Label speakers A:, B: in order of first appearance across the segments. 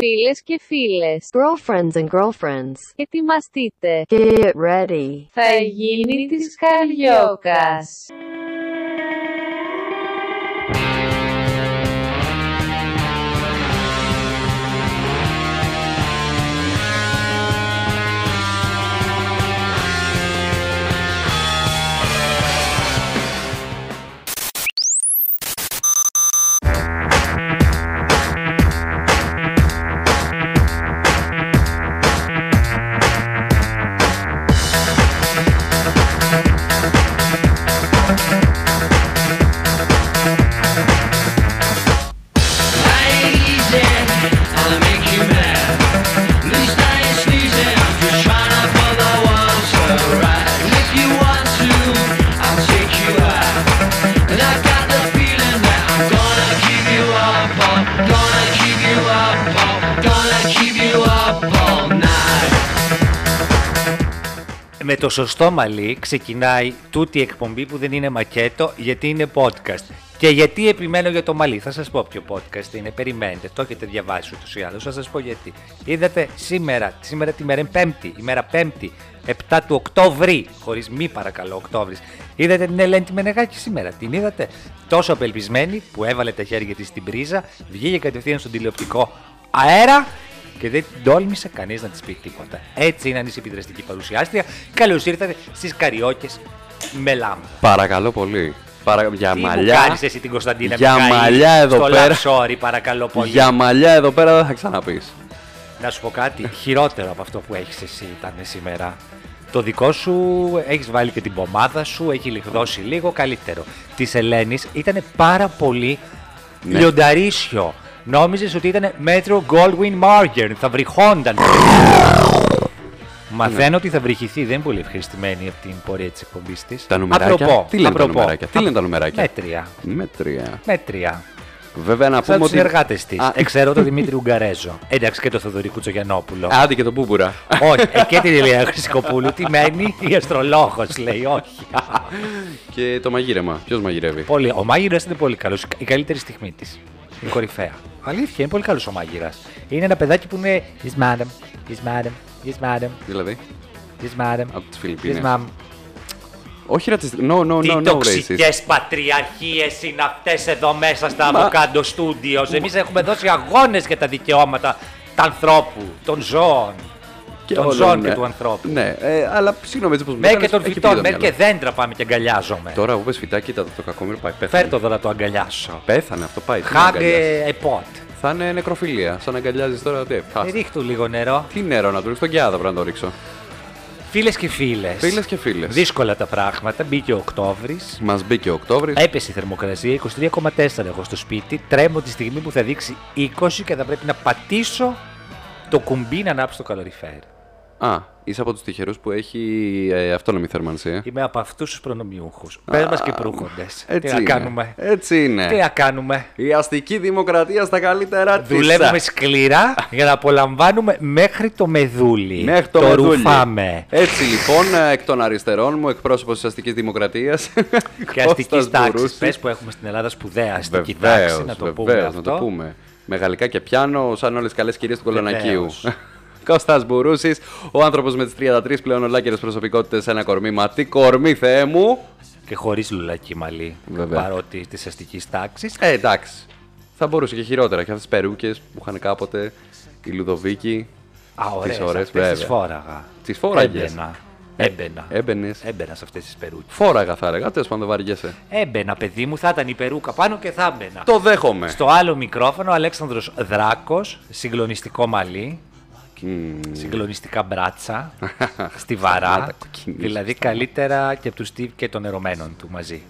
A: Φίλες και φίλες,
B: girlfriends and girlfriends.
A: ετοιμαστείτε.
B: Get ready.
A: Θα γίνει της Καριόκας.
C: Με το σωστό μαλλί ξεκινάει τούτη η εκπομπή που δεν είναι μακέτο γιατί είναι podcast. Και γιατί επιμένω για το μαλλί, θα σας πω ποιο podcast είναι, περιμένετε, το έχετε διαβάσει ούτως ή άλλως, θα σας πω γιατί. Είδατε σήμερα, σήμερα τη μέρα είναι πέμπτη, η μέρα πέμπτη, 7 του Οκτώβρη, χωρίς μη παρακαλώ Οκτώβρης. Είδατε την Ελένη τη Μενεγάκη σήμερα, την είδατε τόσο απελπισμένη που έβαλε τα χέρια της στην πρίζα, βγήκε κατευθείαν στον τηλεοπτικό αέρα και δεν τόλμησε κανείς να της πει τίποτα. Έτσι είναι ανησυχητική παρουσιάστρια. Καλώς ήρθατε στις καριόκες με λάμπα.
D: Παρακαλώ πολύ. Παρα... Για
C: Τι
D: μαλλιά.
C: μου κάνεις εσύ την Κωνσταντίνα
D: Για
C: Μιχαήλ
D: μαλλιά εδώ
C: στο
D: πέρα.
C: Love Story, παρακαλώ πολύ.
D: Για μαλλιά εδώ πέρα δεν θα ξαναπείς.
C: Να σου πω κάτι χειρότερο από αυτό που έχεις εσύ ήταν σήμερα. Το δικό σου έχεις βάλει και την πομάδα σου, έχει λιγδώσει λίγο καλύτερο. Της Ελένης ήταν πάρα πολύ
D: Ναι.
C: λιονταρίσιο. Νόμιζες ότι ήταν μέτρο Goldwyn Marger, θα βρυχόνταν. Μαθαίνω ότι θα βρυχηθεί, δεν είναι πολύ ευχαριστημένη από την πορεία της εκπομπής της.
D: Τα νουμεράκια.
C: Απροπό,
D: Τι λένε τα
C: απροπό.
D: νουμεράκια, τι λένε τα νουμεράκια.
C: Μέτρια.
D: Μέτρια.
C: Μέτρια.
D: Βέβαια να
C: Σαν
D: πούμε
C: τους
D: ότι.
C: συνεργάτες της.
D: Α, ε-
C: Εξαιρώ τον Δημήτρη Ουγγαρέζο. Εντάξει και τον Θοδωρή Κουτσογιανόπουλο.
D: Άντε και τον Πούμπουρα.
C: όχι, ε, και την Ηλία Χρυσικοπούλου. Τι μένει, η αστρολόγος λέει, όχι.
D: και το μαγείρεμα. Ποιος μαγειρεύει.
C: πολύ, ο μάγειρας είναι πολύ καλός. Η καλύτερη στιγμή της. Η κορυφαία. Αλήθεια, είναι πολύ καλός ο μάγειρας. Είναι ένα παιδάκι που είναι. Yes, madam. Yes, madam. Yes, madam.
D: δηλαδή.
C: Yes, madam.
D: Από τις
C: Yes,
D: Φιλιππίνες.
C: ma'am.
D: Όχι ρατσιστή. No, no,
C: Τι
D: no, no,
C: τοξικές
D: racist.
C: πατριαρχίες είναι αυτές εδώ μέσα στα
D: Μα-
C: Avocado Studios. Εμείς έχουμε δώσει αγώνες για τα δικαιώματα του ανθρώπου, των ζώων. των
D: όλων,
C: ζώων
D: ναι.
C: και του ανθρώπου.
D: Ναι, ε, αλλά συγγνώμη έτσι πω μου
C: Μέχρι και
D: έκανες,
C: των
D: έχει
C: φυτών,
D: πήγε το
C: μέχρι και
D: μυαλό.
C: δέντρα πάμε και αγκαλιάζομαι.
D: Τώρα που πες φυτά, κοίτα το, το κακόμοιρο πάει. Πέθανε.
C: Φέρ το εδώ να το αγκαλιάσω.
D: Πέθανε αυτό πάει. τι να
C: Hug
D: αγκαλιάσεις.
C: a pot.
D: Θα είναι νεκροφιλία. Σαν να αγκαλιάζεις τώρα. Τι, χάσε.
C: Ρίχ του λίγο νερό.
D: Τι νερό να του ρίξω, τον κιάδα πρέπει να το ρίξω.
C: Φίλες και φίλες.
D: Φίλες και φίλες.
C: Δύσκολα τα πράγματα. Μπήκε ο Οκτώβρης.
D: Μας μπήκε ο Οκτώβρης.
C: Έπεσε η θερμοκρασία 23,4 εγώ στο σπίτι. Τρέμω τη στιγμή που θα δείξει 20 και θα πρέπει να πατήσω το κουμπί να ανάψει το καλοριφέρ.
D: Α, είσαι από τους τυχερούς που έχει ε, αυτόνομη θερμανσία.
C: Είμαι από αυτούς τους προνομιούχους. Πες μας και προύχοντες. Τι
D: Έτσι
C: να
D: είναι. Ε.
C: κάνουμε.
D: Έτσι είναι.
C: Τι να κάνουμε.
D: Η αστική δημοκρατία στα καλύτερα ε. της.
C: Δουλεύουμε σκληρά για να απολαμβάνουμε μέχρι το μεδούλι.
D: Μέχρι το, μεδούλι.
C: ρουφάμε.
D: Έτσι λοιπόν, ε, εκ των αριστερών μου, εκπρόσωπος της αστικής δημοκρατίας.
C: Και αστικής τάξη. Πες που έχουμε στην Ελλάδα σπουδαία αστική τάξη, να το πούμε.
D: βεβαίως,
C: αυτό.
D: να το πούμε. Με γαλλικά και πιάνο, σαν όλες τις καλές κυρίες του Κολονακίου.
C: Βεβαίως.
D: Κώστας Μπουρούσης, ο άνθρωπος με τις 33 πλέον ολάκερες προσωπικότητες σε ένα κορμί. Μα τι κορμί, Θεέ μου!
C: Και χωρίς λουλακή μαλλί.
D: Βέβαια.
C: Παρότι της αστικής τάξης.
D: Ε, εντάξει. Θα μπορούσε και χειρότερα. Και αυτές τις περούκες που είχαν κάποτε η Λουδοβίκη.
C: Α, ωραίες,
D: ωραίες,
C: αυτές τις
D: βέβαια.
C: φόραγα.
D: Τις φόραγες. Ε,
C: Έμπαινα. Έμπαινα.
D: Έμπαινες.
C: Έμπαινα σε αυτές τις περούκες.
D: Φόραγα θα έλεγα. Τέλος πάντων, βαριέσαι.
C: Έμπαινα, παιδί μου, θα ήταν η περούκα πάνω και θα έμπαινα.
D: Το δέχομαι.
C: Στο άλλο μικρόφωνο, Αλέξανδρος Δράκος, συγκλονιστικό μαλλί,
D: Μμμ.
C: συγκλονιστικά μπράτσα, στιβαρά,
D: Σταμάτα, κοκκινίζεις,
C: δηλαδή καλύτερα και από τους Steve και των ερωμένων του μαζί.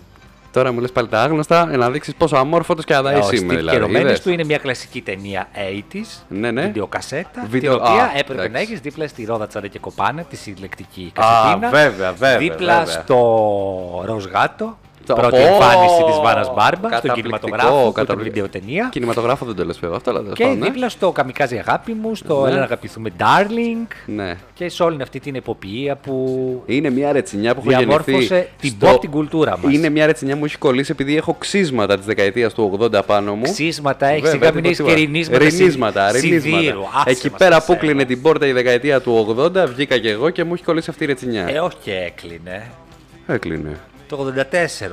D: Τώρα μου λες πάλι τα άγνωστα ε, να δείξεις πόσο αμόρφωτος και
C: Ε,
D: αδαής
C: ο
D: είμαι.
C: Steve και
D: Δηλαδή,
C: ερωμένες
D: είδες.
C: του είναι μια κλασική ταινία 80s,
D: Ναι, ναι.
C: βιντεοκασέτα,
D: Βίντεο-
C: την οποία
D: Α,
C: έπρεπε να
D: εντάξει.
C: έχεις δίπλα στη Ρόδα Τσαρέ και Κοπάνα, τη συλλεκτική
D: Α,
C: κασετίνα,
D: βέβαια, βέβαια,
C: δίπλα
D: βέβαια.
C: στο Ροζ Γάτο, Πρώτη
D: Πω,
C: εμφάνιση της Βάνα Μπάρμπα στον
D: καταπληκτικό,
C: κινηματογράφο, στον
D: καταπληκτικό.
C: βιντεοτενία.
D: Κινηματογράφο δεν το λες βέβαια, αυτό αλλά τέλος
C: Και
D: πάντων, ναι.
C: δίπλα στο Καμικάζι Αγάπη μου, στο
D: Ναι.
C: Έλα να αγαπηθούμε Darling.
D: Ναι.
C: Και σε όλη αυτή την εποπτεία που.
D: Είναι μια ρετσινιά που έχω γεννηθεί.
C: Διαμόρφωσε την pop την κουλτούρα μας.
D: Είναι μια ρετσινιά που μου έχει κολλήσει επειδή έχω ξύσματα της δεκαετίας του 80 πάνω μου.
C: Ξύσματα έχεις,
D: Βέβαια,
C: σιγά μην έχεις
D: τίποτα.
C: και ρινίσματα, συ-
D: Ρινίσματα,
C: σιδήρου,
D: ρινίσματα.
C: άσε
D: Εκεί
C: μας,
D: πέρα
C: εσένα.
D: που κλείνε την πόρτα η δεκαετία του 80, βγήκα και εγώ και μου έχει κολλήσει αυτή η ρετσινιά.
C: Ε, όχι και έκλεινε. Ε,
D: Έκλεινε.
C: Το 84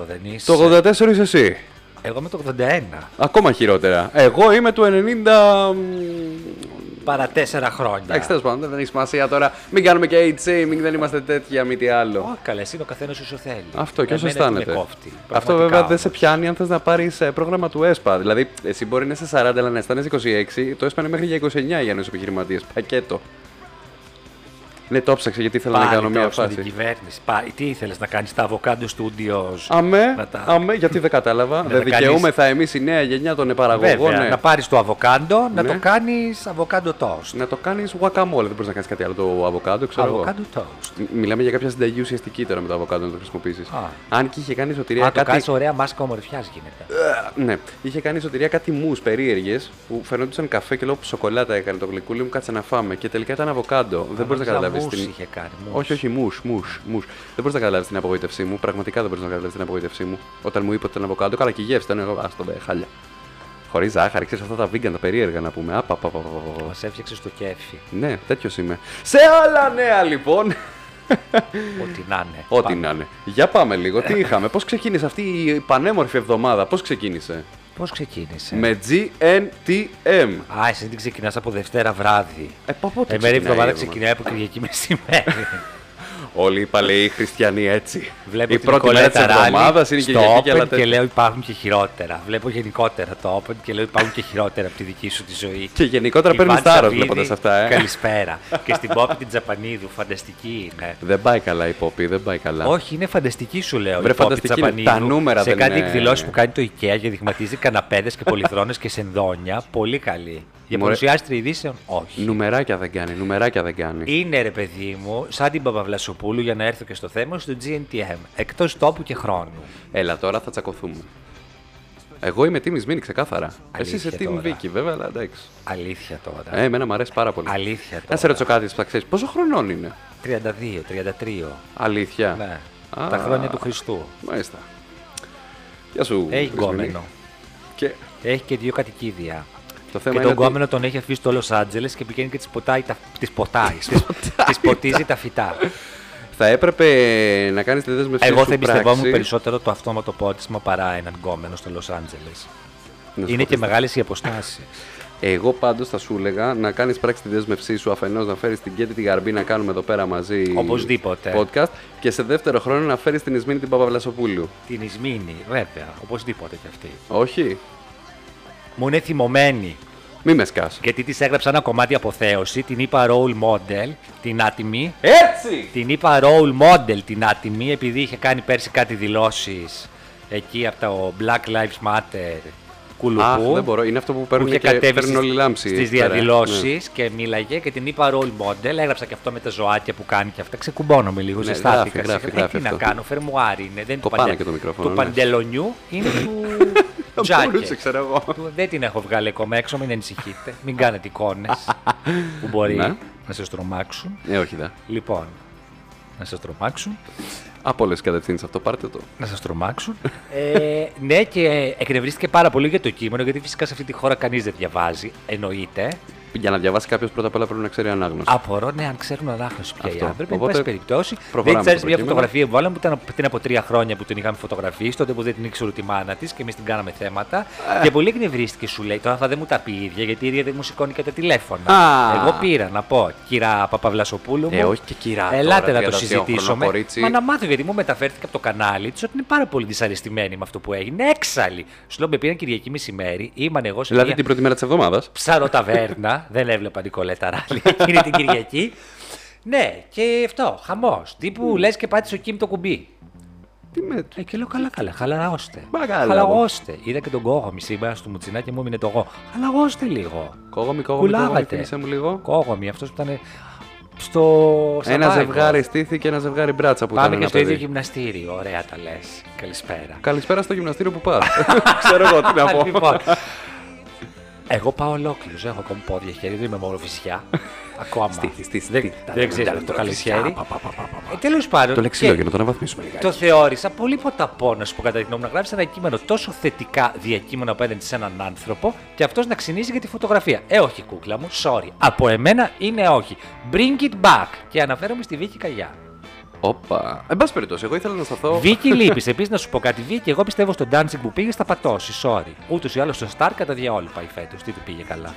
C: δεν είσαι.
D: Το 84 είσαι εσύ.
C: Εγώ είμαι το 81.
D: Ακόμα χειρότερα. Εγώ είμαι του 90. μ,
C: Παρά τέσσερα χρόνια.
D: Εντάξει, τέλος πάντων, δεν έχει σημασία τώρα. Μην κάνουμε και hate shaming, δεν είμαστε τέτοια, μη τι άλλο.
C: Ω, καλέ, είναι ο καθένας όσο θέλει.
D: Αυτό και όσο
C: Εμένα Ε, δεν με
D: αισθάνεται.
C: κόφτει,
D: Αυτό
C: πραγματικά
D: βέβαια δεν
C: όμως.
D: σε πιάνει αν θες να πάρεις πρόγραμμα του ΕΣΠΑ. Δηλαδή, εσύ μπορεί να είσαι 40, αλλά να αισθάνεσαι 26. Το ΕΣΠΑ είναι μέχρι για 29 για νέου επιχειρηματίες. Πακέτο. Ναι, το ψάξα γιατί ήθελα να
C: Πάλι
D: κάνω μια
C: τώρα στην
D: φάση.
C: κυβέρνηση. Πάλι, τι ήθελες να κάνεις τα αβοκάντο στούντιο.
D: Αμέ,
C: Να τα-
D: αμέ, γιατί δεν κατάλαβα.
C: Να
D: δεν
C: τα κάνεις.
D: δικαιούμεθα εμείς η νέα γενιά των παραγωγών.
C: Βέβαια,
D: ναι.
C: να πάρεις το αβοκάντο, να
D: Ναι.
C: το κάνεις αβοκάντο toast.
D: Να το κάνεις guacamole. Δεν μπορείς να κάνεις κάτι άλλο το αβοκάντο, ξέρω εγώ.
C: Αβοκάντο toast.
D: Μ- Μιλάμε για κάποια συνταγή ουσιαστική τώρα με το αβοκάντο να το χρησιμοποιήσεις.
C: Α.
D: Αν και είχε κάνει σωτηρία
C: Αν το
D: Ε, κάτι.
C: κάνεις ωραία μάσκα ομορφιάς γίνεται.
D: Ναι, είχε κάνει σωτηρία κάτι μους περίεργες που φαινόντουσαν καφέ και λόγω που σοκολάτα έκανε το γλυκούλι μου. Κάτσε να φάμε. Και τελικά ήταν αβοκάντο. Δεν μπορείς να
C: νόμιζα
D: καταλάβει.
C: mousse είχε κάνει, mousse.
D: Όχι, όχι, μου, μου, μου. Δεν μπορείς να καταλάβεις την απογοήτευσή μου. Πραγματικά δεν μπορείς να καταλάβεις την απογοήτευσή μου. Όταν μου είπε ότι ήταν αβοκάντο, καλά και η γεύση ήταν. Εγώ, ας το ε, χάλια. Χωρίς ζάχαρη, ξέρεις αυτά τα vegan, τα περίεργα να πούμε. Απα, πα, πα, πα, πα, πα.
C: Μας έφτιαξες το κέφι.
D: Ναι, τέτοιος είμαι. Σε άλλα νέα λοιπόν.
C: Ό,τι να είναι.
D: Ό,τι να είναι. Για πάμε λίγο. Τι είχαμε, πώς ξεκίνησε αυτή η πανέμορφη εβδομάδα, πώς ξεκίνησε.
C: Πώς ξεκίνησε.
D: Με GNTM.
C: Α, εσύ την ξεκινάς από Δευτέρα βράδυ.
D: Ε, πα, πότε
C: Εμένα η
D: ξεκινάει
C: εβδομάδα
D: η εβδομάδα?
C: ξεκινάει από Κυριακή μεσημέρι.
D: Όλοι οι παλαιοί χριστιανοί έτσι.
C: Βλέπω
D: η
C: την
D: πρώτη μέρα
C: Νικολέτα
D: τη
C: Ράλη
D: εβδομάδας είναι
C: στο
D: και Κυριακή και
C: Open
D: άλλα
C: και
D: τέτοια.
C: λέω υπάρχουν και χειρότερα. Βλέπω γενικότερα το Open και λέω υπάρχουν και χειρότερα από τη δική σου τη ζωή.
D: Και γενικότερα
C: Η
D: παίρνεις
C: Βάνη
D: θάρρος
C: Σαββίδη,
D: βλέποντας αυτά, ε.
C: Καλησπέρα. και στην Πόπη την Τζαπανίδου, φανταστική είναι.
D: Δεν πάει καλά η Ποπή, δεν πάει καλά.
C: Όχι, είναι φανταστική σου λέω.
D: Ναι. Βρε,
C: η Πόπη
D: φανταστική είναι.
C: Τσαπανίδου
D: Τα νούμερα
C: Σε
D: δεν
C: κάτι
D: είναι-
C: εκδηλώσεις που κάνει το IKEA και δειγματίζει καναπέδες και πολυθρόνες και σενδόνια. Πολύ καλή. Για
D: Μωρέ.
C: παρουσιάστρια ειδήσεων, όχι.
D: Νουμεράκια δεν κάνει, νουμεράκια δεν κάνει.
C: Είναι ρε παιδί μου, σαν την Παπαβλασοπούλου για να έρθω και στο θέμα, στο GNTM. Εκτός τόπου και χρόνου.
D: Έλα τώρα θα τσακωθούμε. Εγώ είμαι Team Μίνη ξεκάθαρα. Εσύ
C: Αλήθεια
D: είσαι Team
C: τώρα.
D: Vicky βέβαια, αλλά εντάξει.
C: Αλήθεια τώρα.
D: Ε, εμένα μου αρέσει πάρα πολύ.
C: Αλήθεια τώρα.
D: Να σε ρωτήσω κάτι, θα ξέρεις πόσο χρονών είναι.
C: 32, 33.
D: Αλήθεια.
C: Ναι.
D: Α.
C: Τα χρόνια του Χριστού.
D: Μάλιστα. Γεια σου.
C: Έχει
D: Κοσμηνή.
C: γκόμενο.
D: Και
C: Έχει και δύο κατοικίδια.
D: το θέμα
C: Και
D: είναι
C: τον
D: ότι
C: γκόμενο τον έχει αφήσει στο Λος Άντζελες και πηγαίνει και τη ποτάει. Τα... Τις ποτάει. τις, τις ποτίζει τα φυτά.
D: θα έπρεπε να κάνεις τη δέσμευσή
C: Εγώ
D: σου
C: θα εμπιστευόμουν
D: πράξη.
C: περισσότερο το αυτόματο πότισμα παρά έναν γκόμενο στο Λος Άντζελες.
D: Να σου
C: Είναι
D: πω
C: και
D: τι-
C: μεγάλε οι αποστάσει.
D: Εγώ πάντως θα σου έλεγα να κάνεις πράξη τη δέσμευσή σου αφενός να φέρεις την Κέτη τη Γαρμπή να κάνουμε εδώ πέρα μαζί
C: Οπωσδήποτε.
D: podcast και σε δεύτερο χρόνο να φέρεις την Ισμήνη την Παπαβλασοπούλου.
C: Την Ισμήνη, βέβαια, οπωσδήποτε κι αυτή.
D: Όχι.
C: Μου είναι θυμωμένη
D: Μη με σκάς.
C: γιατί της έγραψα ένα κομμάτι αποθέωση, την είπα role model, την άτιμη
D: Έτσι!
C: Την είπα role model την άτιμη επειδή είχε κάνει πέρσι κάτι δηλώσεις εκεί από το Black Lives Matter κουλουπού.
D: Αχ, δεν μπορώ. Είναι αυτό που παίρνουν
C: είχε
D: και
C: κατέβει
D: παίρνουν
C: στις-
D: όλοι λάμψη Ναι.
C: Στις
D: εκεί πέρα.
C: διαδηλώσεις και μίλαγε και την είπα role model. Έγραψα και αυτό με τα ζωάκια που κάνει και αυτά. Ξεκουμπώνομαι λίγο,
D: Ναι, γράφει,
C: ζεστάθηκα.
D: γράφει,
C: Ε,
D: γράφει
C: τι να
D: αυτό.
C: κάνω, φερμουάρι είναι. Δεν είναι
D: Κοπάνε
C: παντελ-
D: και το μικρόφωνο,
C: Του
D: ναι.
C: παντελονιού είναι του
D: Θα μπορούσε,
C: τζάκετ.
D: ξέρω εγώ.
C: Του- Δεν την έχω βγάλει ακόμα έξω, μην ανησυχείτε. Μην κάνετε εικόνες που μπορεί
D: Ναι.
C: να σας τρομάξουν.
D: Ε, όχι δε.
C: Λοιπόν, να σας τρομάξουν.
D: Από όλες τις κατευθύνσεις αυτό, πάρτε το.
C: Να σας τρομάξουν. ε, ναι, και εκνευρίστηκε πάρα πολύ για το κείμενο, γιατί φυσικά σε αυτή τη χώρα κανείς δεν διαβάζει. Εννοείται.
D: Για να διαβάσει κάποιος πρώτα απ' όλα πρέπει να ξέρει ανάγνωση.
C: Απορώ, ναι, αν ξέρουν ανάγνωση πια οι
D: Αυτό.
C: άνθρωποι. Εν
D: Οπότε,
C: πάση περιπτώσει,
D: προχωράμε
C: δεν
D: με
C: ξέρει
D: το
C: μια
D: κείμενο.
C: φωτογραφία που βάλαμε που ήταν από- πριν από τρία χρόνια που την είχαμε φωτογραφίσει, τότε που δεν την ήξερε τη μάνα της και εμείς την κάναμε θέματα.
D: Ε.
C: και πολύ εκνευρίστηκε, σου λέει. Τώρα θα δεν μου τα πει η ίδια, γιατί η ίδια δεν μου σηκώνει και τα τηλέφωνα.
D: Α.
C: Εγώ πήρα να πω, κύρα Παπαβλασοπούλου.
D: Ε,
C: μου,
D: όχι και κυρά
C: Ελάτε
D: τώρα,
C: να το
D: 32 χρονό
C: συζητήσουμε.
D: κορίτσι.
C: Μα να μάθω, γιατί μου μεταφέρθηκε από το κανάλι της ότι είναι πάρα πολύ δυσαρεστημένη με αυτό που έγινε. Έξαλλη. Σου λέω, με πήραν Κυριακή μεσημέρι, ήμαν εγώ σε
D: Δηλαδή
C: μια
D: την πρώτη μέρα της εβδομάδας.
C: ψαροταβέρνα. δεν έβλεπα Νικολέτα Ράλη εκείνη την Κυριακή. Ναι, και αυτό, χαμός. Τύπου λες και πάτησε ο Κιμ το κουμπί.
D: Τι με.
C: Ε, και λέω καλά, καλά, χαλαρώστε.
D: Μα καλά.
C: Χαλαρώστε. Είδα και τον κόγομη σήμερα στο μουτσινά και μου έμεινε το εγώ. Χαλαρώστε λίγο.
D: Κόγομη, κόγομη, κόγομη,
C: Κουλάγατε.
D: φίλησέ μου λίγο.
C: Κόγομη, αυτός που ήταν στο
D: Ένα
C: Survivor.
D: ζευγάρι στήθη και ένα ζευγάρι μπράτσα που
C: Πάμε
D: ήταν
C: και
D: ένα
C: στο ίδιο
D: παιδί.
C: γυμναστήριο. Ωραία τα λες. Καλησπέρα.
D: Καλησπέρα στο γυμναστήριο που πα. Ξέρω εγώ τι να πω.
C: Λοιπόν, εγώ πάω ολόκληρος. Έχω ακόμα πόδια χέρια, δεν είμαι μόνο φυσιά. Ακόμα.
D: Στήθη, στήθη,
C: Δεν,
D: στήθη.
C: δεν ξέρω αυτό το καλή χέρι. Τέλο Ε, πάντων.
D: Το
C: και
D: λεξιλόγιο να το αναβαθμίσουμε λιγάκι.
C: Το θεώρησα πολύ ποταπό να σου πω κατά τη γνώμη μου, να γράψει ένα κείμενο τόσο θετικά διακείμενο απέναντι σε έναν άνθρωπο και αυτός να ξυνίζει για τη φωτογραφία. Ε, όχι, κούκλα μου, sorry. Από εμένα είναι όχι. Bring it back. Και αναφέρομαι στη Βίκυ Καγιά.
D: Όπα. Εν πάση περιπτώσει, εγώ ήθελα να σταθώ.
C: Βίκυ λείπει. Επίσης, να σου πω κάτι, Βίκυ, εγώ πιστεύω στον dancing που πήγες θα πατώσεις. Sorry. Ούτως ή άλλως στο Star κατά διαόλου πάει φέτος. Τι του πήγε καλά.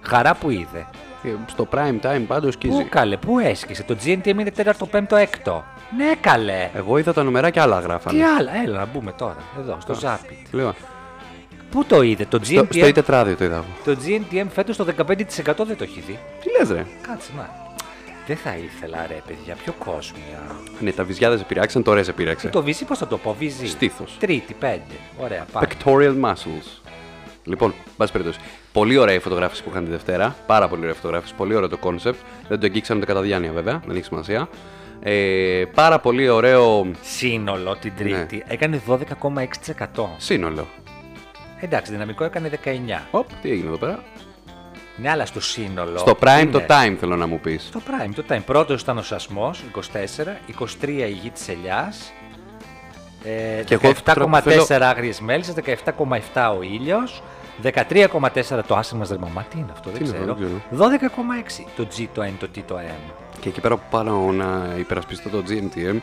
C: Χαρά που είδε.
D: Ε, Στο prime time πάντως
C: Πού
D: σκίζει.
C: καλέ, πού έσκησε. Το GNTM είναι 4ο, 5ο, 6ο. Ναι, καλέ.
D: Εγώ είδα τα νούμερα και άλλα
C: Τι
D: γράφανε.
C: άλλα, έλα να μπούμε τώρα. Εδώ, στο Ζάπιτ.
D: Λοιπόν,
C: Πού το είδε, το
D: στο, στο
C: GNTM.
D: τετράδιο το είδα εγώ.
C: Το GNTM φέτος το 15% δεν το έχει δει.
D: Τι λες, ρε.
C: Κάτσε να. Δεν θα ήθελα ρε παιδιά, πιο κόσμια.
D: Ναι, τα βυζιάδες επηρεάξαν, τώρα σε επηρέαξε.
C: Τι το βυζί, πώς θα το πω, βυζί.
D: Ε. Στήθος.
C: Τρίτη, πέντε. Ωραία, πάμε.
D: Pectoral muscles. Λοιπόν, πάση περιπτώσει. Πολύ ωραία η φωτογράφηση που είχαν τη Δευτέρα. Πάρα πολύ ωραία φωτογράφηση. Πολύ ωραίο το κόνσεπτ. Δεν το αγγίξαν ούτε κατά διάνοια βέβαια. Δεν έχει σημασία. Ε, πάρα πολύ ωραίο
C: Σύνολο
D: Ναι.
C: την Τρίτη έκανε 12,6%.
D: σύνολο.
C: Εντάξει, δυναμικό έκανε 19.
D: Οπ, τι έγινε εδώ πέρα.
C: Ναι, αλλά στο σύνολο.
D: Στο prime
C: είναι-
D: το time θέλω να μου πεις.
C: Στο prime το time. Πρώτος ήταν ο Σασμός, 24, 23 η γη της Ελιάς. Ε,
D: Και εγώ
C: 7,4
D: θέλω-
C: άγριες μέλισσες, 17,7 ο ήλιος. 13,4 το άσε μα δερμαμά. Τι είναι αυτό, δεν
D: Τι είναι
C: ξέρω.
D: αυτό, δεν
C: 12,6 το G, το N, το T, το M.
D: Και εκεί πέρα που πάω να υπερασπιστώ το GNTM,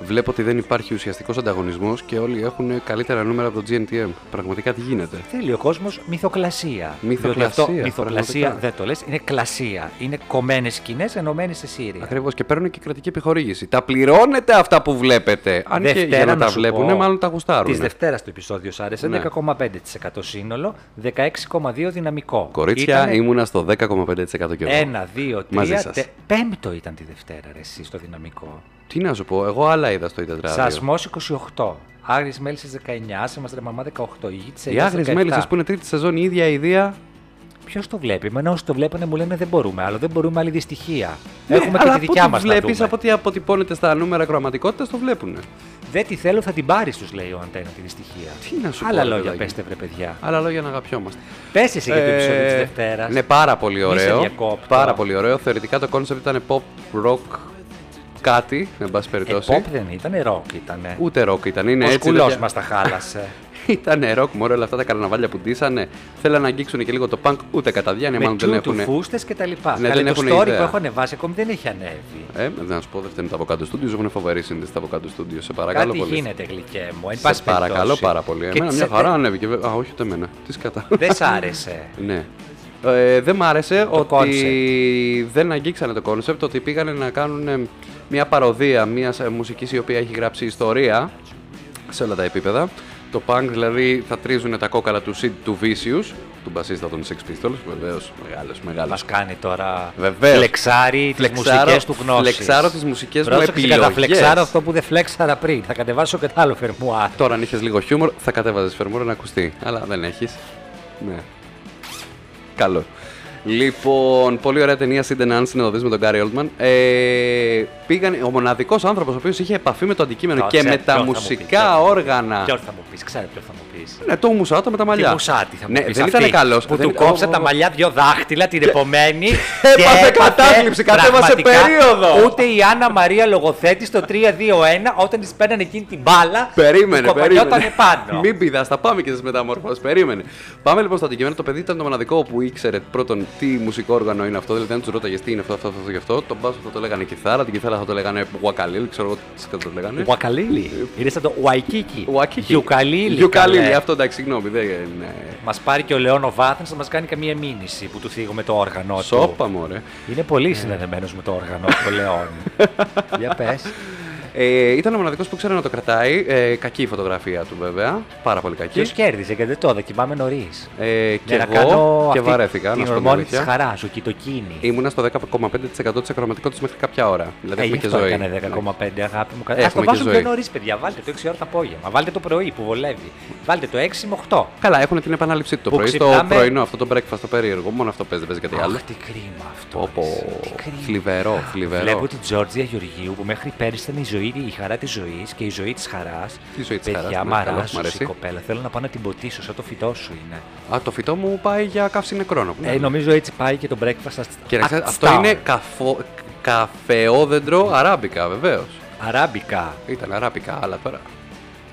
D: βλέπω ότι δεν υπάρχει ουσιαστικός ανταγωνισμός και όλοι έχουν καλύτερα νούμερα από το GNTM. Πραγματικά τι γίνεται.
C: Θέλει ο κόσμος μυθοκλασία. Διότι
D: Μυθοκλασία,
C: αυτό
D: πραγματικά.
C: μυθοκλασία δεν το λες, είναι κλασία. Είναι κομμένες σκηνές ενωμένες σε σύρια.
D: Ακριβώς και παίρνουν και κρατική επιχορήγηση. Τα πληρώνετε αυτά που βλέπετε. Αν και για να τα βλέπουν, μάλλον τα γουστάρουν.
C: Της Δευτέρας το επεισόδιο σ' άρεσε.
D: Ναι.
C: 10,5% σύνολο, 16,2% δυναμικό.
D: Κορίτσια,
C: Ήτανε
D: ήμουνα στο 10,5% κι εγώ.
C: Ένα, δύο,
D: Μαζί
C: τρία.
D: σας.
C: τε- Πέμπτο ήταν τη Δευτέρα, ρε, εσύ στο δυναμικό.
D: Τι να σου πω, εγώ άλλα είδα στο τετράδιο.
C: Σασμό 28. Άγριε μέλισσε 19. Άσε μα ρε μαμά 18. Η γη της
D: Οι άγριε μέλισσε που είναι τρίτη σεζόν η ίδια ιδέα.
C: Ποιος το βλέπει. Εμένα όσοι το βλέπανε μου λένε δεν μπορούμε άλλο. Δεν μπορούμε άλλη δυστυχία. Έχουμε
D: Ναι,
C: και
D: αλλά
C: τη δικιά
D: από
C: μα.
D: ό,τι Βλέπει από ό,τι αποτυπώνεται στα νούμερα κροματικότητα το βλέπουν.
C: Δεν τη θέλω, θα την πάρει, τους λέει ο Αντένα τη δυστυχία.
D: Τι να σου
C: Άλλα
D: πω, ρε,
C: λόγια
D: παιδάκι.
C: πέστε, βρε παιδιά.
D: Άλλα λόγια να αγαπιόμαστε.
C: Πες εσύ για το
D: Ε,
C: επεισόδιο της Δευτέρας.
D: Ναι, πάρα πολύ
C: σε
D: ωραίο.
C: διακόπτω.
D: Πάρα πολύ ωραίο. Θεωρητικά το κόνσεπτ ήταν pop rock κάτι, εν πάση περιπτώσει.
C: Ε, Pop δεν ήταν, ροκ ήταν.
D: Ούτε rock ήταν. Είναι
C: Ο
D: έτσι. Ναι,
C: σκουλό
D: τέτοια-
C: μας τα χάλασε.
D: Ήταν ροκ, μωρέ, όλα αυτά τα καρναβάλια που ντύσανε. Θέλανε να αγγίξουν και λίγο το punk, ούτε κατά διάνοια,
C: με
D: μάλλον δεν
C: τσούτου,
D: έχουν.
C: φούστες και τα λοιπά.
D: Ναι,
C: Ναι,
D: δεν
C: το
D: έχουνε
C: story
D: ιδέα.
C: που έχω ανεβάσει ακόμη δεν έχει ανέβει.
D: Ε, να σου πω, δεν φταίνουν τα Avocado Studios, έχουν φοβερή σύνδεση τα Avocado Studios. Σε παρακαλώ
C: Κάτι
D: πολύ.
C: γίνεται, γλυκέ μου. Εν
D: Σε
C: πάση
D: παρακαλώ
C: περιπτώσει.
D: πάρα πολύ.
C: Και
D: Εμένα
C: της-
D: μια χαρά
C: δε-
D: ανέβηκε. βέβαια. Α, όχι ούτε εμένα. Τι σκατά.
C: Δεν σ' άρεσε.
D: ναι. Ε, δεν μ' άρεσε
C: Το
D: ότι δεν αγγίξανε το κόνσεπτ, ότι πήγανε να κάνουν ε, μια παροδία μιας μουσικής η οποία έχει γράψει ιστορία σε όλα τα επίπεδα. Το punk δηλαδή θα τρίζουν τα κόκαλα του Sid του Vicious, του μπασίστα των Sex Pistols, βεβαίως μεγάλος, μεγάλος.
C: Μας κάνει τώρα
D: Βεβαίως.
C: φλεξάρι τις
D: Φλεξάρω-
C: μουσικές του γνώσεις.
D: φλεξάρω τις μουσικές μου
C: Θα
D: επιλογές.
C: καταφλεξάρω αυτό που δεν φλέξαρα πριν. Θα κατεβάσω και τα άλλο φερμουάρ.
D: Τώρα, αν είχες λίγο χιούμορ, θα κατέβαζες φερμούρα να ακουστεί. Αλλά δεν έχεις. Ναι. Καλό. Λοιπόν, πολύ ωραία ταινία Sid and Ann συνοδοτής με τον Gary Oldman. Ε, πήγαν, ο μοναδικός άνθρωπος ο οποίος είχε επαφή με το αντικείμενο
C: Τώρα,
D: και
C: ξέρω
D: με τα
C: ποιον θα μου
D: μουσικά
C: πεις,
D: όργανα.
C: Ποιος θα μου πεις, ξέρω ποιο θα μου πεις.
D: Ναι, το μουσάτο με τα μαλλιά.
C: Τη μουσάτη θα μου
D: ναι,
C: πεις
D: δεν
C: αυτή
D: ήταν καλός.
C: Που του κόψα τα μαλλιά δυο δάχτυλα την επομένη.
D: έπαθε κατάθλιψη, κατέβασε
C: πραγματικά
D: περίοδο.
C: Ούτε η Άννα Μαρία λογοθέτη στο 3-2-1 όταν της παίρνανε εκείνη την μπάλα.
D: Περίμενε,
C: του κοπανιότανε
D: περίμενε.
C: πάνω.
D: Μην πηδάς, θα πάμε και στις μεταμορφώσεις. Περίμενε. Πάμε λοιπόν στο αντικείμενο. Το παιδί ήταν το μοναδικό που ήξερε πρώτον τι μουσικό όργανο είναι αυτό. Δηλαδή, αν τους ρώταγες τι είναι αυτό, αυτό, αυτό, γι' αυτό. Τον μπάσο θα το λέγανε κιθάρα, την κιθάρα θα το λέγανε γουακαλίλ, ξέρω εγώ τι θα το λέγανε.
C: Ουακαλίλη. Είναι σαν το Ουαϊκίκι.
D: Ουακίκι.
C: Γιουκαλίλη.
D: Γιουκαλίλη, αυτό εντάξει, συγγνώμη. Δεν είναι.
C: Μας πάρει και ο Λεόνο Βάθεν να μας κάνει καμία μήνυση που του θίγουμε το όργανο του.
D: Σόπα, μωρέ.
C: Είναι πολύ συνδεδεμένος με το όργανο του, ο Λεόν. Για πες.
D: Ε, ήταν ο μοναδικός που ξέρει να το κρατάει. Ε, κακή η φωτογραφία του βέβαια. Πάρα πολύ κακή.
C: Ποιος κέρδισε και δεν το είδα, κοιμάμαι νωρίς.
D: Ε, και
C: Για να
D: εγώ
C: κάνω
D: και
C: αυτή
D: βαρέθηκα. να
C: την
D: σου πω την
C: ορμόνη τη
D: αλήθεια.
C: χαράς, ο κοιτοκίνη.
D: Ήμουνα στο 10,5% της ακροματικότητας μέχρι κάποια ώρα. Δηλαδή
C: Ε,
D: έχουμε
C: γι'
D: και
C: αυτό
D: ζωή.
C: Έκανε 10,5 αγάπη μου. Ας το
D: Έχουμε και
C: βάζουν πιο
D: ζωή.
C: νωρίς, παιδιά. Βάλτε το 6 ώρα το απόγευμα. Βάλτε το πρωί που βολεύει. Βάλτε το 6 με 8.
D: Καλά, έχουν την επανάληψή του το
C: Που
D: πρωί. Το
C: ξυπνάμε-
D: πρωινό, αυτό το breakfast το περίεργο. Μόνο αυτό παίζει, δεν παίζει κάτι άλλο.
C: Αχ, τι κρίμα αυτό.
D: Πω, πω.
C: εσύ, τι κρίμα.
D: Θλιβερό, θλιβερό.
C: Βλέπω την Τζόρτζια Γεωργίου που μέχρι πέρυσι ήταν η, ζωή, η χαρά της ζωής και η ζωή της χαράς.
D: Η ζωή της χαράς,
C: Παιδιά,
D: ναι,
C: μ'
D: καλό, μ'
C: αράζει
D: αρέσει.
C: η κοπέλα. Θέλω να πάω να την ποτίσω σαν το φυτό σου είναι.
D: Α, το φυτό μου πάει για καύση νεκρόνο.
C: Ε, νομίζω έτσι πάει και το breakfast. at-
D: Ναι. Και να ξέρεις,
C: at
D: αυτό
C: Star.
D: είναι καφο... καφεόδεντρο αράμπικα, βεβαίως.
C: Αράμπικα.
D: Ήταν αράμπικα, αλλά τώρα.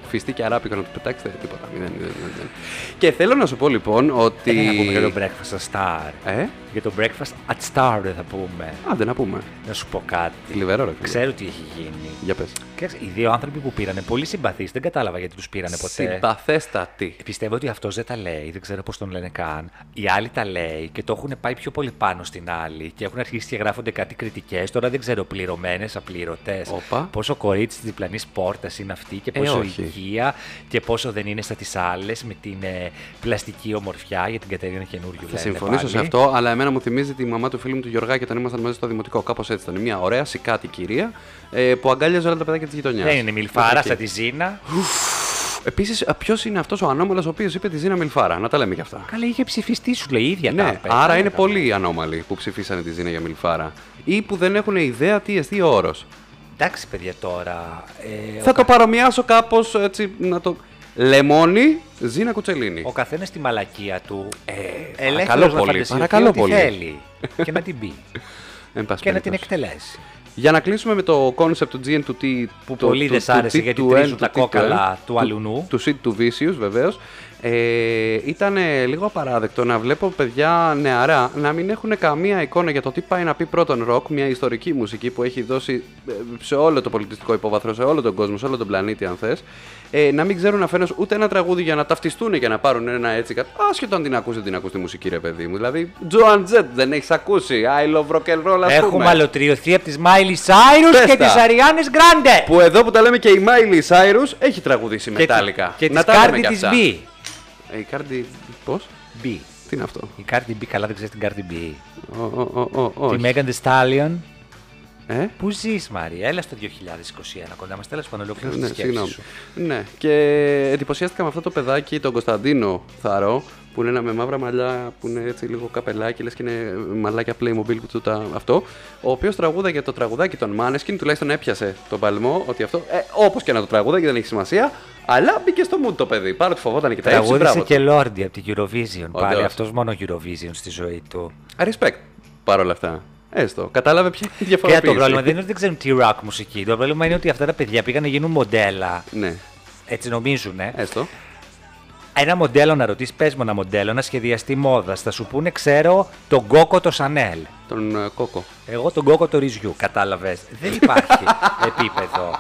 D: Φιστή και αράμπικο να του πετάξετε τίποτα. Μηδέν, μηδέν, μηδέν. Και θέλω να σου πω λοιπόν
C: Τι...
D: ότι.
C: Ε, Δεν θα πούμε για το breakfast at star.
D: Ε,
C: Για το breakfast at star δεν θα πούμε.
D: άντε να πούμε.
C: Να σου πω κάτι.
D: Θλιβερό, ρε. φίλε.
C: Ξέρω τι έχει γίνει.
D: Για πες.
C: Κοίταξε, οι δύο άνθρωποι που πήρανε, πολύ συμπαθείς, δεν κατάλαβα γιατί τους πήρανε ποτέ. Ε,
D: Συμπαθέστατη.
C: Πιστεύω ότι αυτός δεν τα λέει, δεν ξέρω πώς τον λένε καν. Η άλλη τα λέει και το έχουν πάει πιο πολύ πάνω στην άλλη και έχουν αρχίσει και γράφονται κάτι κριτικές. Τώρα δεν ξέρω, πληρωμένες, απληρωτέ.
D: Όπα.
C: Πόσο κορίτσι της διπλανής πόρτας είναι αυτή και
D: Ε,
C: πόσο
D: όχι.
C: ηλικία και πόσο δεν είναι στα τις άλλες με την ε, πλαστική ομορφιά για την Κατερίνα Καινούριου.
D: Θα
C: λένε
D: συμφωνήσω
C: πάλι.
D: σε αυτό, αλλά εμένα μου θυμίζει τη μαμά του φίλου μου του Γιωργάκη όταν ήμασταν μαζί στο δημοτικό. Κάπως έτσι ήταν. Μια ωραία σικάτη κυρία ε, που αγκάλιαζε όλα τα παιδάκια της γειτονιάς.
C: Δεν Ναι, είναι μιλφάρα, σαν τη Ζήνα.
D: Επίση, ποιο ε, είναι αυτός ο ανώμαλος ο οποίος είπε τη Ζήνα Μιλφάρα. Να τα λέμε κι αυτά.
C: Καλά, είχε ψηφιστεί, σου λέει η ίδια. τα
D: Ναι,
C: είπε.
D: άρα είναι
C: Τα
D: πολλοί οι ανώμαλοι που ψηφίσανε τη Ζήνα για Μιλφάρα ή που δεν έχουν ιδέα τι εστί ο όρος.
C: Εντάξει, παιδιά, τώρα. Ε,
D: Θα
C: ο,
D: το παρομοιάσω κάπως έτσι να το. Λεμόνι, Ζήνα Κουτσελίνη.
C: ο καθένας τη μαλακία του. Ε,
D: παρακαλώ
C: να
D: πολύ,
C: φαντασιοποιεί
D: παρακαλώ
C: ό,τι
D: πολύ.
C: θέλει και να την πει
D: Εν πάση
C: και να την
D: περιπτώσει.
C: εκτελέσει.
D: Για να κλείσουμε με το κόνσεπτ του GN του T που
C: Πολύ
D: του-
C: δεν
D: του-
C: σ' άρεσε,
D: του T
C: γιατί
D: του
C: τρίζουν
D: N,
C: τα
D: του T του
C: κόκαλα
D: N,
C: του αλουνού.
D: Του Seed του Vicious βεβαίως. Ε, ήταν ε, λίγο απαράδεκτο να βλέπω παιδιά νεαρά να μην έχουν καμία εικόνα για το τι πάει να πει πρώτον ροκ, μια ιστορική μουσική που έχει δώσει ε, σε όλο το πολιτιστικό υπόβαθρο, σε όλο τον κόσμο, σε όλο τον πλανήτη αν θες, ε, να μην ξέρουν αφενός ούτε ένα τραγούδι για να ταυτιστούν και να πάρουν ένα έτσι κάτι. Άσχετο αν την ακούσει, δεν την ακούσει τη μουσική, ρε παιδί μου. Δηλαδή, Joan Jett δεν έχεις ακούσει. I love rock and roll, ας
C: Έχουμε
D: πούμε.
C: αλωτριωθεί από τη Μάιλι Cyrus
D: Πες
C: και
D: τα.
C: τη Αριάνε Γκράντε.
D: Που εδώ που τα λέμε και η Miley Cyrus έχει τραγουδήσει μετάλλικα.
C: Και τη
D: Να τα λέμε
C: Κάρντι
D: κι
C: της
D: αυτά.
C: B.
D: Ε, Η Cardi πώς,
C: B.
D: τι είναι αυτό.
C: Η Cardi B, καλά δεν ξέρεις την Cardi B.
D: Ο, ο, ο, ο,
C: Τη
D: όχι.
C: Megan Thee Stallion.
D: Ε,
C: Πού ζεις, Μαρία, έλα στο 2021 κοντά μας. Τέλος πάντων, ολοκλήρωσε τη
D: ναι,
C: σκέψη
D: συγγνώμη.
C: σου.
D: Ναι, και εντυπωσιάστηκα με αυτό το παιδάκι, τον Κωνσταντίνο Θαρό, που είναι ένα με μαύρα μαλλιά, που είναι έτσι λίγο καπελάκι, λες και είναι μαλάκια Playmobil που του τα αυτό, ο οποίος τραγούδαγε το τραγουδάκι των Maneskin, τουλάχιστον έπιασε τον παλμό, ότι αυτό, ε, όπως και να το τραγουδάκι δεν έχει σημασία, αλλά μπήκε στο mood το παιδί, παρότι φοβόταν και τα έψη,
C: Τραγούδισε
D: μπράβο.
C: και Λόρντι από την Eurovision. Πάλι
D: Όντως.
C: αυτός μόνο Eurovision στη ζωή του.
D: Respect παρόλα αυτά. Έστω. Κατάλαβε ποια είναι η
C: Ποια
D: διαφορά.
C: το πρόβλημα δεν είναι ότι δεν ξέρουν τι ροκ μουσική. είναι. Το πρόβλημα είναι ότι αυτά τα παιδιά πήγαν να γίνουν μοντέλα.
D: Ναι,
C: Έτσι νομίζουν.
D: έστω.
C: Ένα μοντέλο να ρωτήσεις, πες μου ένα μοντέλο, να σχεδιαστεί μόδας. Θα σου πούνε, ξέρω, τον κόκο το Σανέλ.
D: Τον ε, κόκο.
C: Εγώ τον κόκο το ρυζιού. Κατάλαβες. Δεν υπάρχει επίπεδο.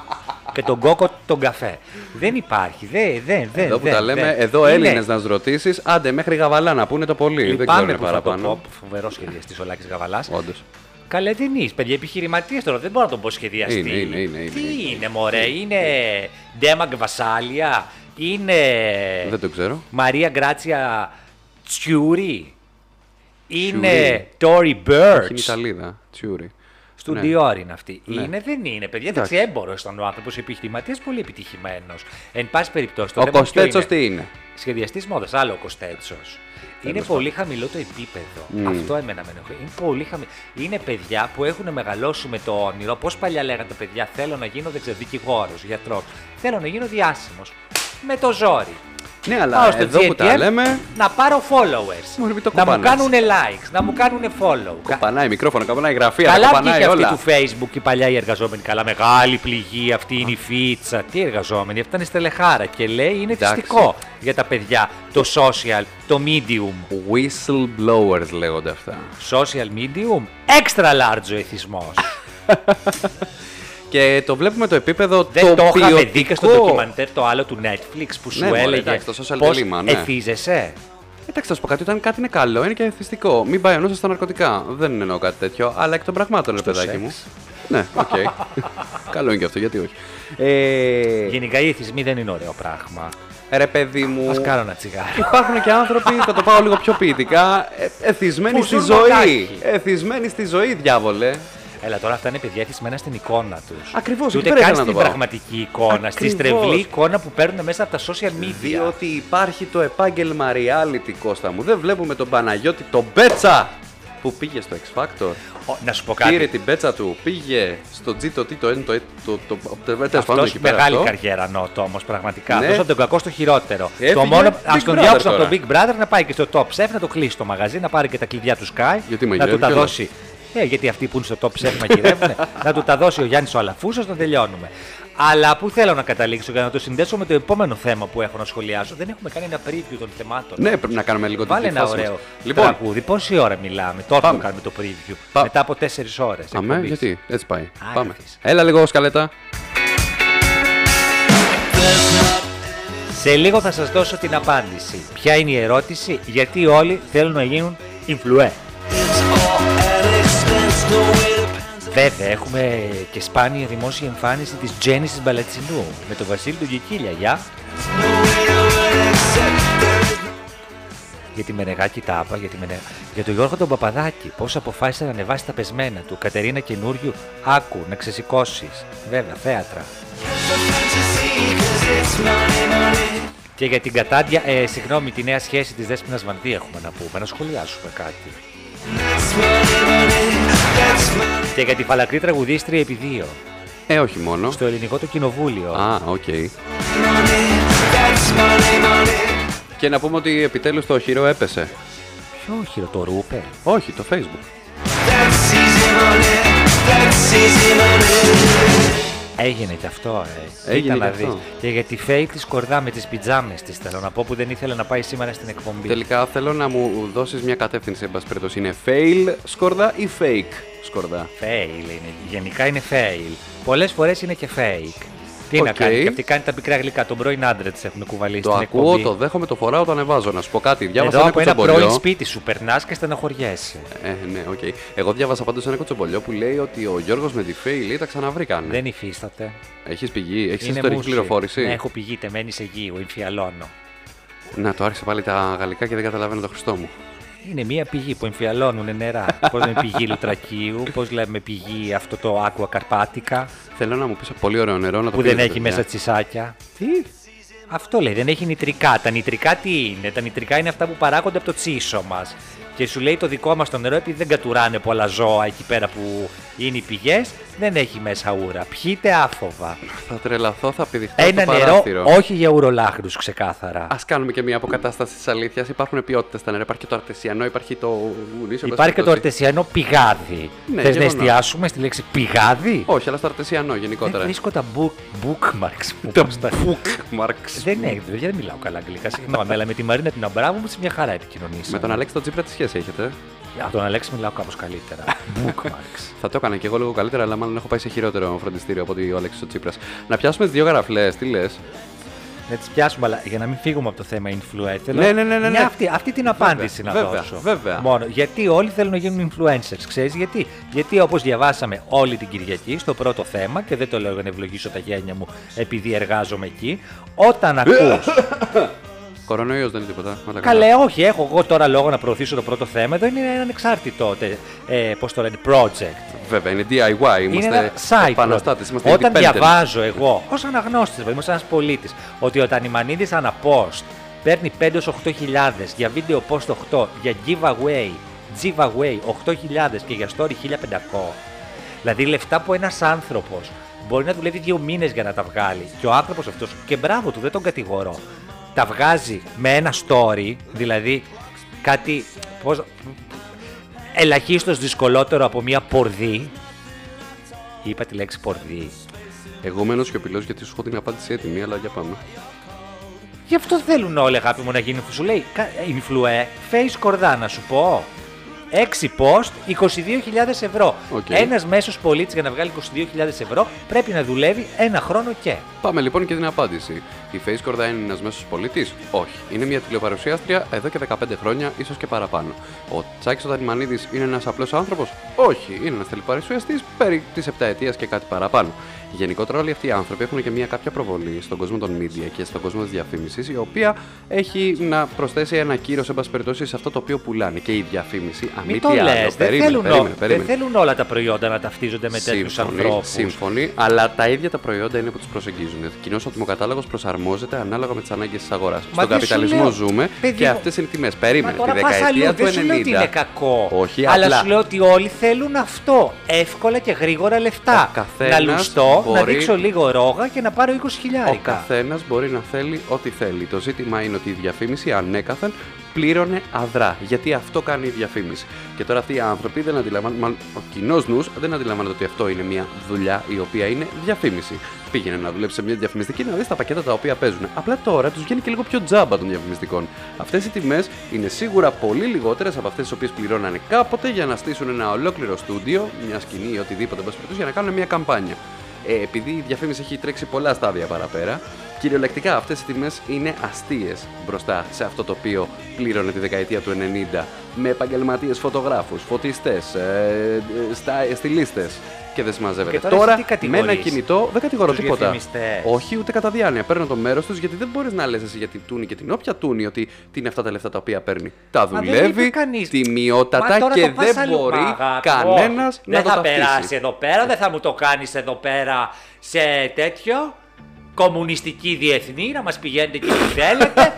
C: Και τον κόκο τον καφέ. Δεν υπάρχει. Δεν, δεν, δεν.
D: εδώ που
C: δεν,
D: τα λέμε,
C: δεν.
D: εδώ
C: Ε, Είναι-
D: Έλληνες να του ρωτήσεις, άντε μέχρι γαβαλά να πούνε το πολύ. δεν
C: Λυπάμαι
D: ξέρω είναι
C: που θα το πω.
D: παραπάνω.
C: Φοβερό σχεδιαστής ο Λάκης Γαβαλάς.
D: Όντως.
C: Καλέ δεν είσαι, παιδιά, επιχειρηματίες τώρα, δεν μπορώ να τον πω σχεδιαστή.
D: Είναι, είναι, είναι, είναι,
C: Τι
D: είναι.
C: είναι, μωρέ, είναι Ντέμαγκ Βασάλια, είναι Ε.
D: Δεν το ξέρω.
C: Μαρία Γκράτσια Τσιούρι, είναι
D: Τσιούρι.
C: Τόρι
D: Έχει Είναι
C: Μπέρτς,
D: Ιταλίδα. Τσιούρι.
C: στον
D: Ναι.
C: Dior είναι αυτή.
D: Ναι.
C: Είναι, δεν είναι, παιδιά,
D: Εντάξει.
C: εντάξει, έμπορος ήταν ο άνθρωπος, επιχειρηματίας, πολύ επιτυχημένος. Εν πάση περιπτώσει, το
D: Ο
C: θέμα ποιο
D: Κοστέτσο
C: είναι.
D: τι είναι.
C: Σχεδιαστής μόδας, άλλο ο Κοστέτσο. Είναι πολύ χαμηλό το
D: Mm.
C: επίπεδο. Αυτό εμένα με ενοχλεί. Είναι πολύ χαμηλό. Είναι παιδιά που έχουν μεγαλώσει με το όνειρο. Πώς παλιά λέγανε τα παιδιά, θέλω να γίνω δικηγόρος, γιατρός. Θέλω να γίνω διάσημος. Με το ζόρι.
D: Ναι, αλλά εδώ που τα
C: GTM
D: λέμε.
C: να πάρω followers.
D: Μου λέει, το
C: να μου
D: κοπανάς.
C: κάνουν likes, να μου κάνουν follow. Κα-
D: Κοπανάει μικρόφωνο, κοπανάει γραφεία, τα
C: Καλά
D: κοπανάει
C: βγήκε
D: όλα.
C: αυτή του Facebook η παλιά η εργαζόμενη. Καλά, μεγάλη πληγή αυτή είναι η φίτσα. Τι εργαζόμενη, αυτή ήταν η στελεχάρα και λέει είναι
D: Εντάξει.
C: θυστικό για τα παιδιά. Το social, το medium.
D: Whistleblowers λέγονται αυτά.
C: Social medium, extra large ο εθισμός.
D: Και το βλέπουμε το επίπεδο
C: Δεν το είχαμε δει και
D: ποιοτικό.
C: στο ντοκιμαντέρ το άλλο του Netflix που σου
D: Ναι, μωρέ,
C: έλεγε
D: εντάξει, το social
C: πώς
D: dilemma, ναι.
C: εθίζεσαι.
D: Εντάξει, θα σου πω κάτι. Όταν κάτι είναι καλό, είναι και εθιστικό. Μην πάει ο νους σας στα ναρκωτικά. Δεν εννοώ κάτι τέτοιο, αλλά εκ των πραγμάτων, ρε
C: Στο
D: παιδάκι
C: σεξ.
D: μου. Ναι, οκ. Καλό είναι και αυτό, γιατί όχι. Ε,
C: Γενικά οι εθισμοί δεν είναι ωραίο πράγμα.
D: ρε παιδί μου.
C: Ας κάνω ένα τσιγάρο.
D: Υπάρχουν και άνθρωποι, θα το πάω λίγο πιο ποιητικά, ε, εθισμένοι
C: Που
D: στη
C: ζουν μακάκι.
D: ζωή. Εθισμένοι στη ζωή, διάβολε.
C: Έλα τώρα αυτά είναι παιδιά εθισμένα στην εικόνα τους.
D: Ακριβώς, εκεί
C: Ούτε
D: πέρα
C: καν
D: ήθελα να
C: στην
D: το πάω.
C: πραγματική εικόνα. Στη
D: Ακριβώς.
C: στρεβλή εικόνα που παίρνουν μέσα από τα social media.
D: Διότι υπάρχει το επάγγελμα reality, Κώστα μου. Δεν βλέπουμε τον Παναγιώτη, τον Μπέτσα, που πήγε στο X Factor.
C: Ο, να σου πω
D: Πήρε
C: κάτι.
D: την πέτσα του, πήγε στο G, το T, το N, το E, το... το, το, το, το
C: Αυτό μεγάλη καριέρα νότο όμως πραγματικά.
D: Ναι.
C: Αυτός από τον κακό στο χειρότερο.
D: Έφυγε
C: το μόνο.
D: Big
C: Ας τον
D: Brother
C: διώξουν από
D: τώρα.
C: τον Big Brother να πάει και στο Top Chef να το κλείσει το μαγαζί, να πάρει και τα κλειδιά τους Sky.
D: Γιατί
C: να του
D: μαγειρεύει
C: τα
D: κιόλας.
C: δώσει. Ε, γιατί αυτοί που είναι στο Top Chef μαγειρεύουν. να του τα δώσει ο Γιάννης ο Αλαφούσο να τελειώνουμε. Αλλά που θέλω να καταλήξω για να το συνδέσω με το επόμενο θέμα που έχω να σχολιάσω. Δεν έχουμε κάνει ένα preview των θεμάτων.
D: Ναι, πρέπει να κάνουμε λίγο την
C: Βάλε ένα
D: φάση
C: ωραίο
D: μας.
C: λοιπόν,
D: Λοιπόν,
C: τραγούδι. Πόση ώρα μιλάμε, τώρα
D: Πάμε.
C: το κάνουμε το preview.
D: Πα-
C: Μετά από 4 ώρες.
D: αμέ, γιατί, έτσι πάει.
C: Άχ,
D: Πάμε.
C: της.
D: Έλα λίγο, σκαλέτα.
C: Σε λίγο θα σας δώσω την απάντηση. Ποια είναι η ερώτηση, γιατί όλοι θέλουν να γίνουν influencer. Βέβαια, έχουμε και σπάνια δημόσια εμφάνιση της Τζέννης της Μπαλατσινού με τον Βασίλη του Κικίλια, γεια. Για τη Μενεγάκη Τάπα, για, τη Μενε... για τον Γιώργο τον Παπαδάκη, πώς αποφάσισε να ανεβάσει τα πεσμένα του. Κατερίνα καινούριου, άκου, να ξεσηκώσεις. Βέβαια, θέατρα. Και για την κατάντια, ε, συγγνώμη, τη νέα σχέση της Δέσποινας Βανδύ έχουμε να πούμε, να σχολιάσουμε κάτι. Και για τη φαλακρή τραγουδίστρια επί δύο,
D: Ε, όχι μόνο.
C: στο ελληνικό το κοινοβούλιο.
D: Α, οκ. Και να πούμε ότι επιτέλους το χειρό έπεσε.
C: Ποιο όχυρο, το ρούπε.
D: Όχι, το Facebook.
C: Έγινε και αυτό, ε.
D: Έγινε
C: Κοίτα να
D: και αυτό.
C: δεις. Και για τη φέη της κορδά με τις πιτζάμες της θέλω να πω που δεν ήθελε να πάει σήμερα στην εκπομπή.
D: Τελικά θέλω να μου δώσεις μια κατεύθυνση, εν πάση περιπτώσει. Είναι fail σκορδά ή fake σκορδά.
C: Fail είναι. Γενικά είναι fail. Πολλές φορές είναι και fake. Τι να
D: Οκ.
C: κάνει, και αυτή κάνει τα πικρά γλυκά. Τον πρώην άντρα της έχουν κουβαλήσει
D: Το
C: στην
D: ακούω,
C: εκπομπή.
D: το δέχομαι, το φοράω, το ανεβάζω. Να σου πω κάτι. Διάβασα
C: Εδώ
D: ένα
C: από ένα
D: κουτσομπολιό.
C: πρώην σπίτι σου περνάς και στενοχωριέσαι.
D: Ε, ναι, οκ. Εγώ διάβασα πάντως ένα κοτσομπολιό που λέει ότι ο Γιώργος με τη Φέη λέει τα ξαναβρήκανε.
C: Δεν υφίσταται.
D: Έχεις πηγή, έχεις
C: Είναι
D: ιστορική
C: μουσι.
D: πληροφόρηση.
C: Ναι, έχω πηγή, τεμένη σε γη, εμφιαλώνω.
D: Να, το άρχισα πάλι τα γαλλικά και δεν καταλαβαίνω το Χριστό μου.
C: Είναι μια πηγή που εμφιαλώνουν νερά. πώς λέμε πηγή Λουτρακίου, πώς λέμε πηγή αυτό το άκουα καρπάτικα
D: Θέλω να μου πεις πολύ ωραίο νερό να το
C: που δεν
D: πίνετε,
C: έχει
D: παιδιά.
C: μέσα τσισάκια.
D: Τι.
C: Αυτό λέει, δεν έχει νητρικά. Τα νητρικά τι είναι, τα νητρικά είναι αυτά που παράγονται από το τσίσο μας. Και σου λέει το δικό μας το νερό, επειδή δεν κατουράνε πολλά ζώα εκεί πέρα που είναι οι πηγές, δεν έχει μέσα ούρα. Πιείτε άφοβα.
D: Θα τρελαθώ, θα πηδηχτώ
C: Ένα
D: στο
C: Ε, νερό,
D: παράθυρο.
C: όχι για ουρολάχρου ξεκάθαρα.
D: Ας κάνουμε και μια αποκατάσταση της αλήθειας. Υπάρχουν ποιότητες στα νερά. Υπάρχει και το αρτεσιανό, υπάρχει το γουνίσιο.
C: Υπάρχει και το αρτεσιανό πηγάδι.
D: Ναι,
C: Θες να
D: γεγονός.
C: εστιάσουμε στη λέξη πηγάδι.
D: Όχι, αλλά στο αρτεσιανό
C: δεν
D: γενικότερα.
C: βρίσκω τα book- bookmarks που
D: Τα
C: πώς τα-
D: bookmarks.
C: Δεν έχει, δηλαδή δεν μιλάω καλά αγγλικά. Συγγνώμη, αλλά με τη Μαρίνα την Αμπράβου μου σε μια χαρά επικοινωνήσαμε.
D: Με τον Αλέξη τον Τσίπρα τι σχέση έχετε.
C: Από τον Αλέξη μιλάω κάπως καλύτερα. Bookmarks.
D: Θα το έκανα και εγώ λίγο καλύτερα, αλλά μάλλον έχω πάει σε χειρότερο φροντιστήριο από ότι ο Αλέξης ο Τσίπρας. Να πιάσουμε τι δύο γαραφλέ, τι λες.
C: Να τις πιάσουμε, αλλά για να μην φύγουμε από το θέμα influencer.
D: Ναι, ναι, ναι, ναι, ναι.
C: Μια αυτή, αυτή την απάντηση να
D: βέβαια,
C: δώσω.
D: βέβαια.
C: Μόνο γιατί όλοι θέλουν να γίνουν influencers. Ξέρεις γιατί. Γιατί όπως διαβάσαμε όλη την Κυριακή στο πρώτο θέμα, και δεν το λέω για να ευλογήσω τα γένια μου επειδή εργάζομαι εκεί,
D: Ε,
C: όταν ακούς.
D: Κορονοϊός δεν είναι τίποτα. όλα καλά.
C: Καλέ, όχι, έχω εγώ τώρα λόγο να προωθήσω το πρώτο θέμα. Εδώ είναι ένα ανεξάρτητο ε, πώς το λένε, project.
D: Βέβαια, είναι DIY.
C: είναι ένα
D: Είμαστε
C: site.
D: επαναστάτες. Είμαστε
C: Όταν
D: independent.
C: διαβάζω εγώ, δηλαδή, ως αναγνώστης, παιδί μου, σαν ένας πολίτης, ότι ο Τανιμανίδης ανά post παίρνει 5-8 χιλιάδες για βίντεο post 8, για giveaway, giveaway 8 χιλιάδες και για story 1500. Δηλαδή λεφτά που ένας άνθρωπος μπορεί να δουλεύει δύο μήνες για να τα βγάλει. Και ο άνθρωπος αυτός, και μπράβο του, δεν τον κατηγορώ, τα βγάζει με ένα story, δηλαδή κάτι. Πώς, ελαχίστως δυσκολότερο από μια πορδή Είπα τη λέξη πορδί.
D: Εγώ μένω σιωπηλός γιατί σου έχω την απάντηση έτοιμη, αλλά για πάμε.
C: Γι' αυτό θέλουν όλοι, αγάπη μου, να γίνουν. Σου λέει, κα- influe, face κορδά, να σου πω. 6 post, 22.000 ευρώ.
D: Οκ.
C: Ένας μέσος πολίτης για να βγάλει 22.000 ευρώ πρέπει να δουλεύει ένα χρόνο και.
D: Πάμε λοιπόν και την απάντηση. Η Face Corda είναι ένας μέσος πολίτης. Όχι. Είναι μια τηλεπαρουσιάστρια εδώ και 15 χρόνια, ίσως και παραπάνω. Ο Τσάκης Δανιμανίδη είναι ένας απλός άνθρωπος. Όχι. Είναι ένας τηλεπαρουσιαστής περί της επταετίας και κάτι παραπάνω. Γενικότερα όλοι αυτοί οι άνθρωποι έχουν και μια κάποια προβολή στον κόσμο των media και στον κόσμο της διαφήμισης, η οποία έχει να προσθέσει ένα κύρο, εν πάση περιπτώσει, σε αυτό το οποίο πουλάνε. Και η διαφήμιση, αν
C: Μην
D: μη
C: το
D: τι άλλο.
C: λες. Δεν,
D: περίμενε,
C: θέλουν
D: περίμενε,
C: ό- δεν
D: περίμενε.
C: θέλουν όλα τα προϊόντα να ταυτίζονται με τέτοιους ανθρώπου.
D: Σύμφωνοι, αλλά τα ίδια τα προϊόντα είναι που τους προσεγγίζουν. Κοινώς ο τιμοκατάλογο προσαρμόζεται ανάλογα με τις ανάγκες της αγοράς. Στον
C: δεν σου
D: καπιταλισμό
C: λέω,
D: ζούμε
C: παιδί
D: και
C: μου.
D: αυτές είναι οι τιμές. Περίμενε.
C: Μα
D: Τη
C: τώρα πας αλλού.
D: δεκαετία του
C: Δεν σου λέω ότι είναι
D: 90.
C: κακό.
D: Όχι,
C: αλλά
D: απλά.
C: σου λέω ότι όλοι θέλουν αυτό. Εύκολα και γρήγορα λεφτά.
D: Ο καθένας
C: να λουστώ, να
D: μπορεί-
C: δείξω λίγο ρόγα και να πάρω 20
D: Ο
C: χιλιάρικα.
D: καθένας μπορεί να θέλει ό,τι θέλει. Το ζήτημα είναι ότι η διαφήμιση ανέκαθεν πλήρωνε αδρά. Γιατί αυτό κάνει η διαφήμιση. Και τώρα αυτοί οι άνθρωποι δεν αντιλαμβάνονται, μάλλον ο κοινός νους δεν αντιλαμβάνεται ότι αυτό είναι μια δουλειά η οποία είναι διαφήμιση. Πήγαινε να δουλέψει σε μια διαφημιστική να δεις τα πακέτα τα οποία παίζουν. Απλά τώρα τους βγαίνει και λίγο πιο τζάμπα των διαφημιστικών. Αυτές οι τιμές είναι σίγουρα πολύ λιγότερες από αυτές τις οποίες πληρώνανε κάποτε για να στήσουν ένα ολόκληρο στούντιο, μια σκηνή ή οτιδήποτε εν πάση περιπτώσει, για να κάνουν μια καμπάνια. Ε, επειδή η διαφήμιση έχει τρέξει πολλά στάδια παραπέρα, κυριολεκτικά αυτές οι τιμές είναι αστείες μπροστά σε αυτό το οποίο πλήρωνε τη δεκαετία του 90 με επαγγελματίες φωτογράφους, φωτιστές, ε, ε, στα, στυλίστες και δεν συμμαζεύεται.
C: Και τώρα εσύ τι
D: με
C: κατηγορείς?
D: ένα κινητό δεν κατηγορώ
C: Τους
D: τίποτα.
C: διαφημιστές.
D: Όχι, ούτε κατά διάνοια. Παίρνω το μέρος τους γιατί δεν μπορείς να λες εσύ για την Τούνη και την όποια Τούνη ότι τι είναι αυτά τα λεφτά τα οποία παίρνει. Τα
C: Μα δεν
D: δουλεύει
C: είπε κανείς. Μα
D: τιμιότατα
C: τώρα
D: και
C: το πας
D: δεν
C: αλλού, μα,
D: μπορεί
C: αγάπη μου.
D: κανένας να
C: Δεν
D: το
C: θα
D: ταυτίσει.
C: περάσει εδώ πέρα, δεν θα μου το κάνεις εδώ πέρα σε τέτοιο. Κομμουνιστική διεθνή, να μας πηγαίνετε και τι θέλετε.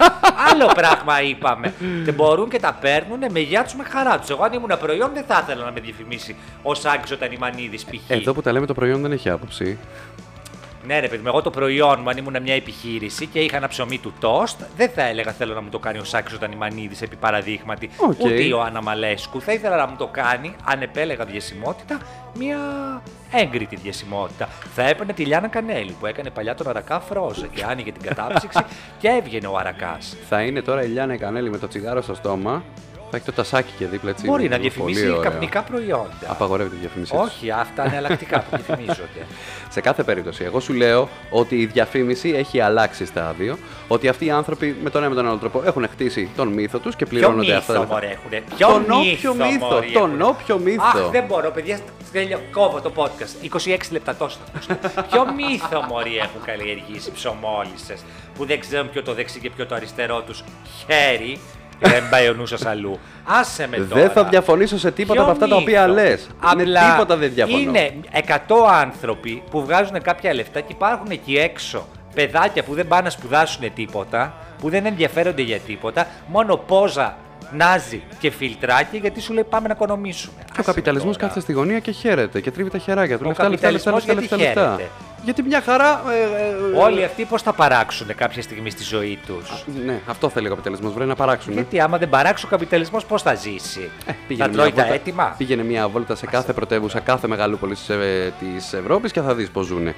C: Άλλο πράγμα είπαμε. δεν μπορούν και τα παίρνουν με γεια τους με χαρά τους. Εγώ αν ήμουν προϊόν δεν θα ήθελα να με διαφημίσει ο Σάκη όταν Τανιμανίδης π.χ.
D: Εδώ που τα λέμε το προϊόν δεν έχει άποψη.
C: Ναι, ρε παιδί μου, εγώ το προϊόν μου, αν ήμουν μια επιχείρηση και είχα ένα ψωμί του τόστ, δεν θα έλεγα θέλω να μου το κάνει ο Σάκη ο Τανιμανίδη επί παραδείγματι.
D: Οκ.
C: Ούτε η Ιωάννα Μαλέσκου. Θα ήθελα να μου το κάνει, αν επέλεγα διασημότητα, μια έγκριτη διασημότητα. Θα έπαιρνε τη Λιάνα Κανέλη που έκανε παλιά τον Αρακά Φρόζε και άνοιγε την κατάψυξη και έβγαινε ο Αρακάς.
D: Θα είναι τώρα η Λιάννα Κανέλη με το τσιγάρο στο στόμα. Θα έχει το τασάκι και δίπλα έτσι.
C: Μπορεί να
D: Πολύ
C: διαφημίσει
D: ωραίο.
C: καπνικά προϊόντα.
D: Απαγορεύεται η διαφήμιση. της.
C: Όχι, αυτά είναι εναλλακτικά που διαφημίζονται.
D: Σε κάθε περίπτωση, εγώ σου λέω ότι η διαφήμιση έχει αλλάξει στάδιο. Ότι αυτοί οι άνθρωποι με τον ένα με τον άλλο τρόπο έχουν χτίσει τον μύθο τους και
C: Ποιο
D: πληρώνονται αυτά. τα
C: μύθο μωρέ
D: λεφτά.
C: έχουνε.
D: Τον όποιο μύθο,
C: μωρέ,
D: τον
C: έχουνε.
D: όποιο μύθο.
C: Αχ, δεν μπορώ, παιδιά, τέλειο, κόβω το podcast. 26 λεπτά τόσο θα ακούσετε. Ποιο μύθο μωρή έχουν καλλιεργήσει ψωμόλισσες που δεν ξέρουν ποιο το δεξί και ποιο το αριστερό τους χέρι. Δεν πάει ο νου σας αλλού. Άσε με τώρα.
D: Δεν θα διαφωνήσω σε τίποτα
C: Ποιο
D: από αυτά τα οποία
C: μύθο?
D: λε.
C: Απλά
D: τίποτα δεν διαφωνώ.
C: Είναι 100 άνθρωποι που βγάζουν κάποια λεφτά και υπάρχουν εκεί έξω παιδάκια που δεν πάνε να σπουδάσουν τίποτα, που δεν ενδιαφέρονται για τίποτα, μόνο πόζα, νάζι και φιλτράκι γιατί σου λέει πάμε να οικονομήσουμε.
D: Και ο καπιταλισμό κάθεται στη γωνία και χαίρεται και τρίβει τα χεράκια του.
C: Ο
D: Λεφτά, λεφτά, λεφτά, λεφτά,
C: καπιταλισμός
D: λεφτά,
C: γιατί
D: λεφτά.
C: χαίρεται?
D: Γιατί μια χαρά. ε, ε, ε,
C: Όλοι αυτοί πώς θα παράξουν κάποια στιγμή στη ζωή τους.
D: Ναι, αυτό θέλει ο καπιταλισμός. Βρει να παράξουν.
C: Γιατί άμα δεν παράξει ο καπιταλισμός, πώς θα ζήσει.
D: Ε,
C: θα τρώει τα έτοιμα.
D: Πήγαινε μια βόλτα σε κάθε πρωτεύουσα, κάθε μεγαλούπολη της Ευρώπης και θα δεις πώς ζουν.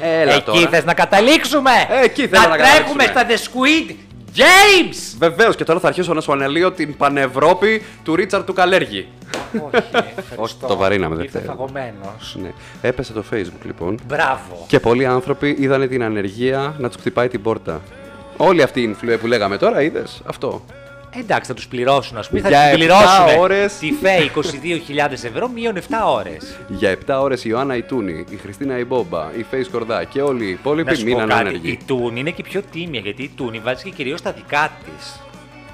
D: Έλα
C: Εκεί
D: τώρα. Ε,
C: θες να καταλήξουμε!
D: Εκεί θέλω να
C: τρέχουμε στα The
D: καταλήξουμε.
C: Squid Games!
D: Βεβαίως και τώρα θα αρχίσω να σου αναλύω την πανευρώπη του Ρίτσαρτ του Καλέργη.
C: Όχι,
D: ε, το βαρύναμε, δεν
C: Ήρθα
D: φταίει.
C: φαγωμένος.
D: Ναι. Έπεσε το Facebook λοιπόν.
C: Μπράβο.
D: Και πολλοί άνθρωποι είδαν την ανεργία να τους χτυπάει την πόρτα. Όλοι αυτοί οι influencers που λέγαμε τώρα, είδες αυτό.
C: Ε, Εντάξει, θα τους πληρώσουν, ας πούμε. Θα
D: Για
C: τους
D: επτά
C: πληρώσουν.
D: ώρες.
C: Τη ΦΕ 22.000 ευρώ μείον 7 ώρες.
D: Για 7 ώρες η Ιωάννα Ιτούνη, η Χριστίνα Ιμπόμπα, η Face Κορδά και όλοι οι
C: Να
D: υπόλοιποι
C: σου πω
D: μείναν
C: κάτι.
D: άνεργοι.
C: Η Τούνη είναι και πιο τίμια γιατί η Τούνη βάζει και κυρίως τα δικά της.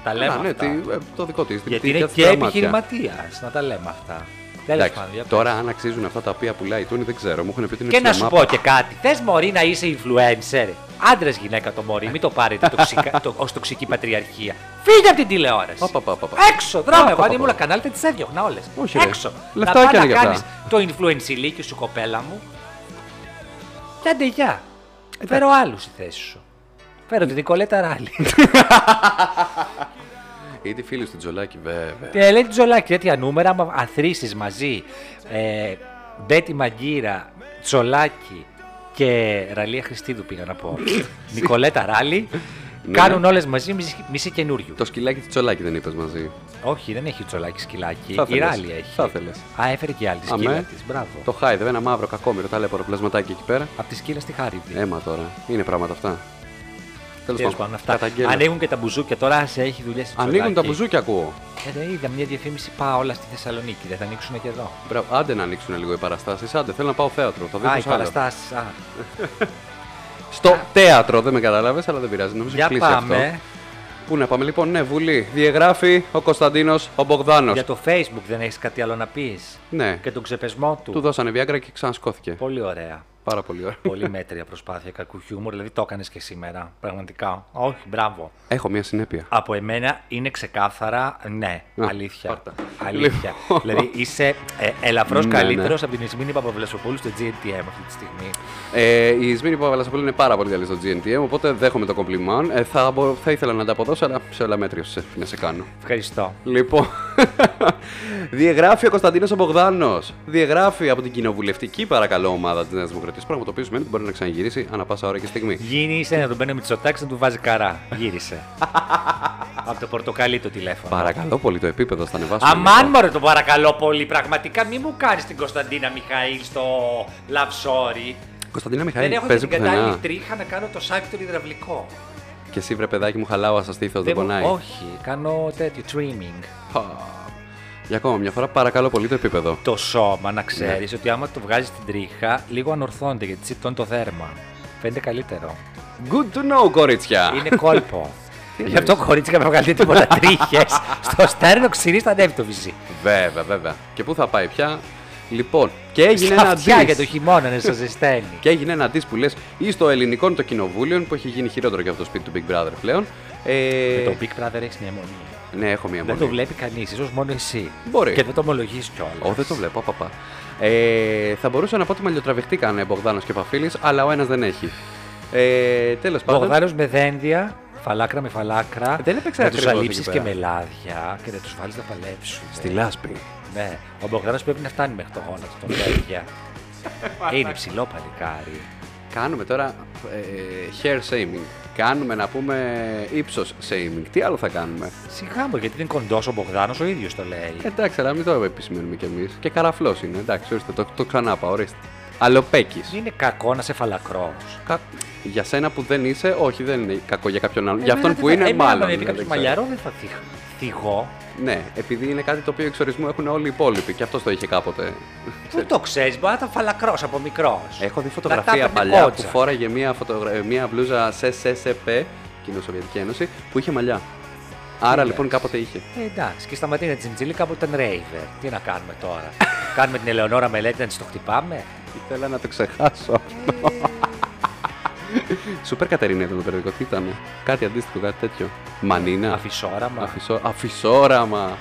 C: Τα λέμε
D: Α, ναι,
C: αυτά.
D: τι- ε, το δικό της.
C: Γιατί είναι και επιχειρηματίας. Να τα λέμε αυτά. Τέλος πάντων, για
D: τώρα αν αξίζουν αυτά τα οποία πουλάει η Τούνη δεν ξέρω. Μου έχουν πει ότι είναι
C: Και να σου
D: ψέμα.
C: πω και κάτι. Θες Μωρή να είσαι influencer. Άντρες γυναίκα το Μωρή, μην το πάρετε τοξικα, το, ως τοξική πατριαρχία. Φύγε από την τηλεόραση.
D: Πα, πα, πα, πα, πα.
C: Έξω, δρόμο.
D: Πα,
C: Εγώ
D: πα,
C: αν
D: πα,
C: ήμουν
D: πα.
C: κανάλι θα τις έδιωχνα όλες.
D: Όχι, ρε.
C: Έξω.
D: Λεφτάκια
C: να πας
D: είναι
C: να
D: και αυτά.
C: κάνεις το influencelίκι σου, κοπέλα μου. Και άντε γεια.
D: Ε,
C: Φέρω άλλους στη θέση σου. Φέρω την Νικολέτα Ράλι.
D: Ή τη φίλη του Τζολάκη, βέβαια.
C: Την Ελένη Τζολάκη, τέτοια νούμερα, άμα αθροίσει μαζί. Ε, Μπέτη Μαγκύρα, Τζολάκη και Ραλία Χριστίδου πήγα να πω. Νικολέτα Ράλι. Κάνουν όλες μαζί μισή, μισή καινούριου.
D: Ναι. Το σκυλάκι της τσολάκι δεν είπες μαζί.
C: Όχι, δεν έχει τσολάκι σκυλάκι.
D: Θα
C: Η
D: ήθελες.
C: ράλι έχει.
D: Θα ήθελες.
C: Α, έφερε και η άλλη τη
D: Αμέ.
C: σκύλα της. Μπράβο.
D: Το χάιδευε ένα μαύρο κακόμοιρο ταλέπορο πλασματάκι εκεί πέρα.
C: Από τη σκύλα στη χάριδη.
D: Έμα τώρα. Είναι πράγματα αυτά. Τέλος
C: Τέλος πάντων, αυτά.
D: Καταγγέλλω.
C: Ανοίγουν και τα μπουζούκια τώρα, ας έχει δουλειές στη
D: Ανοίγουν τα μπουζούκια, ακούω.
C: Ε, δεν είδα μια διαφήμιση πάω όλα στη Θεσσαλονίκη, δεν θα ανοίξουν και εδώ.
D: Μπράβο. Άντε να ανοίξουν λίγο οι παραστάσεις. Άντε, θέλω να πάω θέατρο. Το
C: Α,
D: δείχνω
C: οι
D: σ' άλλο.
C: παραστάσεις, α.
D: Στο θέατρο, δεν με κατάλαβες, αλλά δεν πειράζει. Νομίζω
C: Για
D: κλείσει
C: πάμε.
D: αυτό. Πού να πάμε, λοιπόν, ναι, Βουλή. Διαγράφει ο Κωνσταντίνος ο Μπογδάνος.
C: Για το Facebook δεν έχεις κάτι άλλο να πεις.
D: Ναι,
C: Και τον ξεπεσμό του.
D: του δώσανε Viagra και ξανασκόθηκε.
C: Πολύ ωραία.
D: Πάρα πολύ ωραία.
C: Πολύ μέτρια προσπάθεια κακού χιούμορ, δηλαδή το έκανες και σήμερα. Πραγματικά. Όχι, μπράβο.
D: Έχω μια συνέπεια.
C: Από εμένα είναι ξεκάθαρα ναι.
D: Α,
C: αλήθεια.
D: πάρτα.
C: Αλήθεια.
D: Λοιπόν.
C: δηλαδή είσαι ε, ελαφρώς
D: Ναι, ναι.
C: καλύτερος από την Ισμήνη Παπαβλασοπούλου στο GNTM αυτή τη στιγμή.
D: Ε, η Ισμήνη Παπαλασσαπούλη είναι πάρα πολύ καλή στο GNTM, οπότε δέχομαι το κομπλιμάν. Ε, θα, μπο- θα ήθελα να τα αποδώσω, αλλά σε όλα μέτριωσε. Να σε κάνω.
C: Ευχαριστώ.
D: Λοιπόν, διαγράφει ο Κωνσταντίνος Μπογδάνος. Διαγράφει από την κοινοβουλευτική παρακαλώ ομάδα της Νέας Δημοκρατίας. Πράγμα το οποίο σημαίνει ότι μπορεί να ξαναγυρίσει ανά πάσα ώρα και στιγμή.
C: Γίνει είσαι να τον παίρνει με τσοτάξι να του βάζει καρά. Γύρισε. από το πορτοκαλί το τηλέφωνο.
D: Παρακαλώ πολύ το επίπεδο, θα ανεβάσουμε.
C: Αμάν
D: λίγο.
C: μωρέ το παρακαλώ πολύ, πραγματικά μη μου κάνεις την Κωνσταντίνα Μιχαήλ στο Love Story.
D: Κωνσταντίνα
C: Δεν
D: Μιχαήλ,
C: έχω και
D: παίζει
C: την κατάλληλη
D: πουθενά.
C: τρίχα να κάνω το σάκι του υδραυλικό.
D: Και εσύ βρε παιδάκι μου, χαλάω σα στήθο, δεν
C: μου-
D: πονάει.
C: Όχι, κάνω τέτοιο trimming.
D: Πα. Για ακόμα μια φορά, παρακαλώ πολύ το επίπεδο.
C: Το σώμα να ξέρεις
D: Ναι.
C: ότι άμα το βγάζεις την τρίχα, λίγο ανορθώνεται γιατί τσιτώνει το δέρμα. Φαίνεται καλύτερο.
D: Good to know, κορίτσια.
C: Είναι κόλπο. Γι'
D: εννοείς?
C: αυτό κορίτσια με βγάλετε τίποτα τρίχες. Στο στέρνο ξηρί θα ανέβει το βυζί.
D: Βέβαια, βέβαια. Και πού θα πάει πια. Λοιπόν, και έγινε
C: Στα
D: ένα
C: αυτιά για
D: diss.
C: το χειμώνα να σε ζεσταίνει.
D: Και έγινε ένα diss που λες ή στο ελληνικό το κοινοβούλιο που έχει γίνει χειρότερο και από το σπίτι του Big Brother πλέον. Ε,
C: Με το Big Brother έχεις μια αιμονία.
D: Ναι, έχω μία
C: Δεν
D: μόνο.
C: το βλέπει κανείς, ίσως μόνο εσύ.
D: Μπορεί.
C: Και δεν το ομολογείς κιόλας.
D: Ω, δεν το βλέπω, παπά. Ε, θα μπορούσα να πω ότι μαλλιοτραβηχτήκαν Μπογδάνος και Παφίλης, αλλά ο ένας δεν έχει. Ε, Τέλος πάντων.
C: Μπογδάνος με δένδια, φαλάκρα με φαλάκρα.
D: Ε, Δεν έπαιξε
C: Να τους
D: ακριβώς
C: αλείψεις
D: εκεί
C: και με
D: πέρα.
C: λάδια και να τους βάλεις να παλέψουν.
D: Στη λάσπη.
C: Ναι, ο Μπογδάνος πρέπει να φτάνει μέχρι το γόνατο των παιδιά. Είναι υψηλό παλικάρι.
D: Κάνουμε τώρα ε, hair shaming. Κάνουμε να πούμε ύψος shaming. Τι άλλο θα κάνουμε.
C: Σιγά μου, γιατί είναι κοντός ο Μπογδάνος, ο ίδιος το λέει.
D: Εντάξει, αλλά μην το επισημαίνουμε κι εμείς. Και καραφλός είναι. Εντάξει, ορίστε, το, το ξανάπα, ορίστε. Αλοπέκης.
C: Δεν Ε, είναι κακό να σε φαλακρός.
D: Κα... Για σένα που δεν είσαι, όχι, δεν είναι κακό για κάποιον άλλον. για
C: Ε, Εμένα
D: αυτόν
C: δεν
D: που
C: θα-
D: είναι,
C: εμένα
D: μάλλον.
C: Αν είναι
D: δεν
C: κάποιος
D: ξέρω.
C: μαλλιαρό, δεν θα θυγ- θυγώ.
D: Ναι, επειδή είναι κάτι το οποίο εξορισμού έχουν όλοι οι υπόλοιποι και αυτός το είχε κάποτε.
C: Πού το ξέρεις, μπορεί να ήταν φαλακρός από μικρός.
D: Έχω δει φωτογραφία παλιά που φόραγε μια, φωτογρα... ε, μια μπλούζα σε ΣΕΣΕΠΕ, κοινό Σοβιετική Ένωση, που είχε μαλλιά. Άρα λοιπόν κάποτε είχε.
C: Ε, εντάξει, και στα ματίνα Τζιντζίλη κάπου ήταν ρέιβερ. Τι να κάνουμε τώρα. κάνουμε την Ελεονόρα μελέτη να της το χτυπάμε.
D: Ήθελα να το ξεχάσω.
C: Ε.
D: Σούπερ Κατερίνα ήταν το περιοδικό, τι ήταν. Κάτι αντίστοιχο, κάτι τέτοιο. Μανίνα.
C: Αφισόραμα.
D: Αφισό... Αφισόραμα.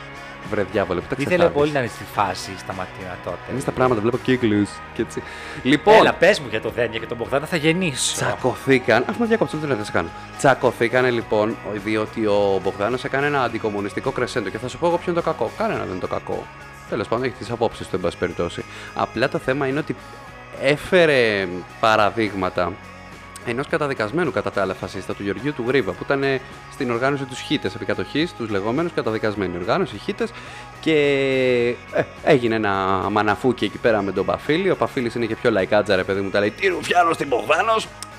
D: Βρε διάβολε, που τα
C: Ήθελε
D: ξεχάσεις.
C: πολύ να είναι στη φάση στα ματίνα τότε.
D: Εμείς τα πράγματα βλέπω κύκλους και έτσι. Λοιπόν,
C: Έλα, πες μου για το Δένια και τον Μπογδάνα, θα γεννήσω.
D: τσακωθήκαν. Αφού με διακόψω, δεν θα σε κάνω. Τσακωθήκανε λοιπόν, διότι ο Μπογδάνος έκανε ένα αντικομουνιστικό κρεσέντο. Και θα σου πω εγώ ποιο είναι το κακό. Κανένα δεν είναι το κακό. Τέλος πάντων, έχεις τις απόψεις του, εν πάση περιπτώσει. Απλά το θέμα είναι ότι έφερε παραδείγματα ενός καταδικασμένου κατά τα άλλα φασίστα του Γεωργίου του Γρήβα, που ήταν ε, στην οργάνωση τους Χίτες επικατοχής, τους λεγόμενους καταδικασμένοι οργάνωση Χίτες. Και ε, έγινε ένα μαναφούκι εκεί πέρα με τον Παφίλη. Ο Παφίλης είναι και πιο λαϊκάτζα, ρε παιδί μου, τα λέει Τι ρουφιάνος στην Μπογδάνο!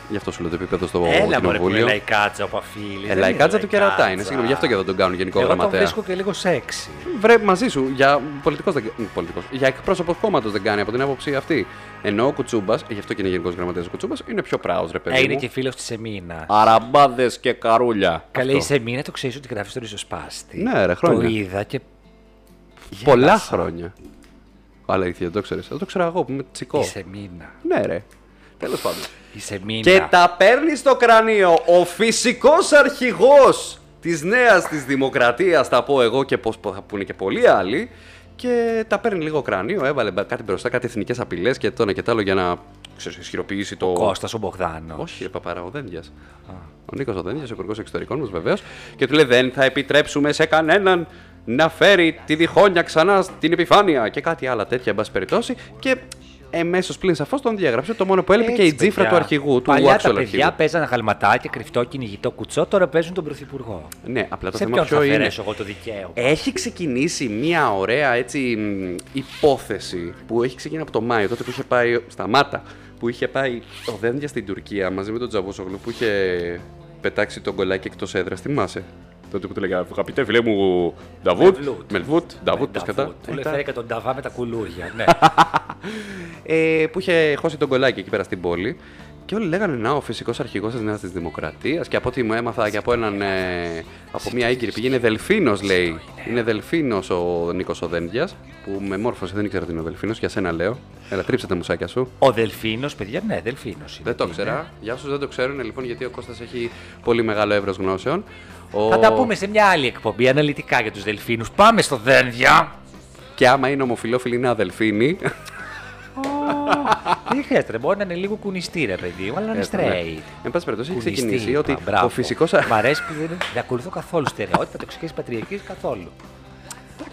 D: Γι' αυτό σου λέω το επίπεδο στο
C: Έλα, μωρέ, που είναι
D: κοινοβούλιο.
C: λαϊκάτσα ο Παφίλης.
D: Ε, λαϊκάτζα του κερατά είναι. Συγγνώμη, γι' αυτό και δεν τον κάνουν γενικό
C: Εγώ τον
D: γραμματέα. Ε,
C: βρίσκω και λίγο σεξι.
D: Βρε μαζί σου, για πολιτικός δεν... μ, πολιτικός, για εκπρόσωπος κόμματος δεν κάνει από την άποψη αυτή. Ενώ ο Κουτσούμπας, γι' αυτό και είναι γενικός γραμματέας ο Κουτσούμπας, είναι πιο πράος, ρε παιδί.
C: Ε, είναι
D: μου.
C: και φίλος της Εμίνα.
D: Αραμπάδες και καρούλια.
C: Καλέ, η
D: Αυτό.
C: Σεμίνα το ξέρεις ότι γράφεις στο ριζοσπάστη.
D: Ναι, ρε, χρόνια.
C: Το είδα και.
D: Πολλά
C: γέλασα.
D: χρόνια. Αλήθεια, δεν το ξέρεις. Δεν το ξέρω εγώ που είμαι τσικό.
C: Η Σεμίνα.
D: Ναι, ρε. Τέλος πάντων.
C: Η Σεμίνα.
D: Και τα παίρνει στο κρανίο ο φυσικός αρχηγός της νέας της δημοκρατίας, θα πω εγώ και πώς θα πούνε και πολλοί άλλοι. Και τα παίρνει λίγο κρανίο, έβαλε μπα- κάτι μπροστά, κάτι εθνικές απειλές και το ένα και το άλλο για να ξέρεις, ισχυροποιήσει το.
C: Κώστας ο Μπογδάνος.
D: Όχι, ρε παπαρά, ο Δένδια. Ο Νίκο ο Δένδια, ο υπουργός εξωτερικών μα βεβαίως. Και του λέει: Δεν θα επιτρέψουμε σε κανέναν να φέρει τη διχόνια ξανά στην επιφάνεια και κάτι άλλα τέτοια, εν πάση περιπτώσει. Και εμέσως πλήν σαφώς τον διέγραψε. Το μόνο που έλειπε και η
C: Έτσι,
D: τζίφρα
C: παιδιά.
D: του αρχηγού, του
C: Παλιά τα
D: actual
C: παιδιά
D: αρχηγού.
C: παίζανε χαλματάκι, κρυφτό κυνηγητό κουτσό, τώρα παίζουν τον πρωθυπουργό.
D: Ναι, απλά το
C: Σε
D: θέμα
C: ποιον θα
D: ποιο είναι. Ε,
C: αφαιρέσω εγώ το δικαίωμα.
D: Έχει ξεκινήσει μια ωραία έτσι μ, υπόθεση που έχει ξεκινήσει από το Μάιο, τότε που είχε πάει στα Μάτα, που είχε πάει ο Δένδια στην Τουρκία μαζί με τον Τζαβούσογλου που είχε πετάξει τον κολλάκι εκτός έδρας. Θυμάσαι. Τότε που του λέγανε Αγαπητέ φίλε μου, Νταβούτ,
C: Μελβούτ.
D: Μελβούτ, Νταβούτ, πώ
C: Νταβούτ.
D: κατά.
C: Του λέει φέρε και τον Νταβά με τα κουλούρια. ναι.
D: ε, που είχε χώσει τον κολλάκι εκεί πέρα στην πόλη. Και όλοι λέγανε να, ο φυσικός αρχηγός της Νέας Δημοκρατίας. Και από ό,τι μου έμαθα και από έναν. ε, από μια έγκυρη πηγή, είναι Δελφίνος, λέει. Είναι Δελφίνος ο Νίκος ο Δένδιας, που με μόρφωσε, δεν ήξερα τι είναι ο Δελφίνος, για σένα λέω. Έλα, τρίψε τα μουσάκια σου.
C: Ο Δελφίνος, παιδιά, ναι, Δελφίνος.
D: Δεν το
C: ναι.
D: ήξερα. Για όσου δεν το ξέρουν, λοιπόν, γιατί ο Κώστας έχει πολύ μεγάλο εύρος γνώσεων. Ο...
C: Θα τα πούμε σε μια άλλη εκπομπή αναλυτικά για τους Δελφίνους. Πάμε στο Δένδια.
D: Και άμα είναι ομοφυλόφιλοι, είναι αδελφίνοι.
C: Δεν χρειάζεται, ρε, μπορεί να είναι λίγο κουνιστή, ρε παιδί μου, αλλά να είναι
D: Ε, ναι.
C: straight.
D: Εν πάση περιπτώσει, έχει
C: Κουνιστή,
D: ξεκινήσει
C: είπα,
D: ότι
C: μπράβο.
D: ο φυσικός.
C: Μ' αρέσει που δεν, δεν ακολουθώ καθόλου στερεότυπα τοξική πατριαρχία καθόλου.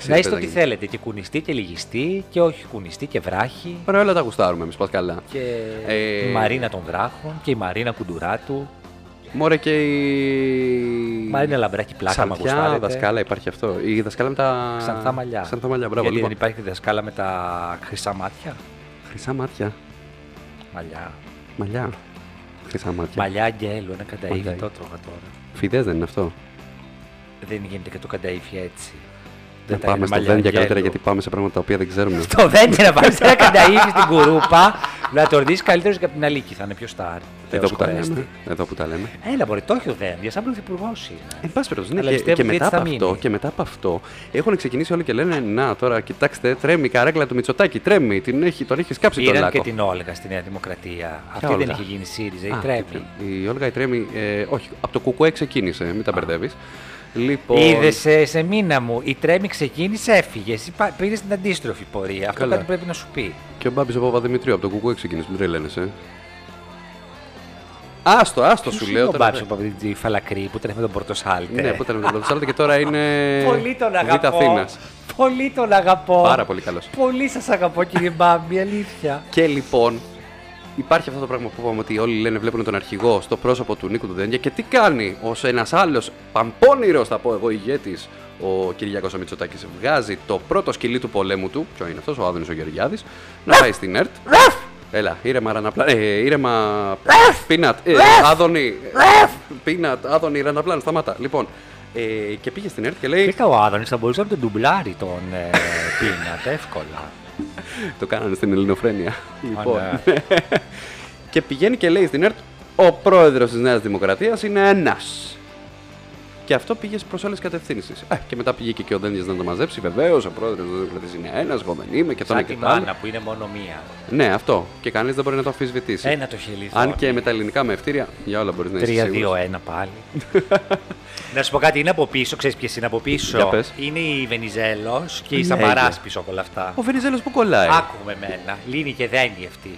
C: Να είστε ό,τι θέλετε. Και κουνιστή και λιγιστή και όχι κουνιστή και βράχη.
D: Ωραία, όλα τα γουστάρουμε εμείς, πας καλά.
C: Και
D: Ε,
C: η Μαρίνα των Βράχων και η Μαρίνα Κουντουράτου.
D: Μωρέ και η.
C: Μαρίνα Λαμπράκη πλάκα μα
D: Ξαντιά, δασκάλα, υπάρχει αυτό. Η δασκάλα με τα.
C: Ξανθά μαλλιά.
D: Ξανθά μαλλιά, μπράβο.
C: Γιατί
D: Λοιπόν,
C: δεν υπάρχει δασκάλα με τα χρυσά μάτια.
D: Χρυσά μάτια.
C: Μαλλιά.
D: Μαλλιά. Χρυσά μάτια.
C: Μαλλιά αγγέλου, ένα κανταήφι.
D: Κονταήφι.
C: Το τρώγα τώρα.
D: Φιδέ δεν είναι αυτό.
C: Δεν γίνεται και το κανταήφι έτσι.
D: Να
C: τα είναι
D: πάμε στο
C: μαλλιά
D: δέντια καλύτερα
C: αγγέλου.
D: γιατί πάμε σε πράγματα τα οποία δεν ξέρουμε.
C: Το δέντια να βάλει ένα κανταήφι στην κουρούπα. Να το δει καλύτερος και από την αλήκη. Θα είναι πιο στάρ.
D: Εδώ
C: Θεός
D: που τα
C: χωρέστη.
D: λέμε. Εδώ που τα λέμε.
C: Έλα, μπορεί, το έχει ο Δένδιας, σαν πρωθυπουργό είναι.
D: Εν πάση περιπτώσει, ναι,
C: Αλλά
D: και- και,
C: πιστεύω ότι
D: μετά
C: έτσι
D: από
C: θα
D: αυτό,
C: μείνει.
D: και μετά από αυτό, έχουν ξεκινήσει όλοι και λένε Να τώρα, κοιτάξτε, τρέμει η καρέκλα του Μητσοτάκη, τρέμει, την έχει, τον έχεις σκάψει τον
C: Πήραν
D: λάκκο.
C: και την Όλγα στη Νέα Δημοκρατία. Αυτή δεν
D: Όλγα?
C: είχε γίνει ΣΥΡΙΖΑ, η
D: Α,
C: Τρέμι.
D: Η Όλγα η Τρέμι, ε, όχι, από το κουκουέ ξεκίνησε, μην τα μπερδεύεις. Λοιπόν,
C: Είδε σε, σε μήνα μου, η Τρέμι ξεκίνησε, έφυγε. Εσύ πήρε την αντίστροφη πορεία. Αυτό
D: Καλά.
C: κάτι πρέπει να σου πει.
D: και ο Μπάμπης ο Παπαδημητρίου από το κουκουέ ξεκίνησε, μην τρελαίνεσαι. ε. Άστο, άστο σου λέω.
C: Τον
D: τώρα,
C: πάψω από αυτή τη φαλακρή που τρέφει τον Πορτοσάλτε.
D: Ναι, που ήταν με τον Πρωτοσάλτη και τώρα είναι.
C: Πολύ τον αγαπώ.
D: Αθήνας.
C: Πολύ τον αγαπώ.
D: Πάρα πολύ καλός.
C: Πολύ σας αγαπώ, κύριε Μπάμπη, αλήθεια.
D: Και λοιπόν, υπάρχει αυτό το πράγμα που είπαμε ότι όλοι λένε βλέπουν τον αρχηγό στο πρόσωπο του Νίκου του Δένδια και τι κάνει ως ένας άλλος παμπώνυρος, θα πω εγώ, ηγέτης, ο Κυριακός Μητσοτάκη. Βγάζει το πρώτο σκυλί του πολέμου του, ποιο είναι αυτός, ο Άδωνης ο Γεωργιάδης, να πάει στην ΕΡΤ. Έλα, ήρεμα ραναπλάν. Ε, ήρεμα. Πίνατ. Ε, Άδωνη. Πίνατ, Άδωνη, ραναπλάν. Σταμάτα. Λοιπόν, ε, και πήγε στην ΕΡΤ και λέει.
C: Βρήκα ο Άδωνης, θα μπορούσε να τον ντουμπλάρει τον ε, Πίνατ, εύκολα.
D: Το κάνανε στην Ελληνοφρένεια. Λοιπόν.
C: ναι.
D: και πηγαίνει και λέει στην ΕΡΤ: Ο πρόεδρος της Νέας Δημοκρατίας είναι ένας. Και αυτό πήγε προς όλε τι κατευθύνσεις. Ε, Και μετά πήγε και, και ο Δένδια να το μαζέψει. Βεβαίως, ο πρόεδρος τη Νέα Δημοκρατία είναι ένας. Εγώ δεν είμαι και τον
C: Σαν
D: και
C: τη
D: τα άλλα.
C: μάνα που είναι μόνο μία.
D: Ναι, αυτό. Και κανείς δεν μπορεί να το αμφισβητήσει.
C: Ένα το χελιδό.
D: Αν και με τα ελληνικά με ευτήρια, για όλα μπορείς να είσαι. σίγουρος.
C: 3-2-1 πάλι. να σου πω κάτι, είναι από πίσω, ξέρεις ποιες είναι από
D: Για
C: πίσω.
D: πες.
C: Είναι η Βενιζέλος και η
D: Ναι.
C: Σαμαράς πίσω από όλα αυτά.
D: Ο Βενιζέλος που κολλάει.
C: Άκουμε εμένα. Λύνει και δένει αυτή.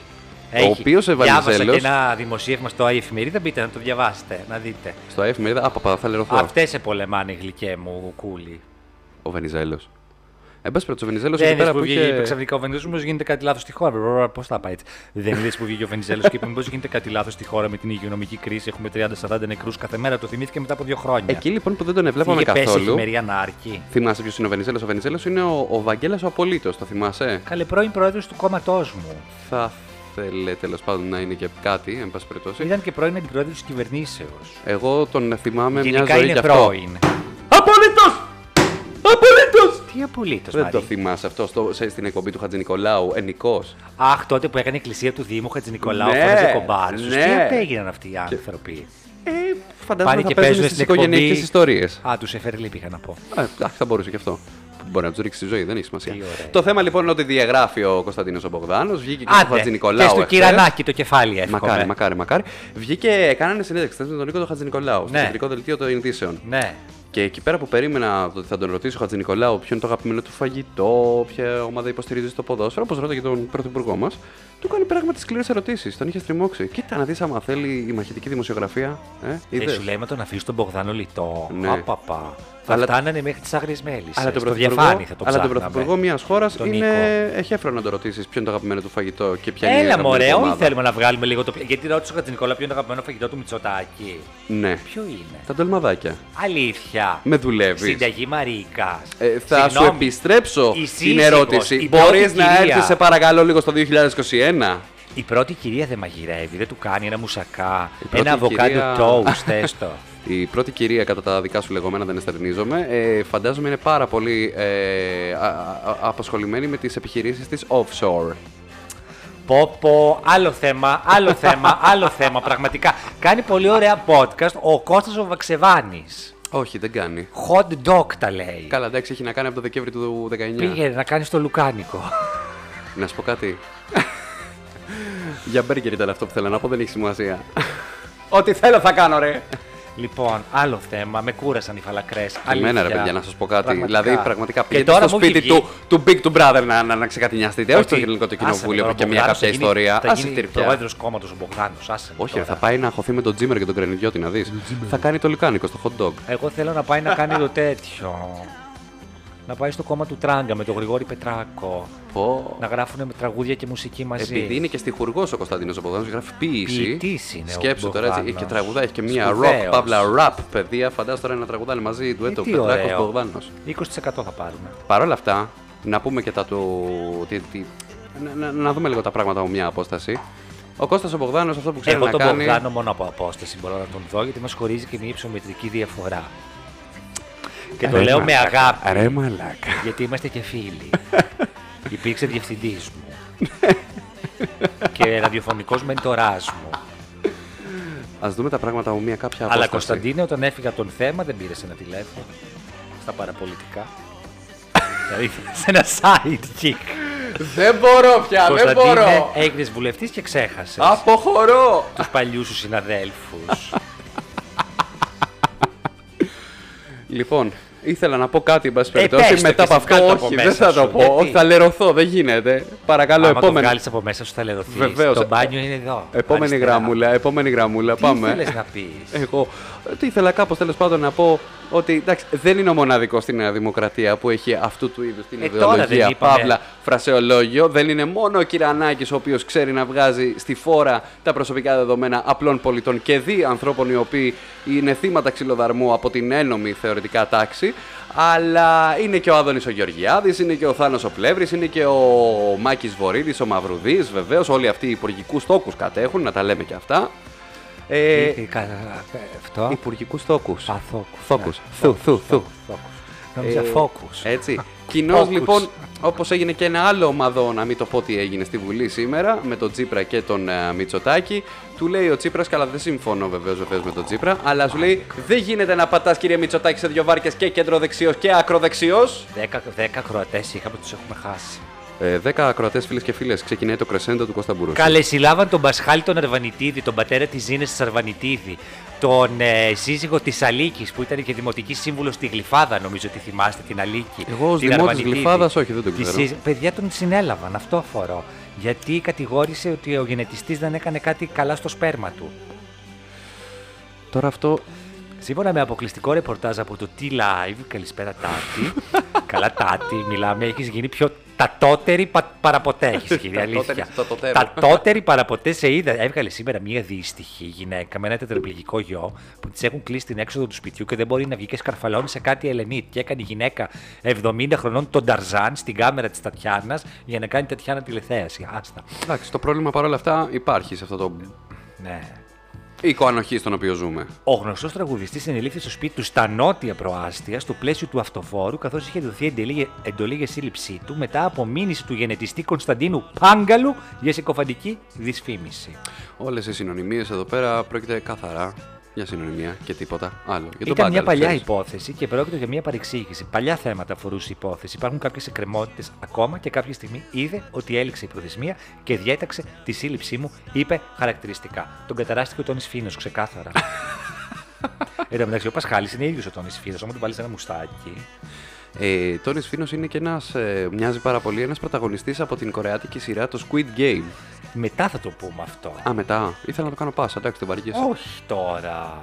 D: οποίος ο
C: Διάβασα και
D: Βενιζέλος-
C: ένα δημοσίευμα στο η εφημερίδα. Μπείτε να το διαβάσετε, να δείτε.
D: Στο εφημερίδα, άπαπα, θα λερωθώ.
C: Αυτές σε πολεμάνε, γλυκέ μου, κούλι.
D: Ο Βενιζέλος. Εν πάση περιπτώσει, ο Βενιζέλος
C: Δεν
D: εκεί
C: είδε
D: πέρα
C: που
D: που
C: βγήκε
D: είχε.
C: είπε ξαφνικά ο Βενιζέλος, μήπω γίνεται κάτι λάθος στη χώρα. Πώς θα πάει έτσι. Δεν είδες που βγήκε ο Βενιζέλος και είπε, μήπως γίνεται κάτι λάθος στη χώρα με την υγειονομική κρίση. Έχουμε 30-40 νεκρούς κάθε μέρα. Το θυμήθηκε μετά από δύο χρόνια.
D: Εκεί λοιπόν που δεν τον
C: Είχε
D: έβλεπαμε
C: πέσει η
D: καθόλου.
C: εφημερία να αρκεί.
D: Θυμάσαι ποιος είναι ο Βενιζέλος. Ο Βενιζέλος είναι ο, ο Βαγγέλα ο Απολύτως. Το θυμάσαι.
C: Καλέ πρώην πρόεδρος του κόμματός μου.
D: Θα θέλε τέλος πάντων να είναι και κάτι, εν πάση περιπτώσει.
C: Ήταν και πρώην αντιπρόεδρος της κυβερνήσεως.
D: Εγώ τον θυμάμαι μια
C: Γενικά
D: ζωή
C: είναι
D: κι αυτό.
C: πρώην.
D: Απολύτως! Απολύτως!
C: Τι απολύτως.
D: Δεν το θυμάσαι αυτό στο, σε, στην εκπομπή του Χατζη Νικολάου, ενικό.
C: Αχ, τότε που έκανε η εκκλησία του Δήμου Χατζη Νικολάου,
D: Ναι,
C: φόραζε κομπάρους.
D: ναι.
C: Τι απέγιναν αυτοί οι άνθρωποι.
D: Ε,
C: Πάνε
D: φαντάζομαι
C: και
D: θα
C: παίζουν
D: παίζουν στις
C: στην εκπομπή.
D: οικογενειακές ιστορίες.
C: Α, τους έφερε λύπη, είχα να πω.
D: Εντάξει, ε, θα μπορούσε και αυτό. Μπορεί να τους ρίξει τη ζωή, δεν έχει σημασία.
C: Τι ωραία.
D: Το θέμα λοιπόν είναι ότι διαγράφει ο Κωνσταντίνος ο Μπογδάνος, βγήκε και ο
C: Άντε,
D: Χατζη
C: και
D: Νικολάου. ε.
C: στο κυρανάκι το κεφάλι εύχομαι.
D: Μακάρι, μακάρι, μακάρι. Βγήκε, κάνανε συνέντευξη χθες με τον Νίκο τον Χατζηνικολάου στο
C: Ναι.
D: κεντρικό δελτίο των ειδήσεων.
C: Ναι.
D: Και εκεί πέρα που περίμενα ότι θα τον ρωτήσω ο Χατζηνικολάου ποιο είναι το αγαπημένο του φαγητό, ποια ομάδα υποστηρίζει στο ποδόσφαιρο, όπως ρώτησε και τον πρωθυπουργό μας, του κάνει πράγματι σκληρές ερωτήσεις. Τον είχε στριμώξει. Κοίτα να δεις άμα θέλει η μαχητική δημοσιογραφία. Ε,
C: Δεν
D: είδες.
C: σου λέει, μα τον αφήσει τον Μπογδάνο λιτό.
D: Ναι.
C: Απαπα. Θα
D: Αλλά-
C: φτάνανε μέχρι τις άγριες μέλη.
D: Αλλά τον
C: το
D: Πρωθυπουργό,
C: διαφάνη θα το
D: αλλά τον
C: ψάχναμε.
D: πρωθυπουργό μιας χώρας
C: Τον
D: είναι. Έχει έφερα να το ρωτήσεις ποιο είναι το αγαπημένο του φαγητό και ποια είναι η
C: Έλα,
D: αγαπημένη
C: μωρέ,
D: του
C: όλοι
D: ομάδα.
C: θέλουμε να βγάλουμε λίγο το. πι- Γιατί ρώτησε ο Χατζηνικόλα ποιο είναι το αγαπημένο φαγητό του Μητσοτάκη.
D: Ναι.
C: Ποιο είναι.
D: Τα τολμαδάκια.
C: Αλήθεια.
D: Με δουλεύεις.
C: Συνταγή Μαρίκας.
D: Ε, θα σου επιστρέψω
C: Η
D: την
C: σύζυγος,
D: ερώτηση.
C: η
D: Μπορεί
C: πρώτη
D: να
C: κυρία.
D: έρθεις σε παρακαλώ λίγο στο 2021.
C: Η πρώτη κυρία δεν μαγειρεύει, δεν του κάνει ένα μουσακά,
D: Η πρώτη
C: ένα αβοκάντο
D: κυρία-
C: toast, έστω.
D: Η πρώτη κυρία, κατά τα δικά σου λεγόμενα, δεν εστερνίζομαι. Ε, φαντάζομαι είναι πάρα πολύ ε, α- α- απασχολημένη με τις επιχειρήσεις της offshore.
C: Πω πω, άλλο θέμα, άλλο θέμα, άλλο θέμα, πραγματικά. Κάνει πολύ ωραία podcast ο Κώστας ο Βαξεβάνης.
D: Όχι, δεν κάνει.
C: Hot dog τα λέει.
D: Καλά, εντάξει, έχει να κάνει από το Δεκέμβρη του 19.
C: Πήγαινε να κάνει το λουκάνικο.
D: Να σου πω κάτι. Για μπέργκερ ήταν αυτό που θέλω να πω, δεν έχει σημασία. Ό,τι θέλω θα κάνω, ρε.
C: λοιπόν, άλλο θέμα, με κούρασαν οι φαλακρές.
D: Εμένα, ρε
C: αλήθεια.
D: παιδιά, να σας πω κάτι.
C: Πραγματικά.
D: Δηλαδή, πραγματικά
C: Και
D: πήγαινε
C: τώρα
D: στο
C: μου έχει
D: σπίτι
C: βγει.
D: του, του Big του Brother να, να, να ξεκατηνιαστείτε. Όχι στο
C: Όχι.
D: ελληνικό το
C: Άσε με
D: κοινοβούλιο
C: τώρα,
D: που και
C: ο
D: μια
C: Μπογδάνος
D: κάποια
C: θα γίνει-
D: ιστορία.
C: Θα
D: Άσε
C: γίνει
D: την πια.
C: πρόεδρο κόμματος ο Μπογδάνος.
D: Όχι, ρε, θα πάει να χωθεί με τον Τζίμερ και τον Κρενιδιώτη να δεις. Θα κάνει το λουκάνικο στο hot dog.
C: Εγώ θέλω να πάει να κάνει το τέτοιο. Να πάει στο κόμμα του Τράγκα με τον Γρηγόρη Πετράκο.
D: Πω.
C: Να γράφουν με τραγούδια και μουσική μαζί.
D: Επειδή είναι και στιχουργός ο Κωνσταντίνος ο Μπογδάνο, γράφει ποίηση.
C: Ποιητής είναι ο
D: Σκέψου τώρα, έτσι,
C: Μπογδάνος.
D: και τραγουδά, έχει και μια rock,
C: Σπουδαίος.
D: παύλα rap, παιδιά. Φαντάζομαι τώρα να τραγουδάνε μαζί του
C: Ε,
D: έτο
C: τι
D: Πετράκος
C: ωραίο.
D: Μπογδάνος.
C: 20% θα πάρουμε.
D: Παρ' όλα αυτά, να πούμε και τα του. Τι, τι- να, να, να δούμε λίγο τα πράγματα από μια απόσταση. Ο Κώστας ο Μπογδάνος αυτό που ξέρει
C: Εγώ
D: να
C: τον
D: κάνει.
C: Μπογδάνο μόνο από απόσταση μπορώ να τον δω γιατί μας χωρίζει και μια υψομετρική διαφορά. Και το
D: Ρε
C: λέω με
D: μαλάκα,
C: αγάπη.
D: Ρε μαλάκα.
C: Γιατί είμαστε και φίλοι. Υπήρξε διευθυντής μου. και ραδιοφωνικός μεντοράς μου.
D: Ας δούμε τα πράγματα από μια κάποια απόσταση.
C: Αλλά Κωνσταντίνε, όταν έφυγα από τον θέμα, δεν πήρε ένα τηλέφωνο. Στα παραπολιτικά. δηλαδή σε ένα sidekick.
D: Δεν μπορώ πια, δεν
C: Κωνσταντίνε,
D: μπορώ.
C: έγινες βουλευτής και ξέχασες
D: Αποχωρώ.
C: τους παλιούς σου συναδέλφους.
D: Λοιπόν, ήθελα να πω κάτι, εν πάση
C: Ε, πες
D: περιπτώσει,
C: το
D: μετά
C: και
D: από
C: εσύ, κάτω
D: αυτό.
C: από
D: Όχι, δεν
C: μέσα
D: θα το
C: σου.
D: πω.
C: Γιατί?
D: Όχι, θα λερωθώ, δεν γίνεται. Παρακαλώ,
C: Άμα το
D: επόμενη.
C: βγάλεις από μέσα σου, θα λερωθείς.
D: Βεβαίως.
C: Το μπάνιο είναι εδώ.
D: Επόμενη
C: αριστερά.
D: γραμμούλα, επόμενη γραμμούλα.
C: Τι
D: Πάμε.
C: θέλεις να πεις?
D: Εγώ. ε, Τι ήθελα κάπως τέλος πάντων να πω ότι εντάξει, δεν είναι ο μοναδικός στην Νέα Δημοκρατία που έχει αυτού του είδους την
C: Ε, τώρα
D: ιδεολογία.
C: δεν είπαμε.
D: Παύλα, φρασεολόγιο. Δεν είναι μόνο ο Κυρανάκης ο οποίος ξέρει να βγάζει στη φόρα τα προσωπικά δεδομένα απλών πολιτών και δι ανθρώπων οι οποίοι είναι θύματα ξυλοδαρμού από την ένομη θεωρητικά τάξη. Αλλά είναι και ο Άδωνης ο Γεωργιάδης, είναι και ο Θάνος ο Πλεύρης, είναι και ο Μάκης Βορύδης, ο Μαυρουδής, βεβαίως. Όλοι αυτοί οι υπουργικούς τόκου κατέχουν, να τα λέμε και αυτά. Ε,
C: Τι έκανα, ε, Αυτό.
D: Υπουργικούς τόκου.
C: Α, θόκους.
D: Φόκους.
C: Ναι,
D: Θου, θου, θου.
C: Φόκους. Νόμιζα
D: Ε,
C: φόκους.
D: Έτσι. Κοινώς
C: Focus.
D: λοιπόν, όπως έγινε και ένα άλλο ομαδό, να μην το πω τι έγινε στη Βουλή σήμερα, με τον Τσίπρα και τον ε, Μητσοτάκη, του λέει ο Τσίπρας, καλά δεν συμφωνώ βεβαίως βεβαίως με τον Τσίπρα, αλλά σου λέει δεν γίνεται να πατάς κύριε Μητσοτάκη σε δύο βάρκες και κεντροδεξιό και ακροδεξιό.
C: Δέκα, δέκα κροατές είχαμε, τους έχουμε χάσει.
D: Ε, 10 ακροατές, φίλες και φίλες, ξεκινάει το κρεσέντο του Κώστα Μπουρούση.
C: Καλέ, συλλάβαν τον Πασχάλη τον Αρβανιτίδη, τον πατέρα της Ζήνες της Αρβανιτίδη, τον ε, σύζυγο της Αλίκης που ήταν και δημοτικής σύμβουλος στη Γλυφάδα, νομίζω ότι θυμάστε την Αλίκη.
D: Εγώ ως
C: την
D: δημότης
C: Αρβανιτίδη.
D: Γλυφάδας όχι, δεν τον
C: Τη
D: ξέρω.
C: σύζυ- Παιδιά τον συνέλαβαν, αυτό αφορώ. Γιατί κατηγόρησε ότι ο γενετιστής δεν έκανε κάτι καλά στο σπέρμα του.
D: Τώρα αυτό.
C: Σύμφωνα με αποκλειστικό ρεπορτάζ από το T-Live, καλησπέρα Τάτη. Καλά Τάτη, μιλάμε, έχεις γίνει πιο τατότερη πα- παραποτέ, έχεις γίνει, αλήθεια.
D: Τατότερη, τατωτέρω.
C: τατότερη παραποτέ σε είδα. Έβγαλε σήμερα μία δύστιχη γυναίκα με ένα τετραπληγικό γιο που της έχουν κλείσει την έξοδο του σπιτιού και δεν μπορεί να βγει και σκαρφαλώνει σε κάτι Ελενίτ. Και έκανε η γυναίκα 70 χρονών τον Ταρζάν στην κάμερα της Τατιάνας για να κάνει Τατιάνα τηλεθέαση. Άστα.
D: Εντάξει, το πρόβλημα παρόλα αυτά υπάρχει σε αυτό το
C: Ναι.
D: οίκο ανοχή στον οποίο ζούμε.
C: Ο γνωστός τραγουδιστής συνελήφθη στο σπίτι του στα νότια προάστια, στο πλαίσιο του αυτοφόρου, καθώς είχε δοθεί εντελή- εντολή για σύλληψή του μετά από μήνυση του γενετιστή Κωνσταντίνου Πάγκαλου για συκοφαντική δυσφήμιση.
D: Όλες οι συνωνυμίες εδώ πέρα πρόκειται καθαρά για συνωνυμία και τίποτα άλλο. Για
C: Ήταν
D: τον
C: μια
D: Πάγκαλο,
C: παλιά
D: ξέρεις.
C: υπόθεση και πρόκειται για μια παρεξήγηση. Παλιά θέματα αφορούσε η υπόθεση. Υπάρχουν κάποιες εκκρεμότητες ακόμα και κάποια στιγμή είδε ότι έληξε η προθεσμία και διέταξε τη σύλληψή μου, είπε χαρακτηριστικά. Τον καταράστηκε ο Τόνις Φίνος, ξεκάθαρα. Εν τω μεταξύ, ο Πασχάλης είναι ίδιος ο Τόνις Φίνος. Άμα του βάλεις ένα μουστάκι,
D: Ε, Τόνις Φίνος είναι και ένας. Ε, μοιάζει πάρα πολύ ένας πρωταγωνιστής από την κορεάτικη σειρά το Squid Game.
C: Μετά θα το πούμε αυτό.
D: Α, μετά. Ήθελα να το κάνω πάσα, εντάξει, δεν βαριέσαι.
C: Όχι τώρα.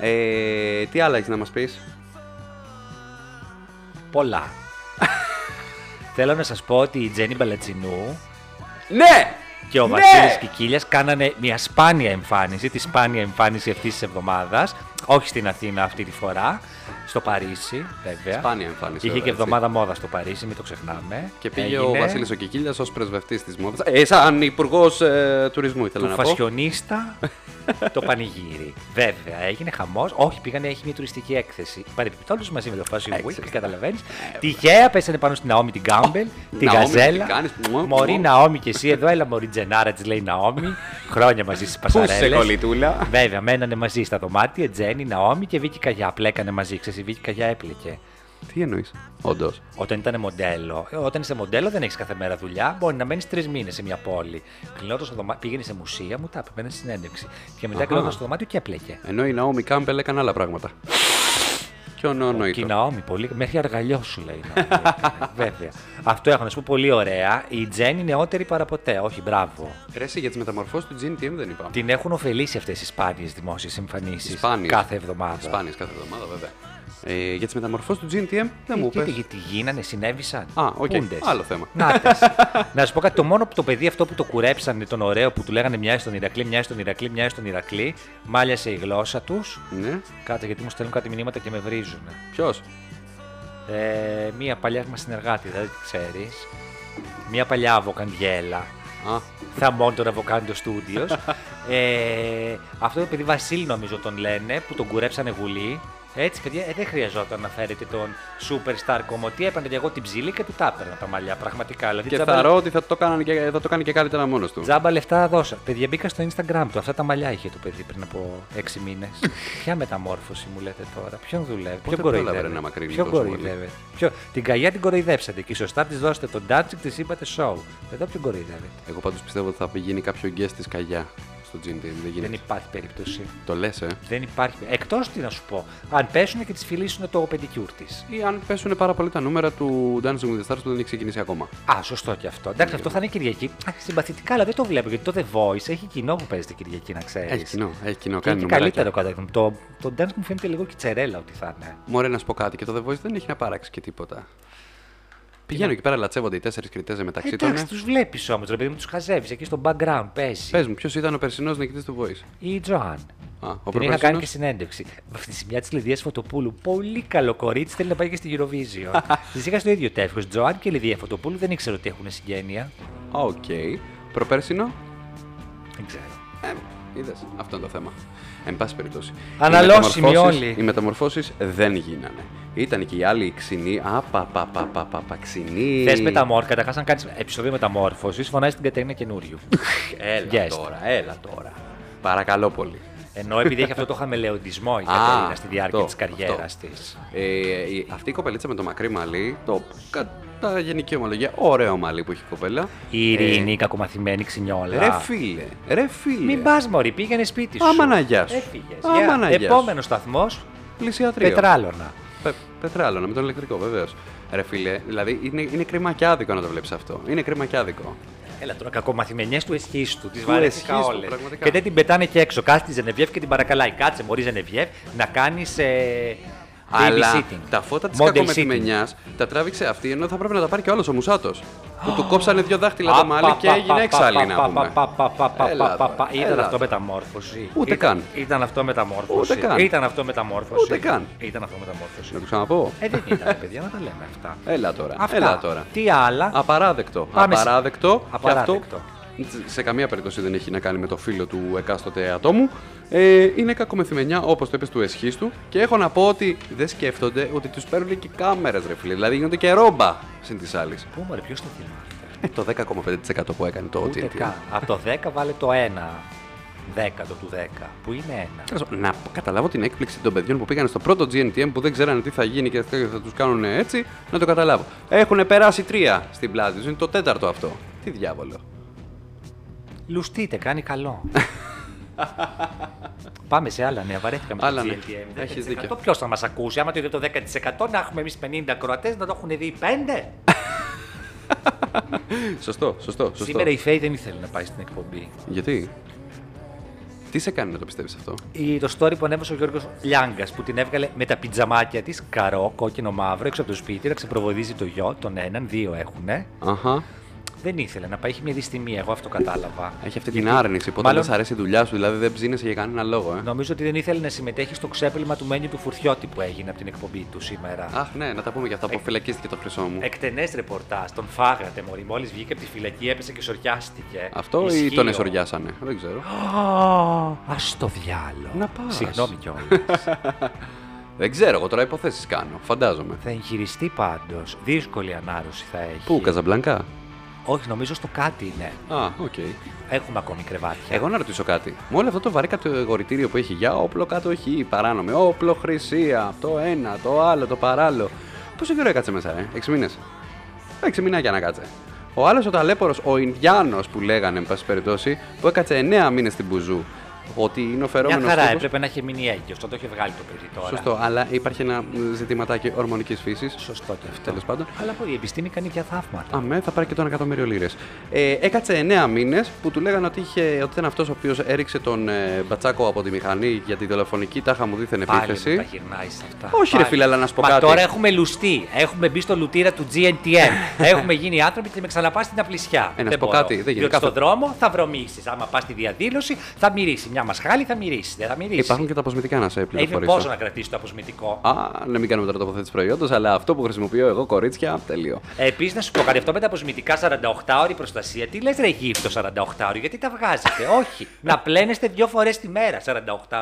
D: Ε, τι άλλα έχεις να μας πεις.
C: Πολλά. Θέλω να σας πω ότι η Τζέννη Μπαλατσινού
D: Ναι!
C: και ο
D: Ναι!
C: Βασίλης Κικίλιας κάνανε μια σπάνια εμφάνιση, τη σπάνια εμφάνιση αυτής της εβδομάδας, όχι στην Αθήνα αυτή τη φορά, στο Παρίσι βέβαια.
D: Σπάνια εμφάνιση,
C: Είχε
D: ωραία,
C: και
D: έτσι.
C: εβδομάδα μόδας στο Παρίσι, μην το ξεχνάμε.
D: Και πήγε
C: Έγινε
D: ο Βασίλη ο Κικίλια ως πρεσβευτής της μόδας. Ε, σαν υπουργός τουρισμού, ήθελα
C: του
D: να πω.
C: φασιονίστα το πανηγύρι. Βέβαια, έγινε χαμός. Όχι, πήγανε, έχει μια τουριστική έκθεση. Παρεμπιπτόντως μαζί με το Fashion
D: Έξι.
C: Week, καταλαβαίνεις.
D: Ε,
C: Τυχαία πέσανε πάνω στην Ναόμη την Κάμπελ, τη
D: Ναόμη,
C: Γαζέλα.
D: τι κάνεις, μου, μου.
C: Μωρή Ναόμη και εσύ εδώ, έλα Μωρή Τζενάρα, της λέει Ναόμη. Χρόνια μαζί στις
D: σε
C: πασαρέλες.
D: κολλητούλα.
C: Βέβαια, μένανε μαζί στα δωμάτια, Τζένι, Ναόμη και Βίκυ Καγιά. Πλέκανε μαζί, ξέρεις, η Βίκυ Καγιά έπλεκε.
D: Τι εννοείς, όντως.
C: Όταν ήταν μοντέλο. Ε, Όταν είσαι μοντέλο, δεν έχεις κάθε μέρα δουλειά. Μπορεί να μένεις τρεις μήνες σε μια πόλη. Κλεινόταν στο δωμάτιο, πήγαινε σε μουσεία, μου τα είπε, παίρνει συνέντευξη. Και μετά
D: Αχα.
C: κλεινόταν στο δωμάτιο και έπλεκε.
D: Ενώ η Ναόμι Κάμπελ έκανε άλλα πράγματα. Και ο
C: Και η
D: Νόνοϊτο.
C: Ναόμη, πολύ. Μέχρι αργαλιό σου λέει. η Ναόμη. Βέβαια. Αυτό έχω να σου πω πολύ ωραία. Η Τζέννη νεότερη παραποτέ. Όχι, μπράβο.
D: Ρε, εσύ για τις μεταμορφώσεις του Τζιν, τι εμ, δεν είπαμε.
C: Την έχουν ωφελήσει αυτές οι σπάνιες δημόσιες εμφανίσεις
D: Σπάνιες.
C: κάθε εβδομάδα.
D: Σπάνιες κάθε εβδομάδα, βέβαια. Ε, για τις μεταμορφώσεις του GNTM δεν μου
C: Γιατί,
D: πες.
C: γιατί γίνανε, συνέβησαν.
D: Α, οκ.
C: Πούντες.
D: Άλλο θέμα.
C: Νάτες. να σου πω κάτι. Το μόνο που το παιδί αυτό που το κουρέψανε τον ωραίο που του λέγανε μια στον Ηρακλή, μια στον Ηρακλή, μια στον Ηρακλή, μάλιασε η γλώσσα τους.
D: Ναι.
C: Κάτσε γιατί μου στέλνουν κάτι μηνύματα και με βρίζουν.
D: Ποιος.
C: Ε, μία παλιά μα συνεργάτη, δεν τη ξέρεις. Μία παλιά αβοκαντιέλα.
D: Α,
C: Θα μόνο τον αβοκάντο στούντιο. ε, αυτό το παιδί Βασίλη νομίζω τον λένε που τον κουρέψανε γουλή. Έτσι, παιδιά, ε, δεν χρειαζόταν να φέρετε τον superstar κομμωτή. Έπαιρνα και εγώ την ψήλη και του τα έπαιρνα τα μαλλιά. Πραγματικά. Δηλαδή,
D: και
C: τζάμπα-
D: θα ρω ότι θα το, κάνανε και, θα το κάνει και καλύτερα μόνος του.
C: Τζάμπα λεφτά δώσα. Παιδιά, μπήκα στο Instagram του. Αυτά τα μαλλιά είχε το παιδί πριν από 6 μήνες. Ποια μεταμόρφωση μου λέτε τώρα, ποιον δουλεύει, ποιον
D: πρόλαβε,
C: κοροϊδεύει.
D: ρε, να μακρύνει
C: ποιον
D: τόσο πολύ.
C: κοροϊδεύει. Ποιο... Την καγιά την κοροϊδέψατε και σωστά της δώσετε τον τάτσικ, της είπατε show. Εδώ ποιον κοροϊδεύετε.
D: Εγώ πάντως πιστεύω ότι θα γίνει κάποιο guest της καγιά στο GNTM. Δεν
C: Δεν
D: γίνεται.
C: υπάρχει περίπτωση.
D: Το λες, ε.
C: Δεν υπάρχει. Εκτός τι να σου πω, αν πέσουν και τη φιλήσουν το πεντικιούρ της.
D: Ή αν πέσουν πάρα πολύ τα νούμερα του Dancing with the Stars που δεν έχει ξεκινήσει ακόμα.
C: Α, σωστό και αυτό. Εντάξει, αυτό θα είναι Κυριακή. Α, συμπαθητικά, αλλά δεν το βλέπω γιατί το The Voice έχει κοινό που παίζεται Κυριακή, να ξέρεις.
D: Έχει κοινό, έχει κοινό.
C: Και είναι
D: Κάνει
C: και
D: νούμερα.
C: καλύτερο κατά την το, το dance μου φαίνεται λίγο κυτσερέλα ότι θα είναι.
D: Μωρέ να σου πω κάτι και το The Voice δεν έχει να παράξει και τίποτα. Πηγαίνω εκεί πέρα, λατσεύονται οι τέσσερις κριτές μεταξύ των.
C: Ε, Εντάξει, τους βλέπεις όμως, ρε παιδί μου, τους χαζεύεις εκεί στο background. Παίζει.
D: Πες μου, ποιος ήταν ο περσινός νικητής του Voice.
C: Η Τζοάν.
D: Α, ο
C: Την είχα κάνει και
D: προπερσινός.
C: συνέντευξη. Αυτή τη μια της Λιδίας Φωτοπούλου. Πολύ καλό κορίτσι, θέλει να πάει και στη Eurovision. της είχα στο ίδιο τεύχος. Τζοάν και Λιδία Φωτοπούλου δεν ήξερα ότι έχουν συγγένεια.
D: Οκ. Προπέρσινο.
C: Δεν ξέρω.
D: Ε, Είδες. Αυτό είναι το θέμα. Εν πάση περιπτώσει.
C: Αναλώσιμοι
D: Οι μεταμορφώσεις-
C: όλοι.
D: Οι μεταμορφώσεις δεν γίνανε. Ήταν και οι άλλοι οι ξινοί. Απαπαπαπαπαπα ξινοί.
C: Θες μεταμόρφωση, καταρχάς, αν κάνεις επεισόδιο μεταμόρφωσης, φωνάζεις την Κατερίνα καινούριου.
D: Έλα
C: Yes.
D: τώρα, έλα τώρα. Παρακαλώ πολύ.
C: Ενώ επειδή έχει αυτό το χαμελεοντισμό η
D: Α,
C: Κατερίνα στη διάρκεια
D: αυτό,
C: της καριέρας
D: αυτό.
C: της.
D: Ε, η- αυτή η κοπελίτσα με το μακρύ μαλλί, το κατά γενική ομολογία, ωραίο μαλλί που έχει η κοπέλα.
C: Η Ειρήνη, η κακομαθημένη ξινιόλα.
D: Ε. Ρε φίλε, ρε φίλε.
C: Μην πας, Μωρή, πήγαινε σπίτι σου.
D: Άμα να γεια σου.
C: Έφυγες.
D: Άμα
C: Γεια.
D: να γεια σου.
C: Επόμενος σταθμός,
D: Πλησιατρίο.
C: Πετράλωνα.
D: Πε, πετράλωνα, με τον ηλεκτρικό βεβαίως. Ρε φίλε, δηλαδή είναι, είναι κρίμα και άδικο να το βλέπεις αυτό. Είναι κρίμα και άδικο.
C: Έλα τώρα, κακομαθημενιέ του εσχή του. Τις
D: Του
C: βαρέθηκα
D: εσχής του,
C: όλες.
D: πραγματικά.
C: Και δεν την πετάνε και έξω. Κάτσε τη Ζενεβιεύ και την παρακαλάει. Κάτσε, Μωρή Ζενεβιεύ, να κάνεις. Ε,
D: Αλλά
C: babysitting.
D: τα φώτα της
C: Model
D: κακομετρημενιά τα τράβηξε αυτή ενώ θα πρέπει να τα πάρει και όλο ο Μουσάτος. Που του κόψανε δύο δάχτυλα το μάλι και έγινε έξαλλη να πούμε. Έλα τώρα,
C: Ήταν
D: έλα
C: αυτό
D: τώρα.
C: μεταμόρφωση.
D: Ούτε
C: Ήταν-
D: καν.
C: Ήταν αυτό μεταμόρφωση.
D: Ούτε καν.
C: Ήταν αυτό μεταμόρφωση.
D: Ούτε καν.
C: Ήταν αυτό μεταμόρφωση.
D: Να το ξαναπώ.
C: Ε, δεν ήταν, παιδιά, να τα λέμε αυτά.
D: Έλα τώρα.
C: Αυτά.
D: Έλα τώρα.
C: Τι άλλα.
D: Απαράδεκτο.
C: Πάμε σε-
D: Απαράδεκτο. Και
C: Απαράδεκτο.
D: αυτό σε καμία περίπτωση δεν έχει να κάνει με το φίλο του εκάστοτε ατόμου. Ε, είναι κακομεθυμενιά, όπως το είπες, του εσχής του. Και έχω να πω ότι δεν σκέφτονται ότι τους παίρνουν και κάμερες, ρε φίλε. Δηλαδή γίνονται και ρόμπα συν της άλλης.
C: Πού μωρέ, ποιος το θυμάται.
D: Ε, το 10,5% που έκανε το
C: Ούτε
D: OTT.
C: καν. Από το 10 βάλε το 1. Δέκατο του 10, που είναι 1.
D: Τέλος πάντων, Να καταλάβω την έκπληξη των παιδιών που πήγαν στο πρώτο GNTM που δεν ξέρανε τι θα γίνει και θα του κάνουν έτσι, να το καταλάβω. Έχουν περάσει τρία στην πλάτη τους, είναι το τέταρτο αυτό. Τι διάβολο.
C: Λουστείτε, κάνει καλό. Πάμε σε άλλα νέα, βαρέθηκα με
D: Άλλα
C: το
D: νέα.
C: GLTM.
D: Έχεις δίκιο.
C: Ποιος θα μας ακούσει, άμα το είδε το 10% να έχουμε εμείς 50 κροατές να το έχουν δει 5.
D: Σωστό, σωστό, σωστό.
C: Σήμερα η Φέη δεν ήθελε να πάει στην εκπομπή.
D: Γιατί? Τι σε κάνει να το πιστεύεις αυτό.
C: Η- Το story που ανέβασε ο Γιώργος Λιάγκας που την έβγαλε με τα πιτζαμάκια της, καρό, κόκκινο μαύρο, έξω από το σπίτι, να ξεπροβοδίζει το γιο, τον έναν, δύο έχουνε.
D: Αχα.
C: Δεν ήθελε να πάει, είχε μια δυστημία, εγώ αυτό κατάλαβα.
D: Έχει αυτή την άρνηση. Πότε
C: μάλλον-
D: δεν σ' αρέσει η δουλειά σου, δηλαδή δεν ψήνεσαι για κανένα λόγο. Ε.
C: Νομίζω ότι δεν ήθελε να συμμετέχει στο ξέπλυμα του μένιου του φουρτιώτη που έγινε από την εκπομπή του σήμερα.
D: Αχ, ναι, να τα πούμε για αυτά που φυλακίστηκε το χρυσό μου.
C: Εκτενές ρεπορτάζ, τον φάγατε μωρή. Μόλις βγήκε από τη φυλακή, έπεσε και σοριάστηκε.
D: Αυτό ή
C: Ισχύει
D: τον
C: ο-
D: εσοριάσανε. Δεν ξέρω.
C: Α το διάλο.
D: Να πας.
C: Συγγνώμη κιόλας.
D: Δεν ξέρω, εγώ τώρα υποθέσεις κάνω. Φαντάζομαι.
C: θα εγχειριστεί πάντως. Δύσκολη ανάρρωση θα έχει.
D: Πού, Καζαμπλανκά.
C: Όχι, νομίζω στο κάτι είναι.
D: Α, οκ.
C: Έχουμε ακόμη κρεβάτια.
D: Εγώ να ρωτήσω κάτι. Με όλο αυτό το βαρύ κατηγορητήριο που έχει για όπλο κατοχή, παράνομη, όπλο χρυσία, το ένα, το άλλο, το παράλληλο. Πόσο καιρό έκατσε μέσα, ε, 6 μήνε. 6 μηνάκια να κάτσε. Ο άλλος ο ταλέπορος, ο Ινδιάνος που λέγανε, εν πάση περιπτώσει, που έκατσε 9 μήνες στην Μπουζού. Ότι είναι ο
C: Μια
D: φερόμενος.
C: χαρά έπρεπε να είχε μείνει έγκυος. Το, το είχε βγάλει το παιδί τώρα.
D: Σωστό, αλλά υπάρχει ένα μ, ζητηματάκι ορμονικής φύσης.
C: Σωστό και αυτό.
D: Τέλος πάντων.
C: Αλλά πω, η επιστήμη κάνει πια θαύματα.
D: Αμέ, θα πάρει και τον εκατομμύριο λίρες. Ε, έκατσε 9 μήνες που του λέγανε ότι, είχε, ότι ήταν αυτός ο οποίος έριξε τον ε, μπατσάκο από τη μηχανή για τη δολοφονική τάχα μου δίθεν
C: Πάλι μου τα
D: επίθεση.
C: γυρνάει σε αυτά.
D: Όχι,
C: Πάλι.
D: ρε φίλε, αλλά να σου πω
C: Μα
D: κάτι.
C: τώρα έχουμε λουστεί. Έχουμε μπει στο λουτήρα του GNTM. έχουμε γίνει άνθρωποι και με ξαναπάς στην απλησιά.
D: Ε, να
C: Δεν
D: σου πω
C: μπορώ.
D: κάτι, δεν γίνεται.
C: Διότι
D: Κάθε-
C: στον δρόμο θα βρωμίσεις. Άμα πας στη διαδήλωση θα μυρίσει. Μια μασχάλη θα μυρίσει. Δεν θα μυρίσει.
D: Υπάρχουν και τα αποσμητικά να σε
C: Ε, είπε πόσο
D: πληροφορήσω.
C: να κρατήσει το αποσμητικό.
D: Α, να μην κάνουμε τώρα τοποθέτηση προϊόντος, αλλά αυτό που χρησιμοποιώ εγώ, κορίτσια, τελείω.
C: Επίση, Ε, να σου πω κάτι, αυτό με τα αποσμητικά 48 ώρη προστασία, τι λες, ρε γύφτο 48 ώρη, γιατί τα βγάζετε. Όχι, να πλένεστε δύο φορές τη μέρα 48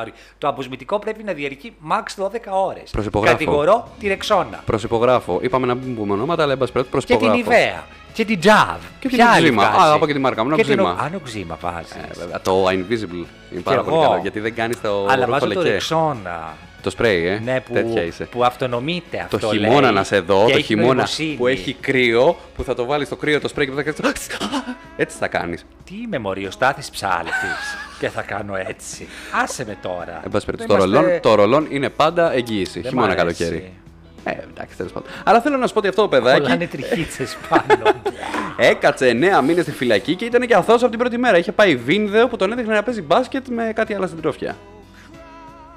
C: ώρη. Το αποσμητικό πρέπει να διαρκεί max 12 ώρες.
D: Προσυπογράφω.
C: Κατηγορώ τη Ρεξόνα.
D: Προσυπογράφω. Είπαμε να μην πούμε ονόματα, αλλά εν πάση περιπτώσει
C: Και την
D: προσυπογράφω.
C: Ιβαία. Και την Τζαβ.
D: Και
C: Ποια
D: την
C: άλλη
D: Οξύμα.
C: βγάζει?
D: Α, από και τη μάρκα μου, είναι
C: Και την
D: Οξύμα.
C: Ο- Αν οξύμα βάζει.
D: Ε, βέβαια, το invisible είναι πάρα πολύ
C: εγώ.
D: καλό. Γιατί δεν κάνεις το.
C: Αλλά βάζω το
D: ρουφολεκέ.
C: Ρεξόνα.
D: Το σπρέι, ε.
C: Ναι, που,
D: Τέτοια είσαι.
C: που αυτονομείται αυτό.
D: Το χειμώνα
C: λέει.
D: να σε δω,
C: Και
D: το
C: έχει
D: χειμώνα
C: νοημοσύνη.
D: που έχει κρύο, που θα το βάλεις στο κρύο το σπρέι και θα κάνεις. Έτσι θα κάνεις.
C: Τι είμαι μοριοστάθη ψάλτης. και θα κάνω έτσι. Άσε με τώρα.
D: Εν πάση περιπτώσει, το,
C: Είμαστε-
D: ρολόν, το ρολόν είναι πάντα εγγύηση.
C: Δεν μ'
D: χειμώνα
C: αρέσει.
D: καλοκαίρι. Ε, εντάξει, τέλος πάντων. Αλλά θέλω να σου πω ότι αυτό το παιδάκι
C: Κολλάνε τριχίτσες πάνω.
D: έκατσε 9 μήνες στη φυλακή και ήταν και αθώος από την πρώτη μέρα. Είχε πάει βίνδεο που τον έδειχνε να παίζει μπάσκετ με κάτι άλλο στην τροφιά.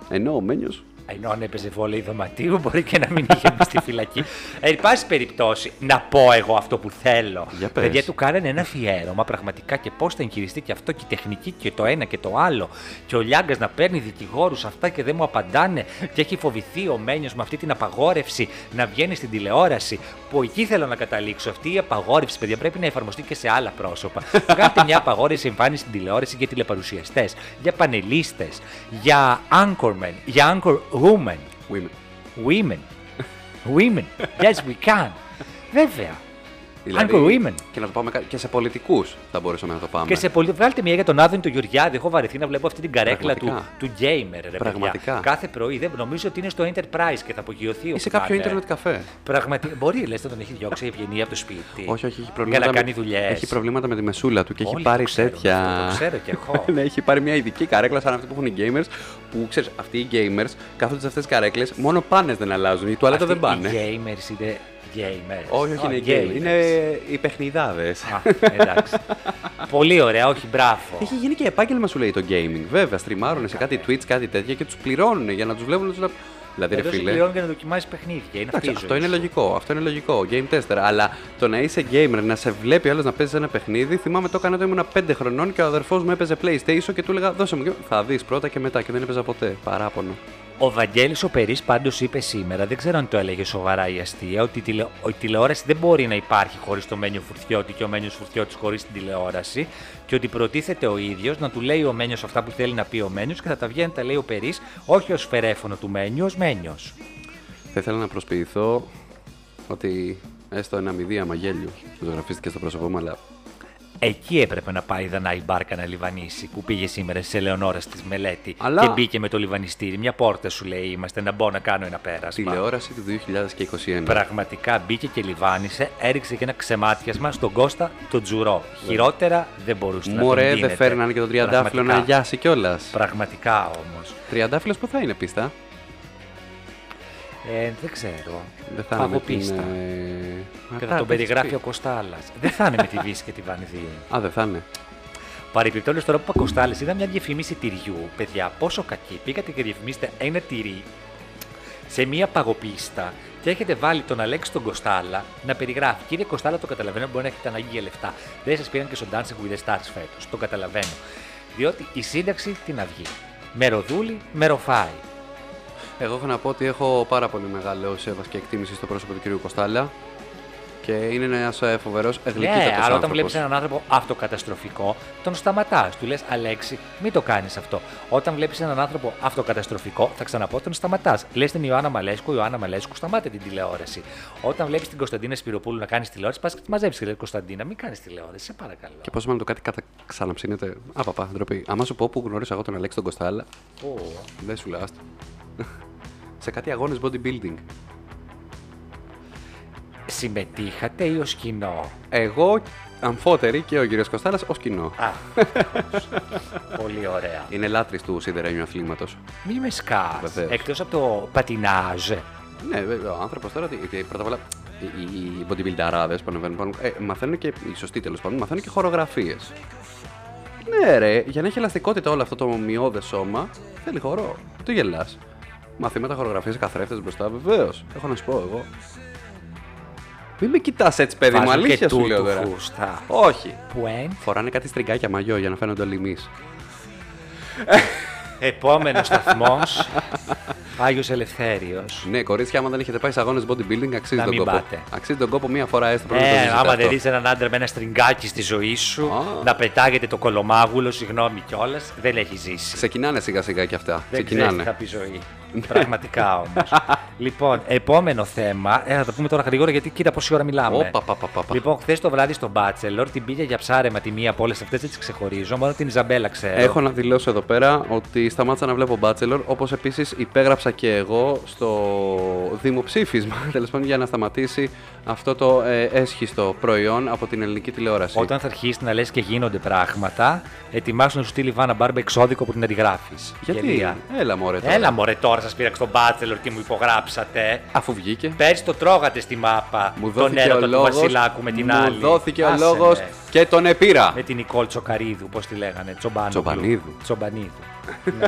D: Ενώ ο Μένιος.
C: Ενώ αν έπαιζε βόλεϊ δωματίου, μπορεί και να μην είχε μπει στη φυλακή. Εν πάση περιπτώσει, να πω εγώ αυτό που θέλω.
D: Για πες.
C: Παιδιά του κάνανε ένα αφιέρωμα πραγματικά και πώς θα εγχειριστεί και αυτό και η τεχνική και το ένα και το άλλο. Και ο Λιάγκας να παίρνει δικηγόρους αυτά και δεν μου απαντάνε. Και έχει φοβηθεί ο Μένιος με αυτή την απαγόρευση να βγαίνει στην τηλεόραση. Που εκεί θέλω να καταλήξω. Αυτή η απαγόρευση, παιδιά, πρέπει να εφαρμοστεί και σε άλλα πρόσωπα. Βγάλτε μια απαγόρευση εμφάνιση στην τηλεόραση για τηλεπαρουσιαστές, για πανελίστες, για anchormen, για anchor women.
D: Women.
C: Women. Women. Yes, we can. Βέβαια. Anchor women.
D: Δηλαδή, Και να το πάμε κα- και σε πολιτικούς θα μπορούσαμε να το πάμε.
C: Και σε πολύ... Βγάλτε μια για τον Άδωνη τον Γεωργιάδη. Έχω βαρεθεί να βλέπω αυτή την καρέκλα του,
D: Πραγματικά.
C: του gamer. Ρε,
D: Πραγματικά.
C: Παιδιά. Κάθε πρωί δεν νομίζω ότι είναι στο Enterprise και θα απογειωθεί.
D: Ή
C: όπου
D: σε
C: να
D: κάποιο
C: είναι.
D: ίντερνετ καφέ.
C: Πραγματικά. Μπορεί, λες, να τον έχει διώξει η ευγενία από το σπίτι.
D: Όχι, όχι, έχει
C: Για
D: προβλήματα.
C: να
D: με-
C: κάνει δουλειές.
D: Έχει προβλήματα με τη μεσούλα του και έχει
C: Όλοι
D: πάρει
C: το ξέρουν
D: τέτοια.
C: αυτό, το ξέρω κι εγώ.
D: ναι, έχει πάρει μια ειδική καρέκλα σαν αυτή που έχουν οι gamers. Που ξέρεις, αυτοί οι gamers κάθονται σε αυτές τις καρέκλες. Μόνο πάνες δεν αλλάζουν. Η τουαλέτα δεν πάνε.
C: Οι gamers είναι gamers.
D: Όχι, όχι,
C: Α,
D: είναι οι
C: gamers.
D: gamers. Είναι οι παιχνιδάδες.
C: Α, εντάξει. πολύ ωραία, όχι, μπράβο.
D: Έχει γίνει και επάγγελμα σου λέει το gaming. Βέβαια, στριμάρουν σε κάτι Twitch, κάτι τέτοια και τους πληρώνουν για να τους βλέπουν. τους να- Δηλαδή, ρε
C: Εδώ σε
D: φίλε.
C: πληρώνουν για να δοκιμάσεις παιχνίδια. Είναι αυτή
D: Εντάξει,
C: η
D: αυτό
C: ζωή
D: είναι
C: σου.
D: λογικό. Αυτό είναι λογικό. Game tester. Αλλά το να είσαι gamer, να σε βλέπει άλλος να παίζεις ένα παιχνίδι. Θυμάμαι το έκανα όταν ήμουν 5 χρονών και ο αδερφός μου έπαιζε PlayStation και του έλεγα Δώσε μου. και Θα δεις πρώτα και μετά. Και δεν έπαιζα ποτέ. Παράπονο.
C: Ο Βαγγέλης ο Περής πάντως είπε σήμερα, δεν ξέρω αν το έλεγε σοβαρά η αστεία, ότι η, τηλε... η τηλεόραση δεν μπορεί να υπάρχει χωρίς το Μένιο Φουρτιώτη και ο Μένιος Φουρτιώτης χωρίς την τηλεόραση και ότι προτίθεται ο ίδιος να του λέει ο Μένιος αυτά που θέλει να πει ο Μένιος και θα τα βγαίνει να τα λέει ο Περής, όχι ως φερέφωνο του Μένιου, ως Μένιος.
D: Θα ήθελα να προσποιηθώ ότι έστω ένα μηδί αμαγέλιο ζωγραφίστηκε στο πρόσωπό μου, αλλά
C: Εκεί έπρεπε να πάει η Δανάη Μπάρκα να λιβανίσει, που πήγε σήμερα σε Ελεονόρα στη μελέτη
D: Αλλά-
C: και μπήκε με το λιβανιστήρι. Μια πόρτα σου λέει είμαστε, να μπω να κάνω ένα πέρασμα.
D: τηλεόραση του 2021.
C: Πραγματικά μπήκε και λιβάνισε, έριξε και ένα ξεμάτιασμα στον Κώστα τον Τζουρό. Χειρότερα δεν μπορούσε να τον
D: Μωρέ, δεν
C: δίνεται.
D: φέρνανε και τον τριαντάφυλλο να
C: Πραγματικά.
D: γιάσει κιόλας.
C: Πραγματικά όμως.
D: Τριαντάφυλλο που θα είναι πίστα.
C: Ε, δεν ξέρω.
D: Δεν θα
C: Πάγω
D: είναι. με την,
C: πίστα.
D: ε,
C: Και
D: α,
C: θα τον
D: τα έχεις
C: περιγράφει
D: πει.
C: ο Κωστάλας. δεν θα είναι με τη Βύση και τη Βανδύ.
D: Α, δεν θα είναι.
C: Παρεπιπτόντω, τώρα που είπα κοστάλες, είδα μια διαφήμιση τυριού. Παιδιά, πόσο κακή. Πήγατε και διαφημίσετε ένα τυρί σε μία παγοπίστα και έχετε βάλει τον Αλέξη τον Κοστάλα να περιγράφει. Κύριε Κοστάλα, το καταλαβαίνω, μπορεί να έχετε ανάγκη για λεφτά. Δεν σας πήραν και στο Dancing with the Stars φέτος. Το καταλαβαίνω. Διότι η σύνταξη την αυγή. Μεροδούλη, μεροφάει.
D: Εγώ έχω να πω ότι έχω πάρα πολύ μεγάλο σέβας και εκτίμηση στο πρόσωπο του κ. Κοστάλα. Και είναι ε, ένα φοβερός
C: Ναι,
D: εγλυκύτατο
C: αλλά όταν βλέπεις έναν άνθρωπο αυτοκαταστροφικό, τον σταματάς. Του λες, Αλέξη, μην το κάνεις αυτό. Όταν βλέπεις έναν άνθρωπο αυτοκαταστροφικό, θα ξαναπώ, τον σταματάς. Λες την Ιωάννα Μαλέσκου, Ιωάννα Μαλέσκου, σταμάτε την τηλεόραση. Όταν βλέπεις την Κωνσταντίνα Σπυροπούλου να κάνει τηλεόραση, πας και τη μαζεύει και λέει, Κωνσταντίνα, μην κάνεις τηλεόραση, σε παρακαλώ.
D: Και πόσο μάλλον το κάτι κατα... ξαναψύνεται. Α, παπά, ντροπή. Άμα σου πω που γνώρισα εγώ τον Αλέξη τον Κοστάλα,
C: Ω,
D: δεν σου λέω άστα. Σε κάτι αγώνες bodybuilding.
C: Συμμετείχατε ή ως κοινό.
D: Εγώ, αμφότερη και ο κ. Κοστάλα ως κοινό.
C: Α, πολύ ωραία.
D: Είναι λάτρης του σιδερένιου αθλήματος.
C: Μη με σκάς.
D: Βεβαίως.
C: Εκτός από το πατινάζ.
D: Ναι, βέβαια, ο άνθρωπος τώρα. τι- τι- Πρώτα απ' όλα, οι- οι οι bodybuilderάδε που ανεβαίνουν πάνω. Ε, μαθαίνουν και. οι σωστοί τέλος πάντων, μαθαίνουν και χορογραφίες. Ναι, ρε, για να έχει ελαστικότητα όλο αυτό το ομοιώδε σώμα, θέλει χορό. Το γελάς. Μαθήματα χορογραφίες, καθρέφτες μπροστά, βεβαίως. Έχω να σου πω εγώ. Μην με κοιτάς έτσι, παιδί μου,
C: Βάζω και
D: αλήθεια σου
C: τούτου
D: λέω τώρα.
C: φούστα.
D: Όχι.
C: Που εν
D: Φοράνε κάτι στριγκάκια μαγιό για να φαίνονται όλοι εμεί.
C: Επόμενος σταθμός. Άγιος Ελευθέριος.
D: Ναι, κορίτσια, άμα δεν έχετε πάει σε αγώνες bodybuilding, αξίζει
C: Να
D: τον
C: μην
D: κόπο.
C: πάτε.
D: Αξίζει τον κόπο μία φορά έστω. πρέπει να το
C: Ε,
D: ζήσετε
C: άμα
D: αυτό.
C: δεν δει έναν άντρα με ένα στριγκάκι στη ζωή σου,
D: Α.
C: να πετάγεται το κολομάγουλο, συγγνώμη κιόλας, δεν έχει ζήσει.
D: Ξεκινάνε σιγά σιγά και αυτά.
C: Δεν ξέρεις τι θα
D: Ξεκινάνε. Ναι.
C: πει ζωή. Πραγματικά όμως. λοιπόν, επόμενο θέμα. Ε, θα το πούμε τώρα γρήγορα γιατί κοίτα πόση ώρα μιλάμε.
D: Όπα, πα, πα, πα, πα.
C: Λοιπόν, χθες το βράδυ στο Bachelor την πήγε για ψάρεμα τη μία από όλες αυτές, δεν τι ξεχωρίζω. Μόνο την Ιζαμπέλα ξέρω.
D: Έχω να δηλώσω εδώ πέρα ότι σταμάτησα να βλέπω Bachelor, όπως επίσης υπέγραψα και εγώ στο δημοψήφισμα, τέλος πάντων, για να σταματήσει αυτό το ε, έσχιστο προϊόν από την ελληνική τηλεόραση.
C: Όταν θα αρχίσει να λες και γίνονται πράγματα, ετοιμάσου να σου στείλει η Βάνα Μπάρμπα εξώδικο που την αντιγράφεις.
D: Γιατί, έλα μωρέ τώρα.
C: Έλα μωρέ τώρα σας πήρα στον Bachelor και μου υπογράψατε.
D: Αφού βγήκε.
C: Πέρσι το τρώγατε στη μάπα. τον
D: Μου δόθηκε ο
C: έρωτα του
D: λόγος,
C: Βασιλάκου με την
D: μου
C: άλλη.
D: δόθηκε ο
C: Άσε
D: λόγος
C: με.
D: και τον επήρα.
C: Με την Νικόλ Τσοκαρίδου, πώς τη λέγανε, Τσομπάνου.
D: Τσομπανίδου.
C: Τσομπανίδου. ναι.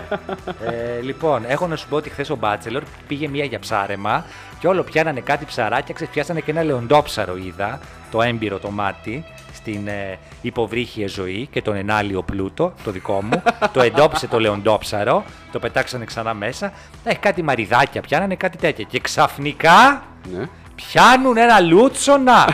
C: ε, λοιπόν, έχω να σου πω ότι χθες ο Μπάτσελορ πήγε μία για ψάρεμα και όλο πιάνανε κάτι ψαράκια, ξεφτιάσανε και ένα λεοντόψαρο είδα, το έμπειρο το μάτι, στην ε, υποβρύχια ζωή και τον ενάλιο πλούτο, το δικό μου. το εντόπισε το λεοντόψαρο, το πετάξανε ξανά μέσα. Έχει κάτι μαριδάκια, πιάνανε κάτι τέτοια. Και ξαφνικά
D: Ναι.
C: πιάνουν ένα λούτσονα.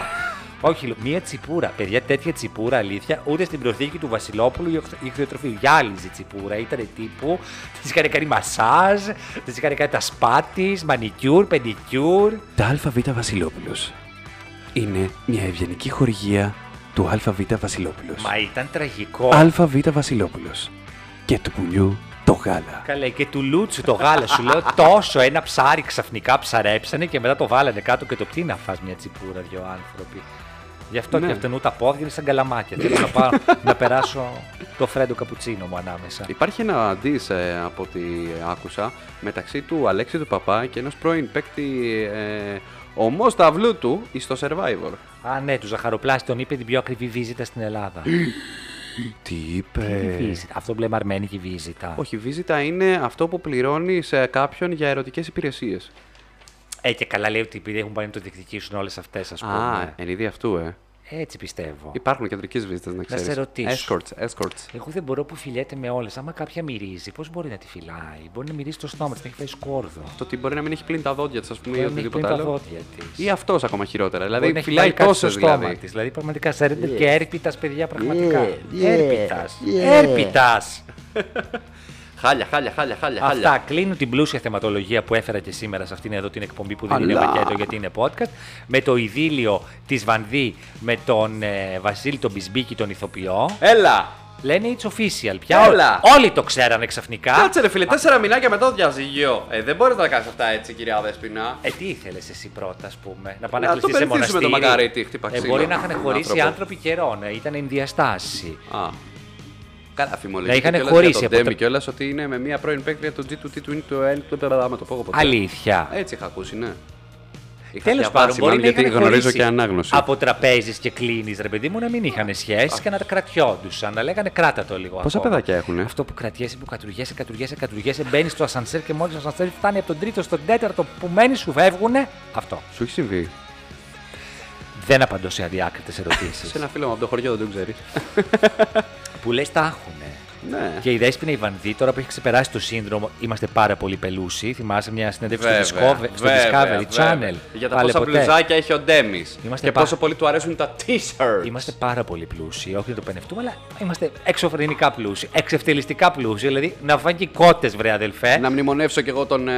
C: Όχι, λου- μία τσιπούρα. Παιδιά, τέτοια τσιπούρα αλήθεια. Ούτε στην προθήκη του Βασιλόπουλου η οχθ- η χθιοτροφή γυάλιζε τσιπούρα. Ήταν τύπου. Της είχαν κάνει μασάζ, της είχαν κάνει τα σπά τη, μανικιούρ, πεντικιούρ.
D: Τα ΑΒ Βασιλόπουλος είναι μια ευγενική χορηγία του ΑΒ Βασιλόπουλος.
C: Μα ήταν τραγικό.
D: ΑΒ Βασιλόπουλος και του πουλιού το γάλα.
C: Καλέ, και του Λούτσου το γάλα σου λέω τόσο ένα ψάρι ξαφνικά ψαρέψανε και μετά το βάλανε κάτω και το τι να φας μια τσιπούρα δύο άνθρωποι. Γι' αυτό
D: Ναι.
C: και αυτενού τα πόδια είναι σαν καλαμάκια. Θέλω να, πάω, να περάσω το φρέντο καπουτσίνο μου ανάμεσα.
D: Υπάρχει ένα αντίς από ό,τι άκουσα μεταξύ του Αλέξη του Παπά και ενός πρώην παίκτη ε, ομός ταυλού του στο Survivor.
C: Α, ναι, του ζαχαροπλάστη τον είπε την πιο ακριβή βίζιτα στην Ελλάδα.
D: Τι
C: Τι
D: είπε.
C: βίζιτα, Αυτό που λέμε αρμένικη βίζιτα.
D: Όχι, βίζιτα είναι αυτό που πληρώνεις σε κάποιον για ερωτικές υπηρεσίες.
C: Ε, και καλά λέει ότι επειδή έχουν πάει να το διεκδικήσουν όλες αυτές, ας
D: Α,
C: πούμε.
D: εν είδη αυτού, ε.
C: Έτσι πιστεύω.
D: Υπάρχουν κεντρικές βίζιτε, να ξέρεις.
C: σε ρωτήσω.
D: Escorts, escorts.
C: Εγώ δεν μπορώ που φιλιέται με όλες. Άμα κάποια μυρίζει, πώς μπορεί να τη φυλάει. Μπορεί να μυρίσει το στόμα της, να έχει φάει σκόρδο.
D: Το ότι μπορεί να μην έχει πλύνει τα δόντια της, ας πούμε, ή
C: Μπορεί να έχει πλύνει
D: οτιδήποτε
C: τα
D: άλλο.
C: δόντια της.
D: Ή αυτός ακόμα χειρότερα. Δηλαδή, φυλάει τόσε δηλαδή.
C: Της. Δηλαδή, πραγματικά σέρνεται και έρπιτας, παιδιά, πραγματικά.
B: Yeah, yeah,
C: Έρπιτας.
B: yeah.
C: Έρπιτας.
D: Χάλια, χάλια, χάλια, χάλια.
C: Αυτά κλείνουν την πλούσια θεματολογία που έφερα και σήμερα σε αυτήν εδώ την εκπομπή που δεν είναι
D: Αλλά.
C: πακέτο γιατί είναι podcast. Με το ειδήλιο τη Βανδί με τον ε, Βασίλη τον Μπισμπίκη τον ηθοποιό.
D: Έλα!
C: Λένε it's official πια.
D: Έλα.
C: Ό- Όλοι το ξέρανε ξαφνικά.
D: Κάτσε ρε φίλε, τέσσερα μηνάκια μετά το διαζύγιο. Ε, δεν μπορείς να τα κάνεις αυτά έτσι, κυρία Δεσπινά.
C: Ε, τι ήθελες εσύ πρώτα, ας πούμε. Να πάνε
D: Να
C: να
D: το
C: κλειστεί σε
D: περιθύσουμε
C: μοναστήρι.
D: το μαγαρίτι, χτύπα
C: ε,
D: ξύλο.
C: μπορεί να είχαν
D: Τον
C: χωρίσει οι
D: άνθρωπο.
C: άνθρωποι καιρών. ε, Ήταν ενδιαστάσει.
D: Α. Καλά,
C: Να
D: θυμολογική.
C: είχανε
D: κιόλας
C: χωρίσει
D: Για
C: από
D: τον Ντέμι
C: τα-
D: κιόλας ότι είναι με μία πρώην παίκτρια του G2T του Ινι του L του Μπερδάμα, το πω εγώ ποτέ.
C: Αλήθεια.
D: Έτσι είχα ακούσει, ναι. Είχα
C: Τέλος
D: διαβάσει
C: πάντων, μπορεί
D: μάλλον,
C: να
D: γιατί
C: είχαν
D: γνωρίζω
C: χωρίσει
D: και ανάγνωση.
C: Από τραπέζι και κλίνη, ρε παιδί μου, να μην είχαν σχέσει και να τα κρατιόντουσαν. Να λέγανε κράτα το λίγο.
D: Πόσα
C: ακόμα».
D: παιδάκια έχουνε?
C: Αυτό που κρατιέσαι, που κατουργέσαι, κατουργέσαι, κατουργέσαι, μπαίνεις στο ασανσέρ και μόλις το ασανσέρ φτάνει από τον τρίτο στον τέταρτο που μένει, σου φεύγουνε. Αυτό.
D: Σου έχει συμβεί.
C: Δεν απαντώ σε αδιάκριτες ερωτήσεις.
D: Σε ένα φίλο μου από το χωριό δεν τον ξέρεις.
C: που λες τα έχουνε.
D: ναι.
C: Και η Δέσποινα Ιβανδί, τώρα που έχει ξεπεράσει το σύνδρομο, είμαστε πάρα πολύ πελούσιοι. Θυμάσαι μια συνέντευξη στο
D: Βέβαια,
C: Discover- στο
D: βέβαια,
C: Discovery
D: βέβαια.
C: Channel.
D: Για τα
C: Πάλι
D: πόσα
C: ποτέ.
D: μπλουζάκια έχει ο Ντέμις.
C: Είμαστε
D: Και
C: πα-
D: πόσο πολύ του αρέσουν τα t-shirts.
C: Είμαστε πάρα πολύ πλούσιοι, όχι να το πενευτούμε, αλλά είμαστε εξωφρενικά πλούσιοι, εξευτελιστικά πλούσιοι. Δηλαδή να φάνε και οι κότες, βρε αδελφέ.
D: Να μνημονεύσω κι εγώ τον ε,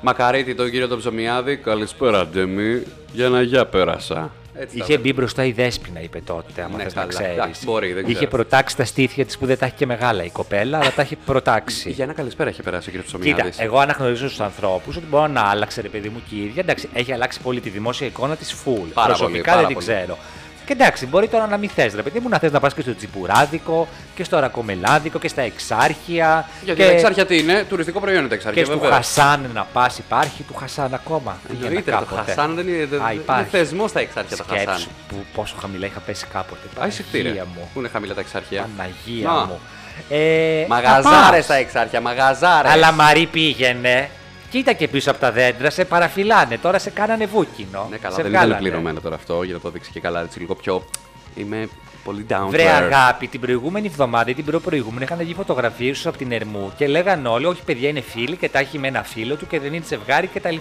D: Μακαρίτη, τον κύριο τον Ψωμιάδη. Καλησπέρα, Ντέμι. Για να γεια πέρασα. Έτσι τα
C: Είχε μπει μπροστά η Δέσποινα, είπε τότε, άμα
D: Ναι,
C: θες να
D: καλά.
C: ξέρεις.
D: Εντάξει, μπορεί, δεν
C: Είχε
D: ξέρω.
C: προτάξει τα στήθια της που δεν τα έχει και μεγάλα η κοπέλα, αλλά τα έχει προτάξει.
D: Για ένα καλησπέρα είχε περάσει ο κύριος
C: Κοίτα,
D: Ψωμιάδη.
C: εγώ αναγνωρίζω στου ανθρώπους ότι μπορώ να άλλαξε ρε παιδί μου και η ίδια. Εντάξει, έχει αλλάξει πολύ τη δημόσια εικόνα της full.
D: Πάρα πολύ,
C: Προσωπικά δεν
D: πάρα
C: την
D: πολύ.
C: ξέρω. Και εντάξει, μπορεί τώρα να μην θες, ρε παιδί μου, να θες να πας και στο Τσιπουράδικο και στο Ρακομελάδικο και στα Εξάρχεια.
D: Γιατί
C: και...
D: τα εξάρια τι είναι, τουριστικό προϊόν είναι τα εξάρια.
C: Και στο
D: βέβαια.
C: Χασάν να πας, υπάρχει του Χασάν ακόμα.
D: Εννοείται, το Χασάν δεν είναι, δεν-
C: Α,
D: είναι
C: υπάρχει.
D: θεσμός τα εξάρια τα
C: Σκέψου
D: Χασάν.
C: που πόσο χαμηλά είχα πέσει κάποτε.
D: Α, εισιτήρια.
C: Παναγία μου.
D: Πού είναι χαμηλά τα εξάρχεια.
C: Παναγία
D: Να.
C: μου. Ε, θα
D: Μαγαζάρες
C: πας.
D: τα εξάρχεια, μαγαζάρες.
C: Αλλά Μαρή πήγαινε. Κοίτα και πίσω από τα δέντρα, σε παραφυλάνε. Τώρα σε κάνανε βούκινο.
D: Ναι, καλά,
C: σε
D: δεν
C: βγάλανε.
D: ήταν πληρωμένο τώρα αυτό για να το δείξει και καλά έτσι λίγο πιο. Είμαι πολύ down. to
C: Βρε
D: earth.
C: αγάπη, την προηγούμενη εβδομάδα ή την προπροηγούμενη είχαν βγει φωτογραφίες σου από την Ερμού και λέγαν όλοι: Όχι, παιδιά είναι φίλοι και τα έχει με ένα φίλο του και δεν είναι ζευγάρι κτλ.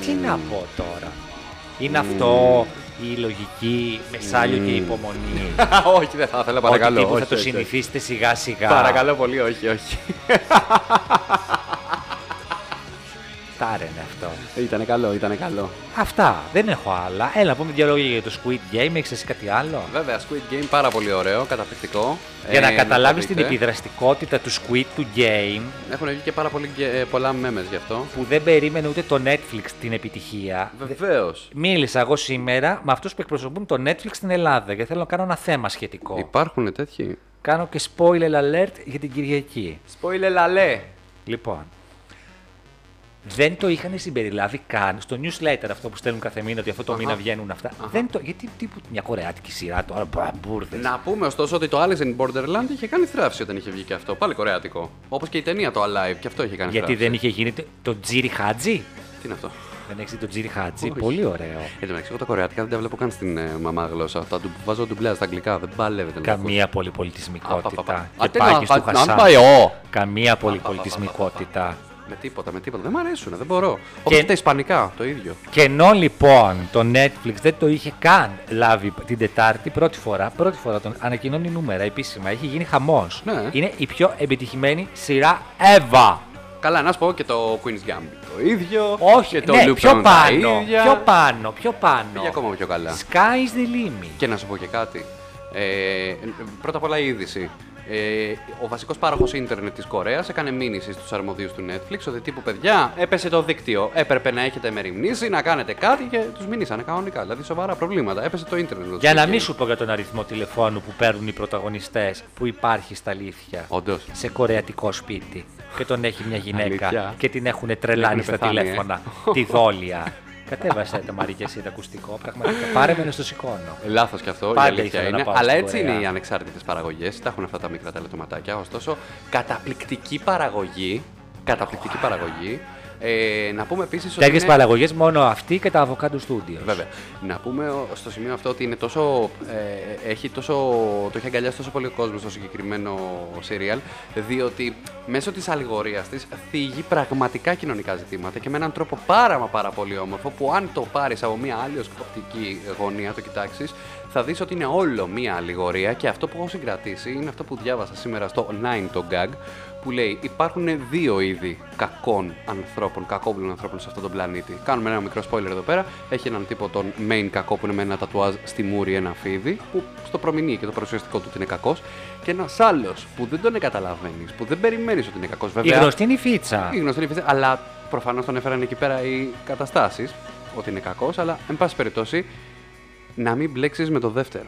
C: Τι να πω τώρα. Είναι αυτό η λογική μεσάλιο και υπομονή.
D: όχι, δεν θα ήθελα,
C: Ότι
D: παρακαλώ.
C: τύπου θα
D: όχι,
C: το
D: όχι, όχι.
C: συνηθίσετε σιγά σιγά.
D: Παρακαλώ πολύ, όχι, όχι.
C: Τάραινε αυτό.
D: Ήτανε καλό, ήτανε καλό.
C: Αυτά. Δεν έχω άλλα. Έλα, να πούμε δύο λόγια για το Squid Game. Έχεις εσύ κάτι άλλο.
D: Βέβαια, Squid Game πάρα πολύ ωραίο, καταπληκτικό. Ε,
C: Για να καταλάβει
D: καταλάβεις
C: την επιδραστικότητα του Squid του Game
D: Έχουν βγει και πάρα πολύ, ε, πολλά memes γι' αυτό.
C: που δεν περίμενε ούτε το Netflix την επιτυχία.
D: Βεβαίως.
C: Μίλησα εγώ σήμερα με αυτούς που εκπροσωπούν το Netflix στην Ελλάδα και θέλω να κάνω ένα θέμα σχετικό.
D: Υπάρχουν τέτοιοι.
C: Κάνω και spoiler alert για την Κυριακή.
D: Spoiler λαλέ.
C: Λοιπόν, δεν το είχαν συμπεριλάβει καν στο newsletter αυτό που στέλνουν κάθε μήνα, ότι αυτό το
D: Αχα.
C: μήνα βγαίνουν αυτά. Δεν το, γιατί τύπου μια κορεάτικη σειρά τώρα, μπουρδες.
D: Να πούμε ωστόσο ότι το Alice in Borderland είχε κάνει θράψη όταν είχε βγει και αυτό. Πάλι κορεάτικο. Όπως και η ταινία το Alive και αυτό είχε κάνει
C: Γιατί
D: θράψη.
C: δεν είχε γίνει το- το Τζίρι Χάτζι.
D: Τι είναι αυτό.
C: Δεν έχει δει το Τζίρι Χάτζι.
D: Όχι.
C: Πολύ ωραίο.
D: Εν τω μεταξύ, εγώ τα κορεάτικα δεν τα βλέπω καν στην ε, μαμά γλώσσα. Τα του βάζω ντουμπλάζ στα αγγλικά. Δεν παλεύεται. να τα ακούω.
C: Καμία
D: Α, πα, πα,
C: πολυπολιτισμικότητα.
D: πα.
C: Και
D: Α, τι να-
C: πάει και
D: α,
C: στο
D: να
C: Χασάν.
D: πάει ο.
C: Καμία πολυπολιτισμικότητα.
D: Με τίποτα, με τίποτα. Δεν μ' αρέσουν, δεν μπορώ.
C: Και-
D: Όπως και τα Ισπανικά, το ίδιο.
C: Και ενώ λοιπόν το Netflix δεν το είχε καν λάβει την Τετάρτη πρώτη φορά, πρώτη φορά τον ανακοινώνει νούμερα επίσημα. Έχει γίνει χαμός.
D: Ναι.
C: Είναι η πιο επιτυχημένη σειρά ever.
D: Καλά, να σου πω και το Queen's Gambit το ίδιο.
C: Όχι,
D: και το
C: ναι,
D: Loop
C: πιο
D: Round τα
C: πάνω,
D: ίδια.
C: πιο πάνω, πιο πάνω.
D: Πήγε ακόμα πιο καλά.
C: Sky's the limit.
D: Και να σου πω και κάτι. Ε, πρώτα απ' όλα η είδηση. Ε, ο βασικός πάροχος ίντερνετ της Κορέας έκανε μήνυση στους αρμοδίους του Netflix ότι τύπου παιδιά έπεσε το δίκτυο. Έπρεπε να έχετε μεριμνήσει, να κάνετε κάτι και τους μηνύσανε κανονικά. Δηλαδή σοβαρά προβλήματα. Έπεσε το ίντερνετ.
C: Για να μην σου πω για τον αριθμό τηλεφώνου που παίρνουν οι πρωταγωνιστές που υπάρχει στα αλήθεια.
D: Όντως.
C: σε κορεατικό σπίτι και τον έχει μια γυναίκα
D: Αλήθεια.
C: και την έχουν τρελάνει
D: Έχουνε
C: στα
D: πεθάνει, ε.
C: τηλέφωνα. Τη δόλια. Κατέβασε τα Μαρή και εσύ το ακουστικό. Πραγματικά πάρε με να στο σηκώνω.
D: Λάθος κι αυτό,
C: Πάντα
D: η αλήθεια
C: ήθελα να
D: είναι.
C: πάω
D: Αλλά
C: στην
D: έτσι
C: Κορέα.
D: είναι οι ανεξάρτητες παραγωγές. Τα έχουν αυτά τα μικρά τα λεπτοματάκια. Ωστόσο, καταπληκτική παραγωγή. Καταπληκτική παραγωγή. Ε, να πούμε επίσης ότι.
C: Τέτοιε
D: είναι-
C: παραγωγές μόνο αυτή και τα Avocado Studios.
D: Βέβαια. Να πούμε ο- στο σημείο αυτό ότι είναι τόσο, ε, έχει τόσο, το έχει αγκαλιάσει τόσο πολύ ο κόσμος στο συγκεκριμένο σύριαλ, διότι μέσω της αλληγορίας της θίγει πραγματικά κοινωνικά ζητήματα και με έναν τρόπο πάρα μα πάρα πολύ όμορφο που αν το πάρεις από μια άλλη ως οπτική γωνία, το κοιτάξεις, θα δεις ότι είναι όλο μια αλληγορία και αυτό που έχω συγκρατήσει είναι αυτό που διάβασα σήμερα στο 9 το gag που λέει υπάρχουν δύο είδη κακών ανθρώπων, κακόβουλων ανθρώπων σε αυτόν τον πλανήτη. Κάνουμε ένα μικρό spoiler εδώ πέρα. Έχει έναν τύπο τον main κακό που είναι με ένα τατουάζ στη μούρη ένα φίδι, που στο προμηνύει και το παρουσιαστικό του ότι είναι κακός. Και ένας άλλος που δεν τον καταλαβαίνει, που δεν περιμένεις ότι είναι κακός,
C: Η
D: βέβαια.
C: γνωστή είναι η φίτσα.
D: Η γνωστή είναι η φίτσα, αλλά προφανώς τον έφεραν εκεί πέρα οι καταστάσεις ότι είναι κακός, αλλά εν πάση περιπτώσει να μην μπλέξεις με το δεύτερο.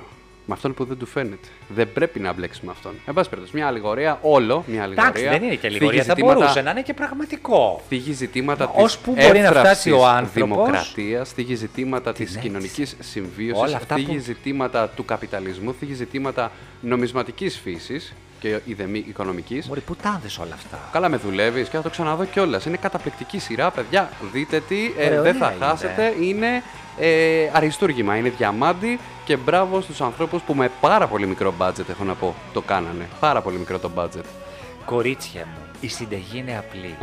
D: με αυτόν που δεν του φαίνεται. Δεν πρέπει να μπλέξεις με αυτόν. Εν πάση περιπτώσει, μια αλληγορία, όλο μια αλληγορία.
C: Εντάξει, δεν είναι και
D: θίγει
C: αλληγορία. Θα
D: ζητήματα-
C: μπορούσε να είναι και πραγματικό.
D: θίγει ζητήματα
C: Ως
D: της
C: πού μπορεί να φτάσει ο
D: εύθραυσης
C: άνθρωπος.
D: δημοκρατίας, θίγει ζητήματα της
C: έξης.
D: κοινωνικής συμβίωσης,
C: Όλα αυτά
D: θίγει
C: που-
D: ζητήματα του καπιταλισμού, θίγει ζητήματα νομισματικής φύσης και ιδεμή οικονομικής.
C: Μωρή, πού τα είδες όλα αυτά.
D: Καλά με δουλεύεις και θα το ξαναδώ κιόλας. Είναι καταπληκτική σειρά, παιδιά. Δείτε τι, ε,
C: Ωραία
D: δεν θα
C: είναι.
D: χάσετε. Είναι ε, αριστούργημα, είναι διαμάντι και μπράβο στους ανθρώπους που με πάρα πολύ μικρό budget, έχω να πω, το κάνανε. Πάρα πολύ μικρό το budget.
C: Κορίτσια μου, η συνταγή είναι απλή.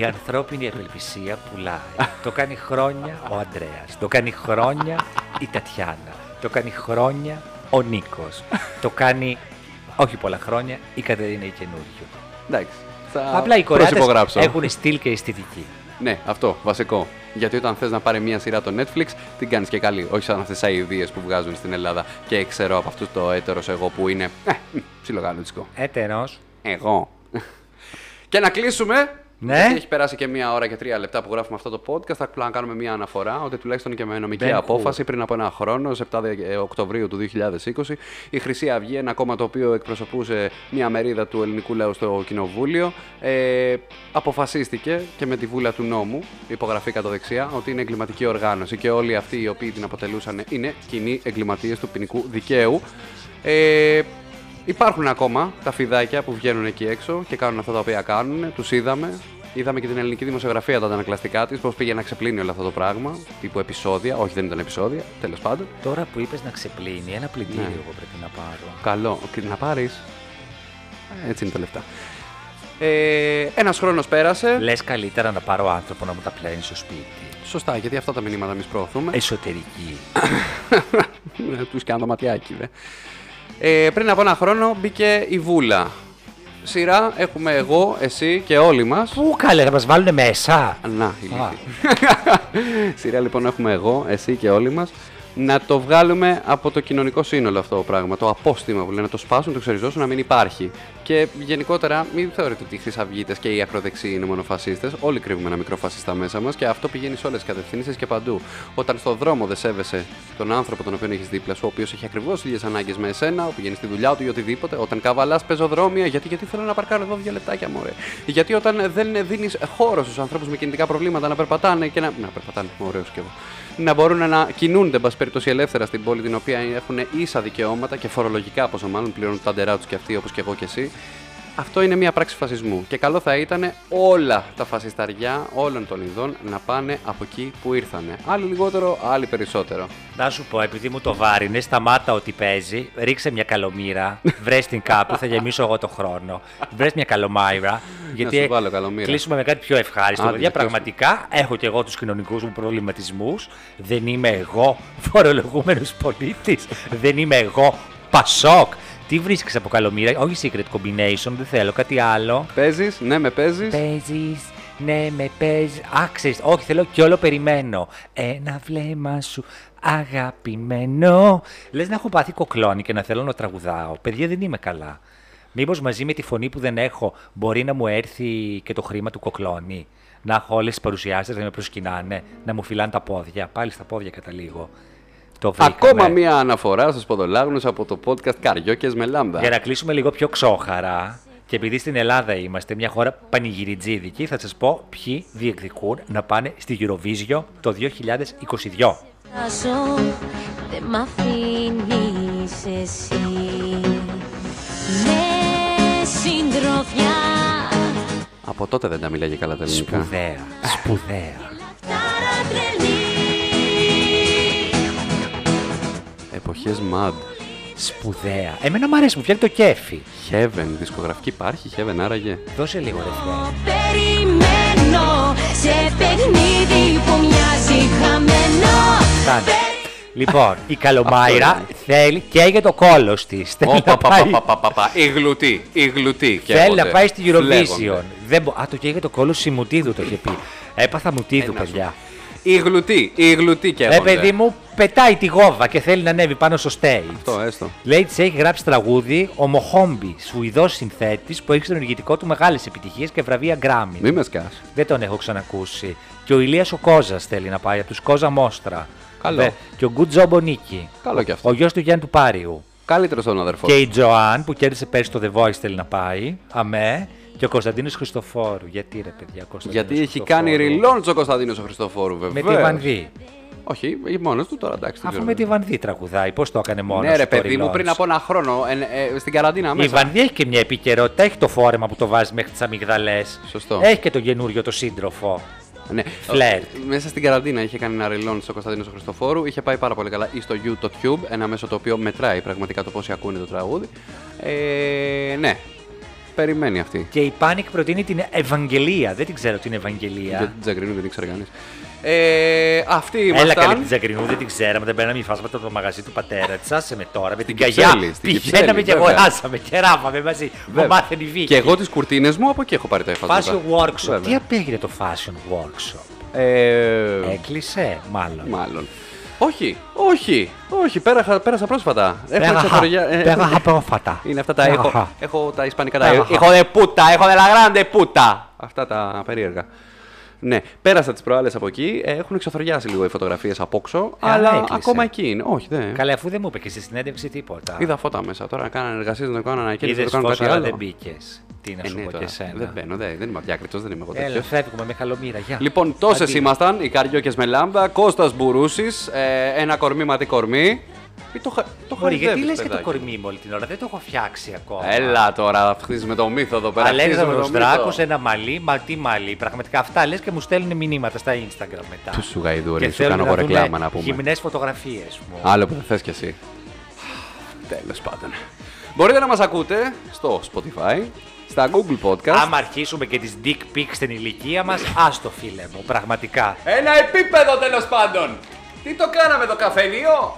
C: Η ανθρώπινη απελπισία πουλάει. Το κάνει χρόνια ο Αντρέα. Το κάνει χρόνια η Τατιάνα. Το κάνει χρόνια ο Νίκος. Το κάνει όχι πολλά χρόνια η Κατερίνα η καινούριο.
D: Εντάξει. Θα
C: Απλά οι κορεάτες
D: προσυπογράψω.
C: έχουν στυλ και αισθητική.
D: Ναι, αυτό, βασικό. Γιατί όταν θες να πάρει μια σειρά το Netflix, την κάνεις και καλή. Όχι σαν αυτές τις αειδίες που βγάζουν στην Ελλάδα. Και ξέρω από αυτούς το έτερος εγώ που είναι. Ε, ψιλογαλουτσικό.
C: Έτερος,
D: Εγώ. και να κλείσουμε.
C: Ναι.
D: Γιατί έχει περάσει και μία ώρα και τρία λεπτά που γράφουμε αυτό το podcast. Θα απλά να κάνουμε μία αναφορά ότι τουλάχιστον και με νομική
C: Ben Hur.
D: απόφαση πριν από ένα χρόνο, σε 7 Δε- ε, Οκτωβρίου του 2020, η Χρυσή Αυγή, ένα κόμμα το οποίο εκπροσωπούσε μία μερίδα του ελληνικού λαού στο κοινοβούλιο, ε, αποφασίστηκε και με τη βούλα του νόμου, υπογραφή κατά δεξιά, ότι είναι εγκληματική οργάνωση και όλοι αυτοί οι οποίοι την αποτελούσαν είναι κοινοί εγκληματίες του ποινικού δικαίου. Ε, Υπάρχουν ακόμα τα φιδάκια που βγαίνουν εκεί έξω και κάνουν αυτά τα οποία κάνουν. Τους είδαμε. Είδαμε και την ελληνική δημοσιογραφία τα ανακλαστικά της, πώς πήγε να ξεπλύνει όλο αυτό το πράγμα. Τύπου επεισόδια. Όχι, δεν ήταν επεισόδια. Τέλος πάντων.
C: τώρα που είπες να ξεπλύνει, ένα πλυντήριο
D: Ναι.
C: εγώ πρέπει να πάρω.
D: Καλό. Και να πάρεις. Έτσι είναι τα λεφτά. Ε, Ένας χρόνος πέρασε.
C: Λες καλύτερα να πάρω άνθρωπο να μου τα πλένει στο σπίτι.
D: Σωστά, γιατί αυτά τα μηνύματα εμείς προωθούμε.
C: Εσωτερική.
D: Του και το ματιάκι, δε. Ε, πριν από ένα χρόνο μπήκε η Βούλα. Σειρά έχουμε εγώ, εσύ και όλοι μας.
C: Πού καλέ, θα μας βάλουνε μέσα.
D: Να, η
C: Α.
D: λύθη. Σειρά λοιπόν έχουμε εγώ, εσύ και όλοι μας να το βγάλουμε από το κοινωνικό σύνολο αυτό το πράγμα. Το απόστημα που λένε, να το σπάσουν, το ξεριζώσουν, να μην υπάρχει. Και γενικότερα, μην θεωρείτε ότι οι χρυσαυγίτες και οι ακροδεξιοί είναι μόνο φασίστες. Όλοι κρύβουμε ένα μικρό φασίστα μέσα μας και αυτό πηγαίνει σε όλες τις κατευθύνσεις και παντού. Όταν στον δρόμο δεν σέβεσαι τον άνθρωπο τον οποίο έχεις δίπλα σου, ο οποίος έχει ακριβώς ίδιες ανάγκες με εσένα, ο πηγαίνεις στη δουλειά του ή οτιδήποτε, όταν καβαλάς πεζοδρόμια, γιατί, γιατί θέλω να παρκάρω εδώ δύο λεπτάκια μου, Γιατί όταν δεν δίνεις χώρο στους ανθρώπους με κινητικά προβλήματα να περπατάνε και να. Να περπατάνε, ωραίος και εγώ. Να μπορούν να κινούνται, εν πάση περιπτώσει, ελεύθερα στην πόλη την οποία έχουν ίσα δικαιώματα και φορολογικά, πόσο μάλλον πληρώνουν τα ντερά τους και αυτοί όπως και εγώ και εσύ. Αυτό είναι μια πράξη φασισμού και καλό θα ήταν όλα τα φασισταριά όλων των ειδών να πάνε από εκεί που ήρθανε. Άλλοι λιγότερο, άλλοι περισσότερο.
C: Να σου πω, επειδή μου το βάρινε, σταμάτα ότι παίζει, ρίξε μια καλομήρα, βρες την κάπου, θα γεμίσω εγώ το χρόνο. Βρες μια καλομάιρα, γιατί
D: σου βάλω καλομήρα.
C: κλείσουμε με κάτι πιο ευχάριστο.
D: Άντε,
C: παιδιά,
D: να κλείσουμε.
C: πραγματικά έχω και εγώ τους κοινωνικούς μου προβληματισμούς. Δεν είμαι εγώ φορολογούμενος πολίτης. Δεν είμαι εγώ Πασόκ. Τι βρίσκεις από καλομήρα, όχι secret combination, δεν θέλω κάτι άλλο.
D: Παίζεις, ναι, με παίζεις.
C: Παίζεις, ναι, με παίζει. Άξε, όχι, θέλω κι όλο περιμένω. Ένα βλέμμα σου αγαπημένο. Λες να έχω πάθει κοκλώνη και να θέλω να τραγουδάω. Παιδιά, δεν είμαι καλά. Μήπως μαζί με τη φωνή που δεν έχω μπορεί να μου έρθει και το χρήμα του κοκλώνη. Να έχω όλες τις παρουσιάσεις να με προσκυνάνε, να μου φυλάνε τα πόδια. Πάλι στα πόδια καταλήγω. Το βρήκαμε.
D: Ακόμα μία αναφορά στους ποδολάγνους από το podcast Καριόκες με Λάμδα.
C: Για να κλείσουμε λίγο πιο ξόχαρα, και επειδή στην Ελλάδα είμαστε μια χώρα πανηγυριτζίδικη, θα σας πω ποιοι διεκδικούν να πάνε στη Eurovision το 2022.
E: Φτάσω, δεν μ' αφήνεις εσύ Με συντροφιά
D: Από τότε δεν τα μιλάει καλά τα ελληνικά.
C: Σπουδαία, σπουδαία.
E: Λαχτάρα τρελή
D: Εποχές mad.
C: Σπουδαία. Εμένα μου αρέσει, μου φτιάχνει το κέφι.
D: Heaven, δισκογραφική υπάρχει, heaven άραγε.
C: Δώσε λίγο ρε Φλέ.
E: Περιμένω σε παιχνίδι που μοιάζει χαμένο
C: Φτάνει.
E: Πε-
C: Λοιπόν, η
D: Αυτό
C: Καλομάιρα θέλει και για το κόλος της. Θέλει να
D: Όπα, πα,
C: πάει,
D: πα, πα, πα, πα. Η γλουτή, η γλουτή.
C: θέλει να
D: καίγονται.
C: πάει στη Eurovision.
D: Φλέγονται.
C: Δεν μπο- Α, το και για το κόλος Σιμουτίδου το είχε πει. Έπαθα Μουτίδου, παιδιά.
D: Η γλουτή, η γλουτή και
C: Ρε Ε, παιδί μου, πετάει τη γόβα και θέλει να ανέβει πάνω στο stage.
D: Αυτό, ε. έστω.
C: Λέει τη έχει γράψει τραγούδι ο Μοχόμπι, Σουηδός συνθέτης που έχει στον ενεργητικό του μεγάλες επιτυχίες και βραβεία Grammy.
D: Μη με σκάς.
C: Δεν τον έχω ξανακούσει. Και ο Ηλίας ο Κόζας θέλει να πάει από τους Κόζα Μόστρα.
D: Καλό.
C: Και ο Γκουτζόμπο Νίκη.
D: Καλό κι αυτό.
C: Ο γιος του Γιάννη του Πάριου.
D: Καλύτερος τον αδερφό.
C: Και η Τζοάν που κέρδισε πέρσι το The Voice θέλει να πάει. Αμέ. Και ο Κωνσταντίνος Χριστοφόρου. Γιατί ρε παιδιά, Κωνσταντίνος
D: Γιατί έχει
C: Χριστοφόρου.
D: κάνει ριλόντς ο Κωνσταντίνος ο Χριστοφόρου,
C: Με
D: βέβαια.
C: τη Βανδί.
D: Όχι, μόνος του τώρα, εντάξει. δεν
C: Αφού
D: ξέρω.
C: με τη Βανδί τραγουδάει, πώς το έκανε μόνος.
D: Ναι, ρε παιδί μου, πριν από ένα χρόνο, εν- ε, στην καραντίνα
C: Η
D: μέσα.
C: Βανδί έχει και μια επικαιρότητα. Έχει το φόρεμα που το βάζει μέχρι τις αμυγδαλές.
D: Σωστό.
C: Έχει και το καινούριο το σύντροφο.
D: Ναι.
C: Φλερτ.
D: Ε, Μέσα στην καραντίνα είχε κάνει ένα ρελόν στο Κωνσταντίνο στο Χριστοφόρου. Είχε πάει πάρα πολύ καλά ή στο YouTube, ένα μέσο το οποίο μετράει πραγματικά το πόσοι ακούνε το τραγούδι. Ε, ναι. Περιμένει αυτή.
C: Και η Πάνικ προτείνει την Ευαγγελία. Δεν την ξέρω την Ευαγγελία.
D: Για την Τζαγκρινού δεν ήξερε κανείς. Ε, αυτή ήμασταν.
C: Έλα καλή την Τζακρινού, δεν την ξέραμε. Δεν παίρναμε υφάσματα από το μαγαζί του πατέρα της. Άσε με τώρα με την
D: Κυψέλη,
C: καγιά.
D: στην
C: Πηγαίναμε
D: Κυψέλη,
C: και
D: βέβαια.
C: αγοράσαμε και ράβαμε μαζί. Μου
D: Βέβαια.
C: μάθαινε η Βίκη.
D: Και εγώ τις κουρτίνες μου από εκεί έχω πάρει τα εφάσματα.
C: Fashion workshop.
D: Βέβαια.
C: Τι απέγινε το fashion workshop.
D: Ε,
C: Έκλεισε, μάλλον.
D: Μάλλον. Όχι, όχι, όχι, πέρασα, πέρασα πρόσφατα. Έχω
C: Πέραχα-
D: εξωτεριά. ε,
C: Πέραχα πρόφατα.
D: Είναι αυτά τα.
C: Πέραχα.
D: Έχω, έχω τα ισπανικά. Τα,
C: Πέραχα.
D: έχω δε πούτα, έχω δε la grande puta. Αυτά τα περίεργα. Ναι, πέρασα τις προάλλες από εκεί. ε, Έχουν εξωθοριάσει λίγο οι φωτογραφίες από όξω,
C: Ε,
D: αλλά
C: αλλά έκλεισε.
D: ακόμα εκεί είναι. Όχι, δεν.
C: Καλά, αφού δεν μου είπε και στη συνέντευξη τίποτα.
D: Είδα φώτα μέσα. Τώρα να κάνανε εργασίες, να το κάνανε ανακαίνιση,
C: Είδε
D: να το κάνουν
C: φως,
D: κάτι
C: αλλά
D: άλλο.
C: δεν μπήκες. Τι να
D: Ε,
C: σου
D: ναι,
C: πω
D: τώρα.
C: και σένα.
D: Δεν μπαίνω, δεν, δεν είμαι αδιάκριτος, δεν είμαι εγώ
C: Έλα,
D: τέτοιος.
C: φεύγουμε με χαλομήρα. Γεια.
D: Λοιπόν, τόσες
C: Αντί.
D: ήμασταν οι καριόκες με λάμδα, Κώστας Μπουρούσης, ε, ένα κορμί ματι κορμί. Ή Το, χα- το
C: Μωρή, γιατί
D: χαϊδεύεις,
C: λες και το
D: παιδάκι.
C: κορμί μου όλη την ώρα, δεν το έχω φτιάξει ακόμα.
D: Έλα τώρα, χτίζουμε το μύθο εδώ πέρα. χτίζουμε
C: Αλέξανδρο
D: το μύθο.
C: Δράκος, ένα μαλλί, μα τι μαλλί. Πραγματικά αυτά λες και μου στέλνουν μηνύματα στα Instagram μετά.
D: Του σου γαϊδούρι,
C: Και
D: σου κάνω εγώ ρεκλάμα να πούμε.
C: Γυμνές φωτογραφίες μου.
D: Άλλο που θες κι εσύ. Τέλος πάντων. Μπορείτε να μας ακούτε στο Spotify, στα Google Podcast.
C: Άμα αρχίσουμε και τις dick pics στην ηλικία μας, άστο φίλε μου, πραγματικά.
D: Ένα επίπεδο τέλος πάντων. Τι το κάναμε το καφενείο.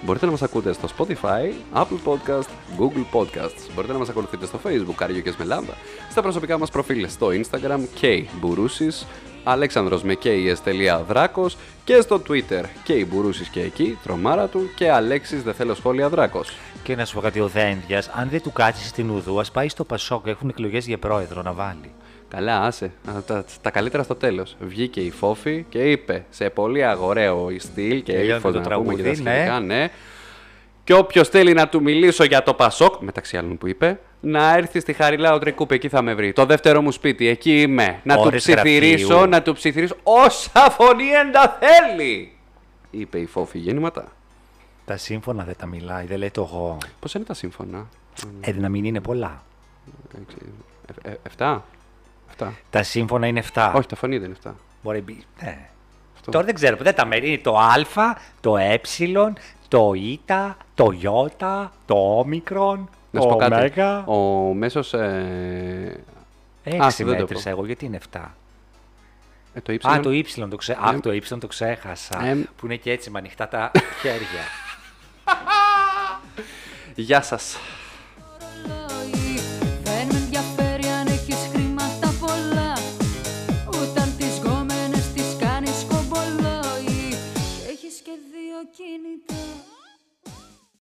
D: Μπορείτε να μας ακούτε στο Spotify, Apple Podcast, Google Podcasts. Μπορείτε να μας ακολουθείτε στο Facebook, Καριόκες με Λάμπα. Στα προσωπικά μας προφίλ στο Instagram, K Μπουρούσης, Αλέξανδρος με KS τελεία Δράκος και στο Twitter, K Μπουρούσης και εκεί, τρομάρα του και Αλέξης δεν θέλω σχόλια Δράκος.
C: Και να σου πω κάτι, ο Δένδιας, αν δεν του κάτσεις στην Ουδού, ας πάει στο Πασόκ, έχουν εκλογές για πρόεδρο να βάλει.
D: Καλά, άσε. Α, Τα, τα καλύτερα στο τέλος. Βγήκε η Φόφη και είπε σε πολύ αγοραίο στυλ και
C: Τελειώνει
D: ύφος
C: το
D: να πούμε και τα
C: τραγούδι, ναι.
D: σχετικά, ναι. Και όποιος θέλει να του μιλήσω για το Πασόκ, μεταξύ άλλων που είπε, να έρθει στη Χαριλάου Τρικούπη, εκεί θα με βρει. Το δεύτερο μου σπίτι, εκεί είμαι. Να του
C: Ώρες
D: ψιθυρίσω,
C: γραφείου.
D: να του ψιθυρίσω όσα φωνή εντα θέλει. Είπε η Φόφη γέννηματα.
C: Τα σύμφωνα δεν τα μιλάει, δεν λέει το εγώ.
D: Πώς είναι τα σύμφωνα.
C: Ε, να μην είναι πολλά.
D: Ε, ε, Εφτά. Εφτά.
C: Τα σύμφωνα είναι 7.
D: Όχι, τα φωνή δεν είναι εφτά.
C: Μπορεί μπει. Ναι. Τώρα δεν ξέρω, δεν τα μέρη. Είναι το Α, το Ε, το Ι, το Ι, το Όμικρον,
D: Να σου πω
C: το
D: κάτι.
C: Ωμέγα.
D: Ο μέσος. Ε, Ας,
C: Έξι
D: δεν το
C: μέτρησα
D: πω.
C: εγώ, γιατί είναι 7.
D: ε, το ύψιλον.
C: Α, το Ι το,
D: Ε-
C: ξέ... Αχ, το, Ι το ξέχασα.
D: Εμ.
C: Που είναι και έτσι με ανοιχτά τα χέρια.
D: Γεια σας.